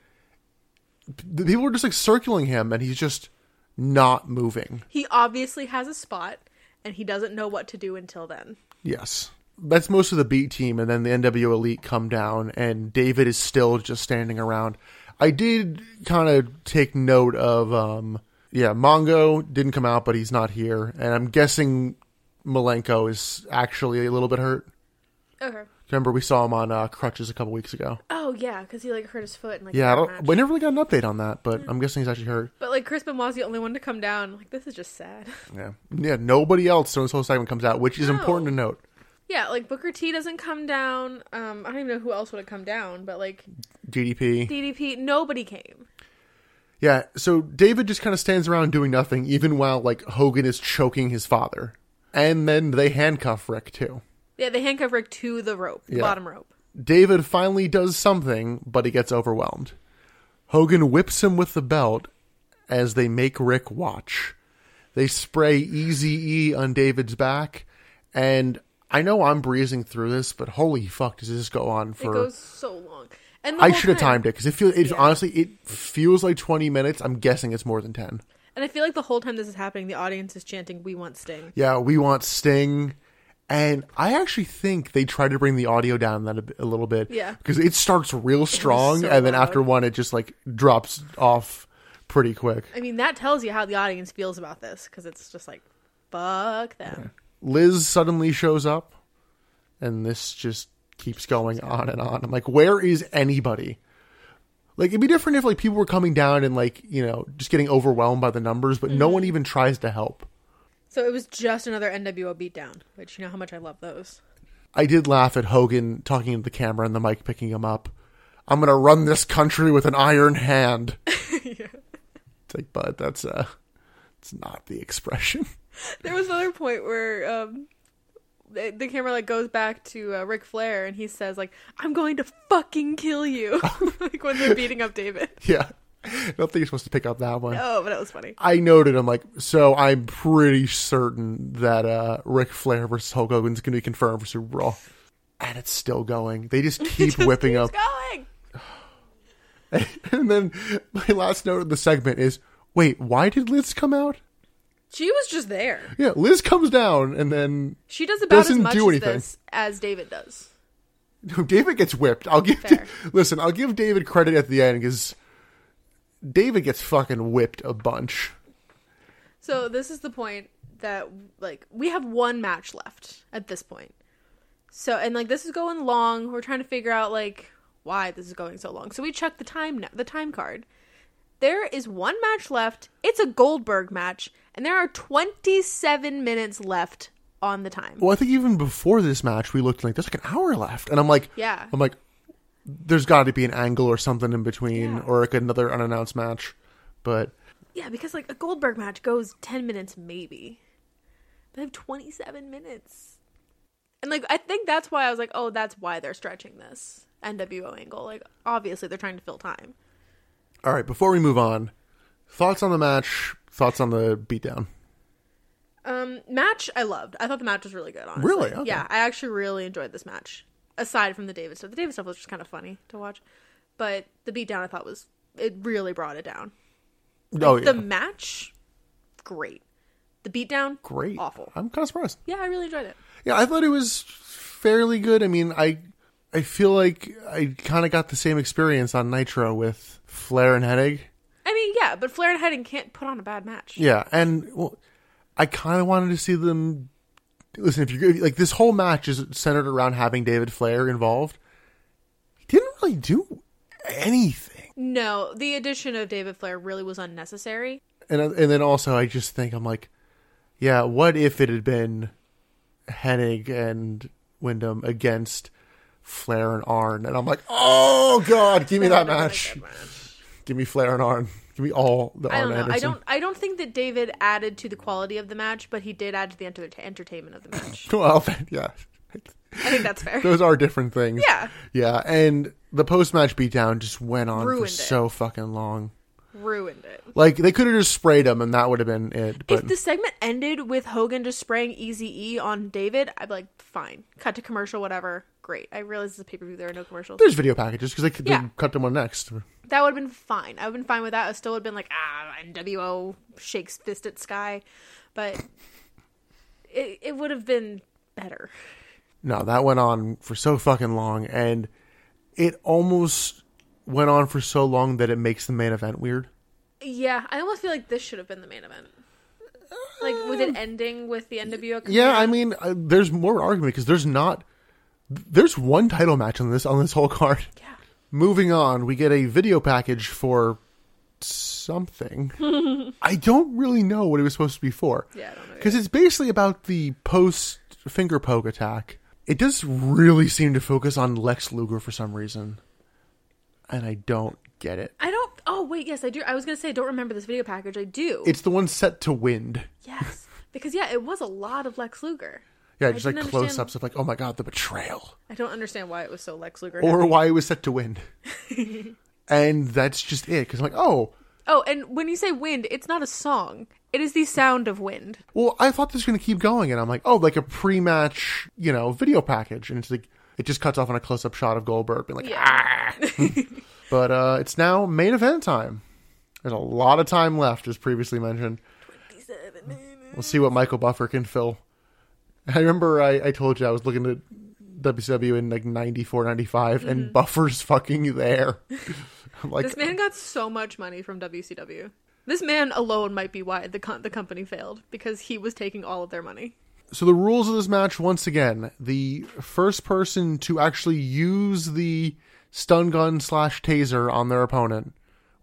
Speaker 1: the people are just like circling him, and he's just not moving.
Speaker 2: He obviously has a spot, and he doesn't know what to do until then.
Speaker 1: Yes. That's most of the beat team, and then the NWO Elite come down, and David is still just standing around. I did kind of take note of, um, yeah, Mongo didn't come out, but he's not here, and I'm guessing Malenko is actually a little bit hurt.
Speaker 2: Okay.
Speaker 1: Remember, we saw him on uh, crutches a couple weeks ago.
Speaker 2: Oh yeah, because he like hurt his foot and like.
Speaker 1: Yeah, I
Speaker 2: that
Speaker 1: don't,
Speaker 2: match.
Speaker 1: we never really got an update on that, but I'm guessing he's actually hurt.
Speaker 2: But like Chris Benoit's the only one to come down. Like this is just sad.
Speaker 1: Yeah, yeah. Nobody else during this whole segment comes out, which is
Speaker 2: No.
Speaker 1: important to note.
Speaker 2: yeah, like Booker T doesn't come down. Um, I don't even know who else would have come down, but like
Speaker 1: DDP.
Speaker 2: DDP, nobody came.
Speaker 1: Yeah, so David just kind of stands around doing nothing, even while like Hogan is choking his father, and then they handcuff Rick too.
Speaker 2: Yeah, they handcuff Rick to the rope, the
Speaker 1: Yeah.
Speaker 2: bottom rope.
Speaker 1: David finally does something, but he gets overwhelmed. Hogan whips him with the belt as they make Rick watch. They spray Easy E on David's back, and I know I'm breezing through this, but holy fuck, does this go on
Speaker 2: It
Speaker 1: for?
Speaker 2: goes so long. And the
Speaker 1: I
Speaker 2: whole
Speaker 1: should have
Speaker 2: time-
Speaker 1: timed it because it feels. It's honestly, it feels like 20 minutes. I'm guessing it's more than 10.
Speaker 2: And I feel like the whole time this is happening, the audience is chanting, "We want Sting."
Speaker 1: yeah, we want Sting. And I actually think they tried to bring the audio down that a, bit- a little bit.
Speaker 2: Yeah.
Speaker 1: Because it starts real strong,
Speaker 2: so
Speaker 1: and then
Speaker 2: loud.
Speaker 1: after one, it just like drops off pretty quick.
Speaker 2: I mean, that tells you how the audience feels about this because it's just like, fuck them.
Speaker 1: Liz suddenly shows up, and this just keeps going on and on. I'm like, where is anybody? Like, it'd be different if like people were coming down and like you know just getting overwhelmed by the numbers, but
Speaker 2: Mm-hmm.
Speaker 1: no one even tries to help.
Speaker 2: So it was just another NWO beatdown, which you know how much I love those.
Speaker 1: I did laugh at Hogan talking to the camera and the mic picking him up. I'm gonna run this country with an iron hand. It's like, but that's uh it's not the expression.
Speaker 2: There was another point where um, the, the camera like goes back to uh, Ric Flair and he says like, "I'm going to fucking kill you," like when they're beating up David.
Speaker 1: yeah. I don't think you're supposed to pick up that one.
Speaker 2: Oh, but it was funny.
Speaker 1: I noted I'm like, so I'm pretty certain that uh Ric Flair versus Hulk Hogan's gonna be confirmed for Super Bowl. And it's still going. They just keep whipping up
Speaker 2: It's going.
Speaker 1: and then my last note of the segment is wait, why did Liz come out?
Speaker 2: She was just there.
Speaker 1: Yeah, Liz comes down and then
Speaker 2: She does about
Speaker 1: Doesn't
Speaker 2: as much
Speaker 1: do
Speaker 2: as
Speaker 1: anything.
Speaker 2: this as David does.
Speaker 1: No, David gets whipped. I'll give
Speaker 2: Fair.
Speaker 1: listen. I'll give David credit at the end because David gets fucking whipped a bunch.
Speaker 2: So this is the point that like we have one match left at this point. So and like this is going long. We're trying to figure out like why this is going so long. So we check the time the time card. There is one match left. It's a Goldberg match and there are 27 minutes left on the time.
Speaker 1: Well, I think even before this match, we looked like there's like an hour left, and I'm like,
Speaker 2: Yeah.
Speaker 1: I'm like, there's got to be an angle or something in between,
Speaker 2: Yeah.
Speaker 1: or like another unannounced match. But
Speaker 2: Yeah, because like a Goldberg match goes 10 minutes maybe. They have 27 minutes. And like I think that's why I was like, "Oh, that's why they're stretching this NWO angle." Like obviously they're trying to fill time.
Speaker 1: all right, before we move on, thoughts on the match? Thoughts on the beatdown?
Speaker 2: Um, Um, match I loved. I thought the match was really good. Honestly,
Speaker 1: Really? Okay.
Speaker 2: yeah, I actually really enjoyed this match. Aside from the David stuff, the David stuff was just kind of funny to watch, but the beatdown I thought was it really brought it down.
Speaker 1: oh, yeah.
Speaker 2: The match, great. The beatdown,
Speaker 1: Great.
Speaker 2: awful.
Speaker 1: I'm kind of surprised.
Speaker 2: Yeah, I really enjoyed it.
Speaker 1: Yeah, I thought it was fairly good. I mean, I I feel like I kind of got the same experience on Nitro with Flair and Headache.
Speaker 2: I mean, yeah, but Flair and Heading can't put on a bad match.
Speaker 1: Yeah, and well, I kind of wanted to see them. Listen, if you like, this whole match is centered around having David Flair involved. He didn't really do anything,
Speaker 2: No, the addition of David Flair really was unnecessary.
Speaker 1: and and then also I just think I'm like, yeah, what if it had been Hennig and Wyndham against Flair and Arn, and I'm like, oh god, give me that match, give me Flair and Arn, give me all the
Speaker 2: I
Speaker 1: Arn
Speaker 2: don't know.
Speaker 1: Anderson.
Speaker 2: I don't. I don't think that David added to the quality of the match, but he did add to the enter- entertainment of the match.
Speaker 1: Well, yeah,
Speaker 2: I think that's fair.
Speaker 1: those are different things.
Speaker 2: Yeah.
Speaker 1: Yeah, and the post match beatdown just went on
Speaker 2: Ruined
Speaker 1: for
Speaker 2: it.
Speaker 1: so fucking long.
Speaker 2: Ruined it.
Speaker 1: Like they could have just sprayed him and that would have been it. But
Speaker 2: if the segment ended with Hogan just spraying Easy E on David, I'd be like, fine. Cut to commercial, whatever. Great. I realize it's a pay per view. There are no commercials.
Speaker 1: there's video packages because they could
Speaker 2: Yeah.
Speaker 1: they cut them one next.
Speaker 2: That would have been fine. I would have been fine with that. I still would have been like, ah, NWO shakes fist at sky, but it it would have been better.
Speaker 1: No, that went on for so fucking long, and it almost went on for so long that it makes the main event weird.
Speaker 2: Yeah, I almost feel like this should have been the main event. Like with it ending with the NWO. coming
Speaker 1: Uh. Yeah,
Speaker 2: out.
Speaker 1: I mean, uh, there's more argument because there's not there's one title match on this on this whole card.
Speaker 2: Yeah.
Speaker 1: Moving on, we get a video package for something. I don't really know what it was supposed to be for.
Speaker 2: Yeah, I don't know
Speaker 1: Because it's basically about the post finger poke attack. It does really seem to focus on Lex Luger for some reason. And I don't get it.
Speaker 2: I don't. Oh wait, yes, I do. I was gonna say I don't remember this video package. I do.
Speaker 1: It's the one set to wind.
Speaker 2: yes, because yeah, it was a lot of Lex Luger.
Speaker 1: Yeah,
Speaker 2: I
Speaker 1: just like
Speaker 2: didn't
Speaker 1: close
Speaker 2: understand-
Speaker 1: ups of like, oh my god, the betrayal.
Speaker 2: I don't understand why it was so Lex Luger.
Speaker 1: Or
Speaker 2: heavy.
Speaker 1: why it was set to wind. and that's just it. Because I'm like, oh,
Speaker 2: oh, and when you say wind, it's not a song. It is the sound of wind.
Speaker 1: well, I thought this was going to keep going, and I'm like, oh, like a pre-match, you know, video package, and it's like it just cuts off on a close-up shot of Goldberg being like,
Speaker 2: Yeah.
Speaker 1: "Ah." but uh, it's now main event time. There's a lot of time left, as previously mentioned. We'll see what Michael Buffer can fill. I remember I, I told you I was looking at WCW in like 94, 95, and Buffer's fucking there. I'm like,
Speaker 2: This man got so much money from WCW. This man alone might be why the con- the company failed because he was taking all of their money.
Speaker 1: So the rules of this match once again: the first person to actually use the stun gun slash taser on their opponent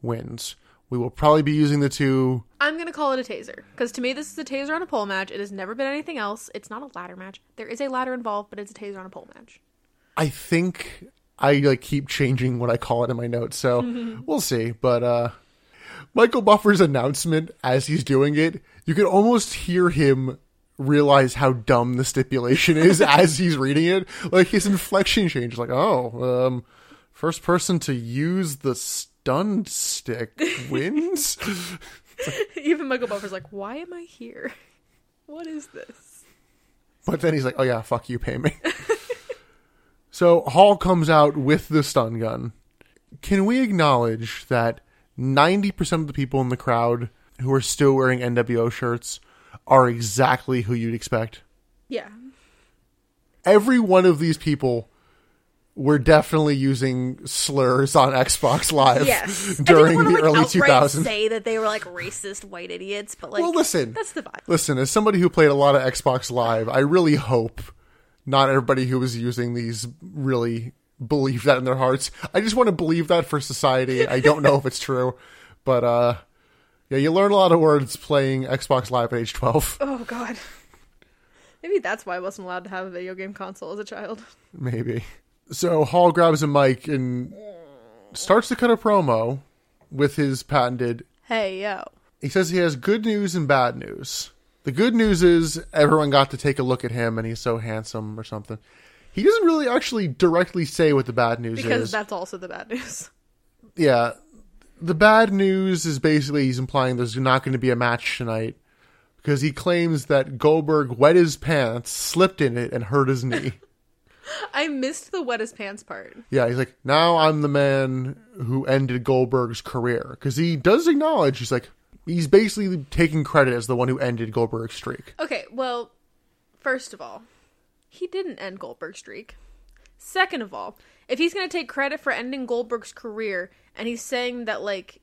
Speaker 1: wins. We will probably be using the two.
Speaker 2: I'm gonna call it a taser because to me this is a taser on a pole match. It has never been anything else. It's not a ladder match. There is a ladder involved, but it's a taser on a pole match.
Speaker 1: I think I like keep changing what I call it in my notes, so we'll see. But uh Michael Buffer's announcement as he's doing it, you can almost hear him realize how dumb the stipulation is as he's reading it. Like his inflection changes, like, oh, um, first person to use the stun stick wins.
Speaker 2: Even Michael Buffer's like, why am I here? What is this?
Speaker 1: But then he's like, "Oh yeah, fuck you, pay me." so Hall comes out with the stun gun. Can we acknowledge that ninety percent of the people in the crowd who are still wearing NWO shirts are exactly who you'd expect?
Speaker 2: Yeah.
Speaker 1: Every one of these people were definitely using slurs on Xbox Live during the early two thousands.
Speaker 2: say that they were like racist white idiots, but like,
Speaker 1: Well, listen.
Speaker 2: that's the vibe.
Speaker 1: Listen, as somebody who played a lot of Xbox Live, I really hope not everybody who was using these really believed that in their hearts. I just want to believe that for society. I don't know if it's true, but uh yeah, you learn a lot of words playing Xbox Live at age 12,
Speaker 2: Oh God. Maybe that's why I wasn't allowed to have a video game console as a child.
Speaker 1: maybe. So Hall grabs a mic and starts to cut a promo with his patented
Speaker 2: Hey yo.
Speaker 1: he says he has good news and bad news. The good news is everyone got to take a look at him and he's so handsome or something. He doesn't really actually directly say what the bad news
Speaker 2: Because
Speaker 1: is.
Speaker 2: that's also the bad news.
Speaker 1: yeah. The bad news is basically he's implying there's not going to be a match tonight because he claims that Goldberg wet his pants, slipped in it, and hurt his knee.
Speaker 2: I missed the wettest pants part.
Speaker 1: Yeah, he's like, now I'm the man who ended Goldberg's career. Because he does acknowledge, he's like, he's basically taking credit as the one who ended Goldberg's streak.
Speaker 2: Okay, well, first of all, he didn't end Goldberg's streak. Second of all, if he's going to take credit for ending Goldberg's career and he's saying that like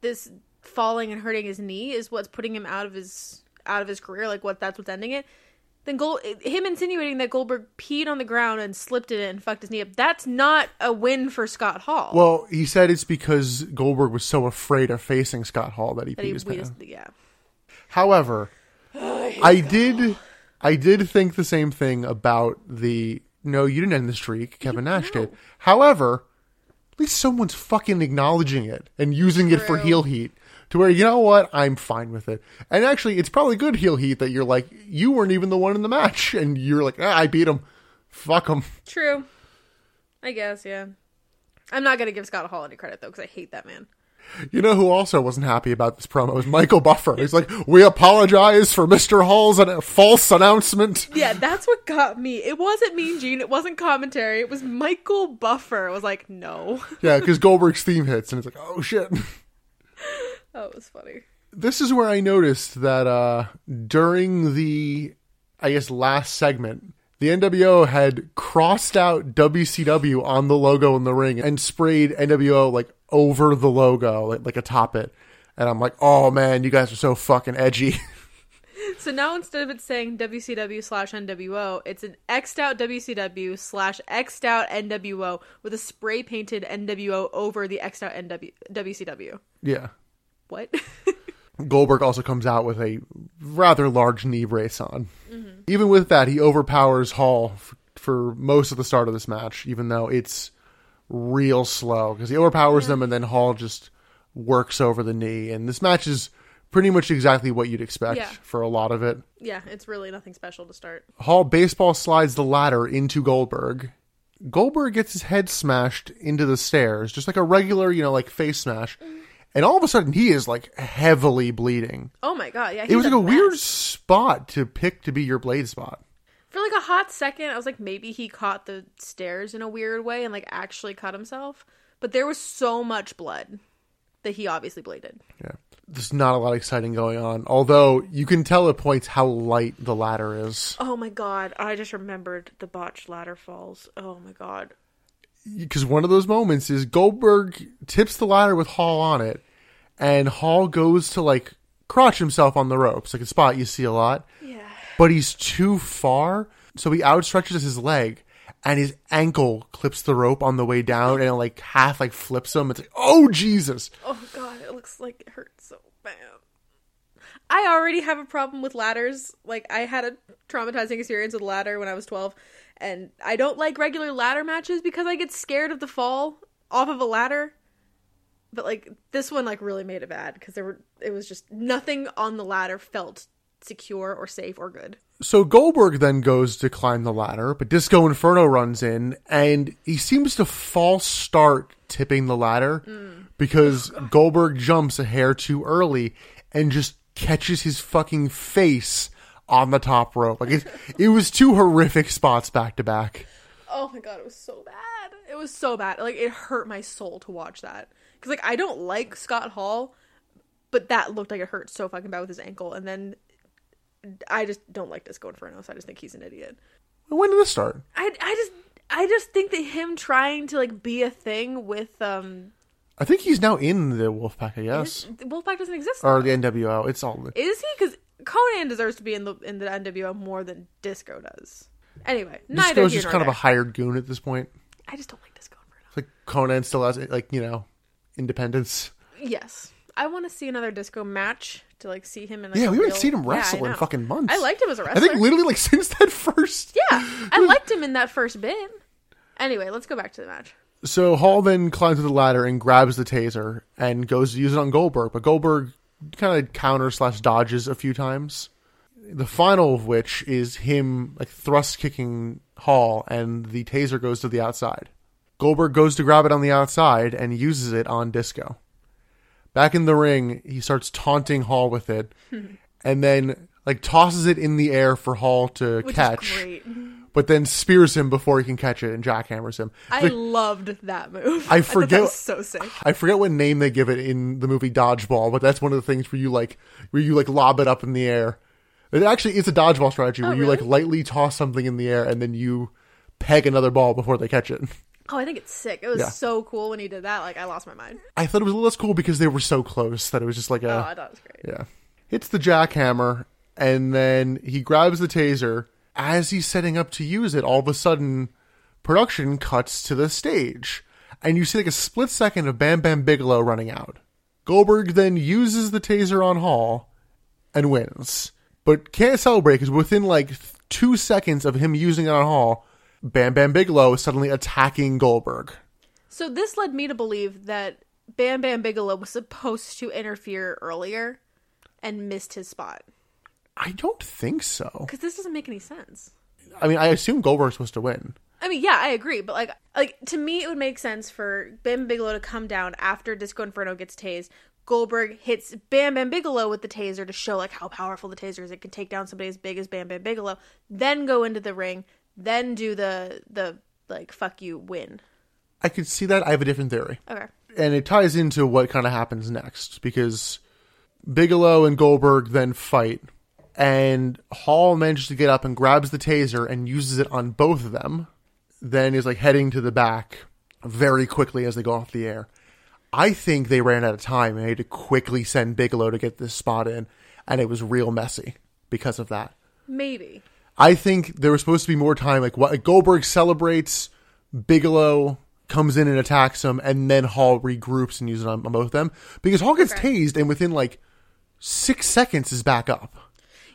Speaker 2: this falling and hurting his knee is what's putting him out of his out of his career, like what that's what's ending it, then Gold him insinuating that Goldberg peed on the ground and slipped in it and fucked his knee up, that's not a win for Scott Hall.
Speaker 1: Well, he said it's because Goldberg was so afraid of facing Scott Hall that he
Speaker 2: that
Speaker 1: peed
Speaker 2: he,
Speaker 1: his
Speaker 2: we
Speaker 1: pants.
Speaker 2: just- yeah.
Speaker 1: However, I did, I did think the same thing about the no, you didn't end the streak. Kevin Nash did. However, at least someone's fucking acknowledging it and using it for
Speaker 2: True.
Speaker 1: heel heat. To where you know what, I'm fine with it. And actually, it's probably good heel heat that you're like you weren't even the one in the match, and you're like, ah, I beat him. Fuck him.
Speaker 2: True. I guess, yeah. I'm not going to give Scott Hall any credit, though, because I hate that man.
Speaker 1: You know who also wasn't happy about this promo was Michael Buffer. He's like, we apologize for Mr. Hall's an- false announcement.
Speaker 2: Yeah, that's what got me. It wasn't Mean Gene. It wasn't commentary. It was Michael Buffer. I was like, no.
Speaker 1: Yeah, because Goldberg's theme hits, and it's like, oh shit.
Speaker 2: Oh, it was funny.
Speaker 1: this is where I noticed that uh, during the, I guess, last segment, the NWO had crossed out WCW on the logo in the ring and sprayed NWO like over the logo, like, like atop it. And I'm like, oh man, you guys are so fucking edgy.
Speaker 2: So now instead of it saying WCW slash NWO, it's an X'd out WCW slash X'd out NWO with a spray painted NWO over the X'd out NW- WCW.
Speaker 1: yeah.
Speaker 2: What?
Speaker 1: Goldberg also comes out with a rather large knee brace on. Even with that, he overpowers Hall f- for most of the start of this match, even though it's real slow because he overpowers them and then Hall just works over the knee. And this match is pretty much exactly what you'd expect
Speaker 2: Yeah.
Speaker 1: for a lot of it.
Speaker 2: yeah, it's really nothing special to start.
Speaker 1: Hall baseball slides the ladder into Goldberg. Goldberg gets his head smashed into the stairs, just like a regular, you know, like face smash. And all of a sudden, he is like heavily bleeding
Speaker 2: Oh my god, yeah.
Speaker 1: it was
Speaker 2: he's
Speaker 1: like a weird
Speaker 2: mess.
Speaker 1: spot to pick to be your blade spot.
Speaker 2: For like a hot second, I was like, maybe he caught the stairs in a weird way and like actually cut himself. But there was so much blood that he obviously bladed.
Speaker 1: Yeah. There's not a lot exciting going on, although you can tell at points how light the ladder is.
Speaker 2: Oh my god, I just remembered the botched ladder falls. Oh my god.
Speaker 1: Because one of those moments is Goldberg tips the ladder with Hall on it, and Hall goes to like crotch himself on the ropes, like a spot you see a lot,
Speaker 2: Yeah.
Speaker 1: but he's too far, so he outstretches his leg. And his ankle clips the rope on the way down, and it like half like flips him. It's like, oh Jesus!
Speaker 2: Oh god, it looks like it hurts so bad. I already have a problem with ladders. Like I had a traumatizing experience with a ladder when I was 12 and I don't like regular ladder matches because I get scared of the fall off of a ladder. But like this one like really made it bad cuz there were it was just nothing on the ladder felt secure or safe or good.
Speaker 1: So Goldberg then goes to climb the ladder, but Disco Inferno runs in and he seems to false start tipping the ladder because Goldberg jumps a hair too early and just catches his fucking face on the top rope. Like it, it was two horrific spots back to back.
Speaker 2: Oh my god, it was so bad. It was so bad. Like it hurt my soul to watch that because like I don't like Scott Hall, but that looked like it hurt so fucking bad with his ankle. And then I just don't like Disco Inferno, so I just think he's an idiot.
Speaker 1: When did this start?
Speaker 2: I I just I just think that him trying to like be a thing with um
Speaker 1: I think he's now in the Wolfpack, I guess,
Speaker 2: Wolfpack doesn't exist.
Speaker 1: or the NWO. It's all
Speaker 2: Is he? Because Conan deserves to be in the in the NWO more than Disco does. Anyway, neither
Speaker 1: Disco's
Speaker 2: here
Speaker 1: just
Speaker 2: nor
Speaker 1: kind of
Speaker 2: there.
Speaker 1: a hired goon at this point.
Speaker 2: I just don't like Disco Inferno.
Speaker 1: It's like Conan still has like you know independence.
Speaker 2: Yes. I want to see another disco match to like see him in like
Speaker 1: Yeah,
Speaker 2: a
Speaker 1: we haven't
Speaker 2: real-
Speaker 1: seen him
Speaker 2: Yeah, I
Speaker 1: wrestle in
Speaker 2: know.
Speaker 1: fucking months.
Speaker 2: I liked him as a
Speaker 1: I
Speaker 2: wrestler.
Speaker 1: think literally like since that first.
Speaker 2: yeah, I liked him in that first bit. Anyway, let's go back to the match.
Speaker 1: So Hall then climbs to the ladder and grabs the taser and goes to use it on Goldberg, but Goldberg kind of counter slash dodges a few times. The final of which is him like thrust kicking Hall, and the taser goes to the outside. Goldberg goes to grab it on the outside and uses it on Disco. Back in the ring, he starts taunting Hall with it, and then like tosses it in the air for Hall to
Speaker 2: Which
Speaker 1: catch,
Speaker 2: is great.
Speaker 1: but then spears him before he can catch it and jackhammers him.
Speaker 2: I loved that move.
Speaker 1: I
Speaker 2: thought
Speaker 1: forget-
Speaker 2: that was so sick.
Speaker 1: I forget what name they give it in the movie Dodgeball, but that's one of the things where you like where you like lob it up in the air. It actually is a dodgeball strategy where you like lightly toss something in the air and then you peg another ball before they catch it.
Speaker 2: Oh, I think it's sick. It was
Speaker 1: Yeah.
Speaker 2: so cool when he did that. Like I lost my mind.
Speaker 1: I thought it was a little less cool because they were so close that it was just like
Speaker 2: Oh,
Speaker 1: a
Speaker 2: I thought it was great.
Speaker 1: yeah. Hits the jackhammer and then he grabs the taser as he's setting up to use it. All of a sudden, production cuts to the stage and you see like a split second of Bam Bam Bigelow running out. Goldberg then uses the taser on Hall and wins, but can't celebrate because within like th- two seconds of him using it on Hall, Bam Bam Bigelow is suddenly attacking Goldberg.
Speaker 2: So this led me to believe that Bam Bam Bigelow was supposed to interfere earlier and missed his spot
Speaker 1: I don't think so.
Speaker 2: because this doesn't make any sense.
Speaker 1: I mean, I assume Goldberg's supposed to win.
Speaker 2: I mean, yeah, I agree, but like, like to me, it would make sense for Bam Bigelow to come down after Disco Inferno gets tased. Goldberg hits Bam Bam Bigelow with the taser to show like how powerful the taser is. It can take down somebody as big as Bam Bam Bigelow. Then go into the ring. Then do the the like fuck you win.
Speaker 1: I could see that. I have a different theory.
Speaker 2: Okay.
Speaker 1: And it ties into what kind of happens next because Bigelow and Goldberg then fight, and Hall manages to get up and grabs the taser and uses it on both of them. Then is like heading to the back very quickly as they go off the air. I think they ran out of time and had to quickly send Bigelow to get this spot in, and it was real messy because of that.
Speaker 2: Maybe.
Speaker 1: I think there was supposed to be more time. Like what Goldberg celebrates, Bigelow comes in and attacks him, and then Hall regroups and uses it on, on both of them because Hall gets tased and within like six seconds is back up.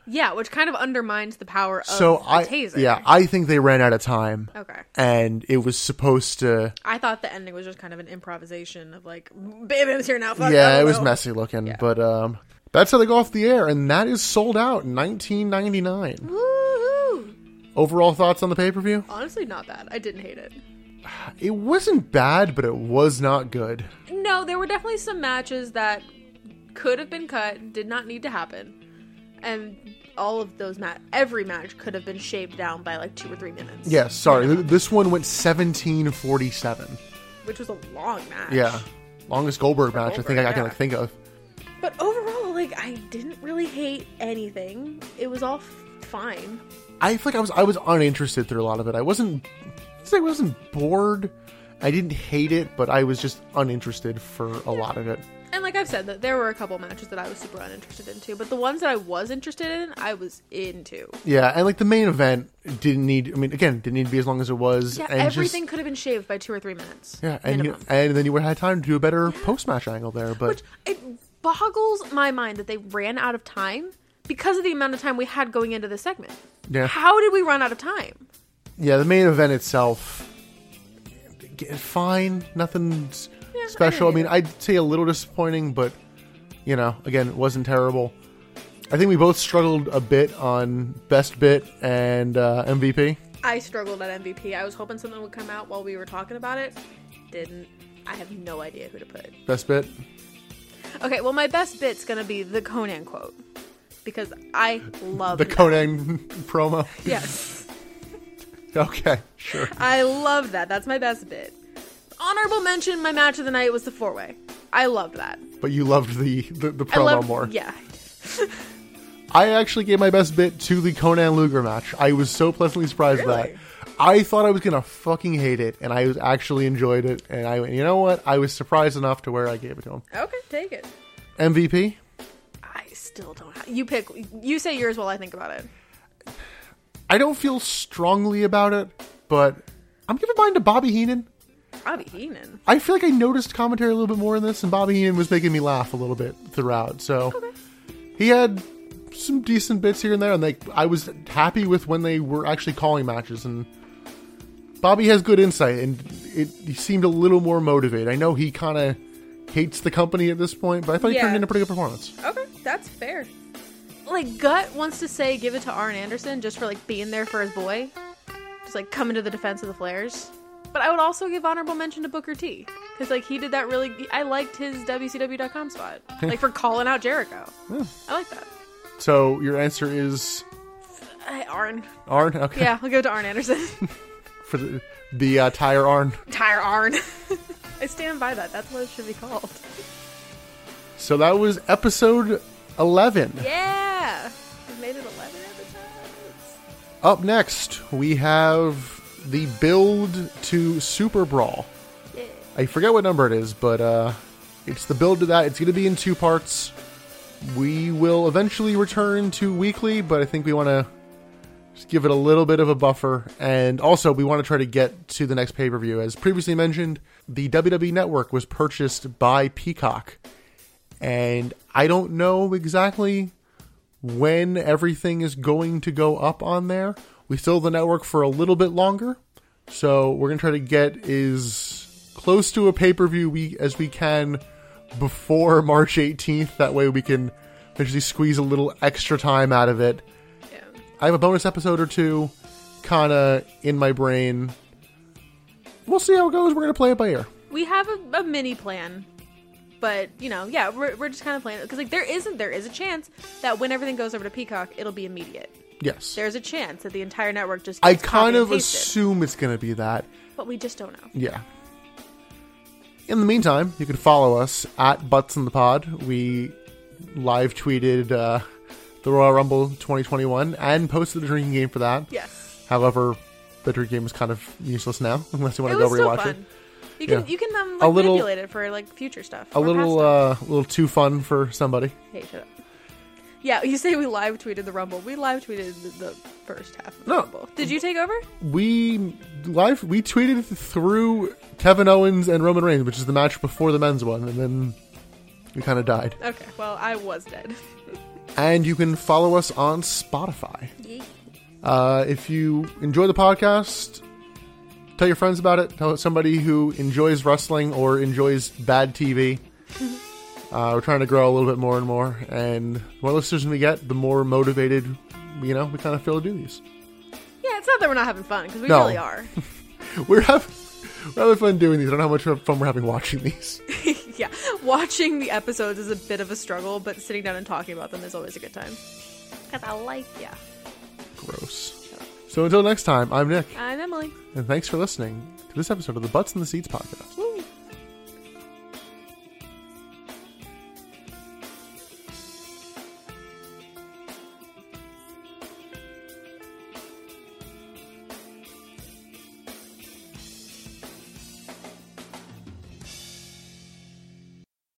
Speaker 2: Yeah, which kind of undermines the power of
Speaker 1: So
Speaker 2: the
Speaker 1: I
Speaker 2: Oh, taser.
Speaker 1: yeah I think they ran out of time.
Speaker 2: Okay.
Speaker 1: and it was supposed to
Speaker 2: I thought the ending was just kind of an improvisation of like, Bam Bam's here now. Fuck, I
Speaker 1: yeah
Speaker 2: don't
Speaker 1: it was
Speaker 2: know.
Speaker 1: messy looking, but um that's how they go off the air, and that is sold out in 1999.
Speaker 2: Woo-hoo.
Speaker 1: Overall thoughts on the pay per view?
Speaker 2: Honestly, not bad. I didn't hate it.
Speaker 1: It wasn't bad, but it was not good.
Speaker 2: No, there were definitely some matches that could have been cut, did not need to happen. And all of those match, every match could have been shaved down by like two or three minutes.
Speaker 1: Yes, sorry. th- This one went 1747.
Speaker 2: Which was a long match.
Speaker 1: Yeah. Longest Goldberg match I think I, I can
Speaker 2: yeah.
Speaker 1: like, think of.
Speaker 2: But overall, like, I didn't really hate anything. It was all f- fine.
Speaker 1: I feel like I was I was uninterested through a lot of it. I wasn't I'd say I wasn't bored. I didn't hate it, but I was just uninterested for a lot of it.
Speaker 2: And like I've said, that there were a couple matches that I was super uninterested into, but the ones that I was interested in, I was into.
Speaker 1: Yeah, and like the main event didn't need I mean again, didn't need to be as long as it was
Speaker 2: Yeah,
Speaker 1: and just-
Speaker 2: everything could have been shaved by two or three minutes.
Speaker 1: yeah, and you,
Speaker 2: minimum.
Speaker 1: and then you would have had time to do a better post match angle there, but
Speaker 2: Which it boggles my mind that they ran out of time because of the amount of time we had going into this segment.
Speaker 1: Yeah.
Speaker 2: How did we run out of time?
Speaker 1: yeah, the main event itself, g- fine, nothing s-
Speaker 2: Yeah, I
Speaker 1: special. I,
Speaker 2: didn't
Speaker 1: mean, I'd say a little disappointing, but you know, again, it wasn't terrible. I think we both struggled a bit on best bit and uh, MVP.
Speaker 2: I struggled at MVP. I was hoping something would come out while we were talking about it. Didn't. I have no idea who to put.
Speaker 1: Best bit.
Speaker 2: Okay, well, my best bit's gonna be the Conan quote because I love
Speaker 1: The
Speaker 2: that.
Speaker 1: Conan promo.
Speaker 2: Yes,
Speaker 1: Okay, sure.
Speaker 2: I love that. That's my best bit. Honorable mention: my match of the night was the four way. I loved that.
Speaker 1: But you loved the the, the
Speaker 2: I
Speaker 1: promo
Speaker 2: loved
Speaker 1: more.
Speaker 2: Yeah,
Speaker 1: I actually gave my best bit to the Conan Luger match. I was so pleasantly surprised
Speaker 2: Really?
Speaker 1: that. I thought I was gonna fucking hate it, and I was actually enjoyed it. And I went, you know what? I was surprised enough to where I gave it to him.
Speaker 2: Okay, take it.
Speaker 1: MVP.
Speaker 2: I still don't. Have, you pick. You say yours while I think about it.
Speaker 1: I don't feel strongly about it, but I'm giving mine to Bobby Heenan.
Speaker 2: Bobby Heenan.
Speaker 1: I feel like I noticed commentary a little bit more in this, and Bobby Heenan was making me laugh a little bit throughout. So he had some decent bits here and there, and like I was happy with when they were actually calling matches. And Bobby has good insight, and it he seemed a little more motivated. I know he kind of hates the company at this point, but I thought he
Speaker 2: Yeah.
Speaker 1: turned in a pretty good performance.
Speaker 2: Okay, that's fair. Like Gut wants to say, give it to Arn Anderson just for like being there for his boy, just like coming to the defense of the Flares. But I would also give honorable mention to Booker T because like he did that Hmm. really. I liked his WCW.com spot, like for calling out Jericho. I like that.
Speaker 1: So your answer is
Speaker 2: Uh, Arn.
Speaker 1: Arn. Okay.
Speaker 2: Yeah, I'll give it to Arn Anderson.
Speaker 1: For the, the uh, tire Arn.
Speaker 2: Tire Arn. I stand by that. That's what it should be called.
Speaker 1: So that was episode eleven.
Speaker 2: Yeah. We've made it 11 episodes.
Speaker 1: Up next, we have the build to Super Brawl.
Speaker 2: Yeah.
Speaker 1: I forget what number it is, but uh, it's the build to that. It's going to be in two parts. We will eventually return to weekly, but I think we want to just give it a little bit of a buffer. And also, we want to try to get to the next pay per view. As previously mentioned, the WWE Network was purchased by Peacock. And I don't know exactly when everything is going to go up on there. We still have the network for a little bit longer, so we're gonna try to get as close to a pay per view we as we can before March 18th. That way we can actually squeeze a little extra time out of it.
Speaker 2: Yeah.
Speaker 1: I have a bonus episode or two, kinda in my brain. We'll see how it goes. We're gonna play it by ear.
Speaker 2: We have a, a mini plan. But, you know, yeah, we're, we're just kind of playing it. Because, like, there isn't, there is a chance that when everything goes over to Peacock, it'll be immediate.
Speaker 1: Yes,
Speaker 2: There's a chance that the entire network just
Speaker 1: I
Speaker 2: gets copied
Speaker 1: kind
Speaker 2: and
Speaker 1: of
Speaker 2: pasted,
Speaker 1: assume it's gonna be that.
Speaker 2: But we just don't know.
Speaker 1: Yeah. In the meantime, you can follow us at Butts in the Pod. We live tweeted uh, the Royal Rumble 2021 and posted a drinking game for that.
Speaker 2: Yes.
Speaker 1: However, the drinking game is kind of useless now, unless you want
Speaker 2: It
Speaker 1: to go
Speaker 2: was still
Speaker 1: rewatch
Speaker 2: fun.
Speaker 1: it.
Speaker 2: You can,
Speaker 1: Yeah.
Speaker 2: you can um,
Speaker 1: A
Speaker 2: like,
Speaker 1: little-
Speaker 2: manipulate it for, like, future stuff.
Speaker 1: A little, uh, a little too fun for somebody.
Speaker 2: Hey, shut up. Yeah, you say we live tweeted the Rumble. We live tweeted the, the first half of the
Speaker 1: No.
Speaker 2: Rumble. Did you take over?
Speaker 1: We live, we tweeted through Kevin Owens and Roman Reigns, which is the match before the men's one, and then we kind of died.
Speaker 2: Okay, well, I was dead.
Speaker 1: And you can follow us on Spotify. Uh, if you enjoy the podcast, tell your friends about it. Tell somebody who enjoys wrestling or enjoys bad TV. uh, we're trying to grow a little bit more and more. And the more listeners we get, the more motivated, you know, we kind of feel to do these.
Speaker 2: Yeah, it's not that we're not having fun, because we
Speaker 1: No.
Speaker 2: really are.
Speaker 1: We're having, we're having fun doing these. I don't know how much fun we're having watching these.
Speaker 2: yeah, watching the episodes is a bit of a struggle, but sitting down and talking about them is always a good time. Because I like ya.
Speaker 1: Gross. So until next time, I'm Nick,
Speaker 2: I'm Emily.
Speaker 1: and thanks for listening to this episode of the Butts in the Seats podcast.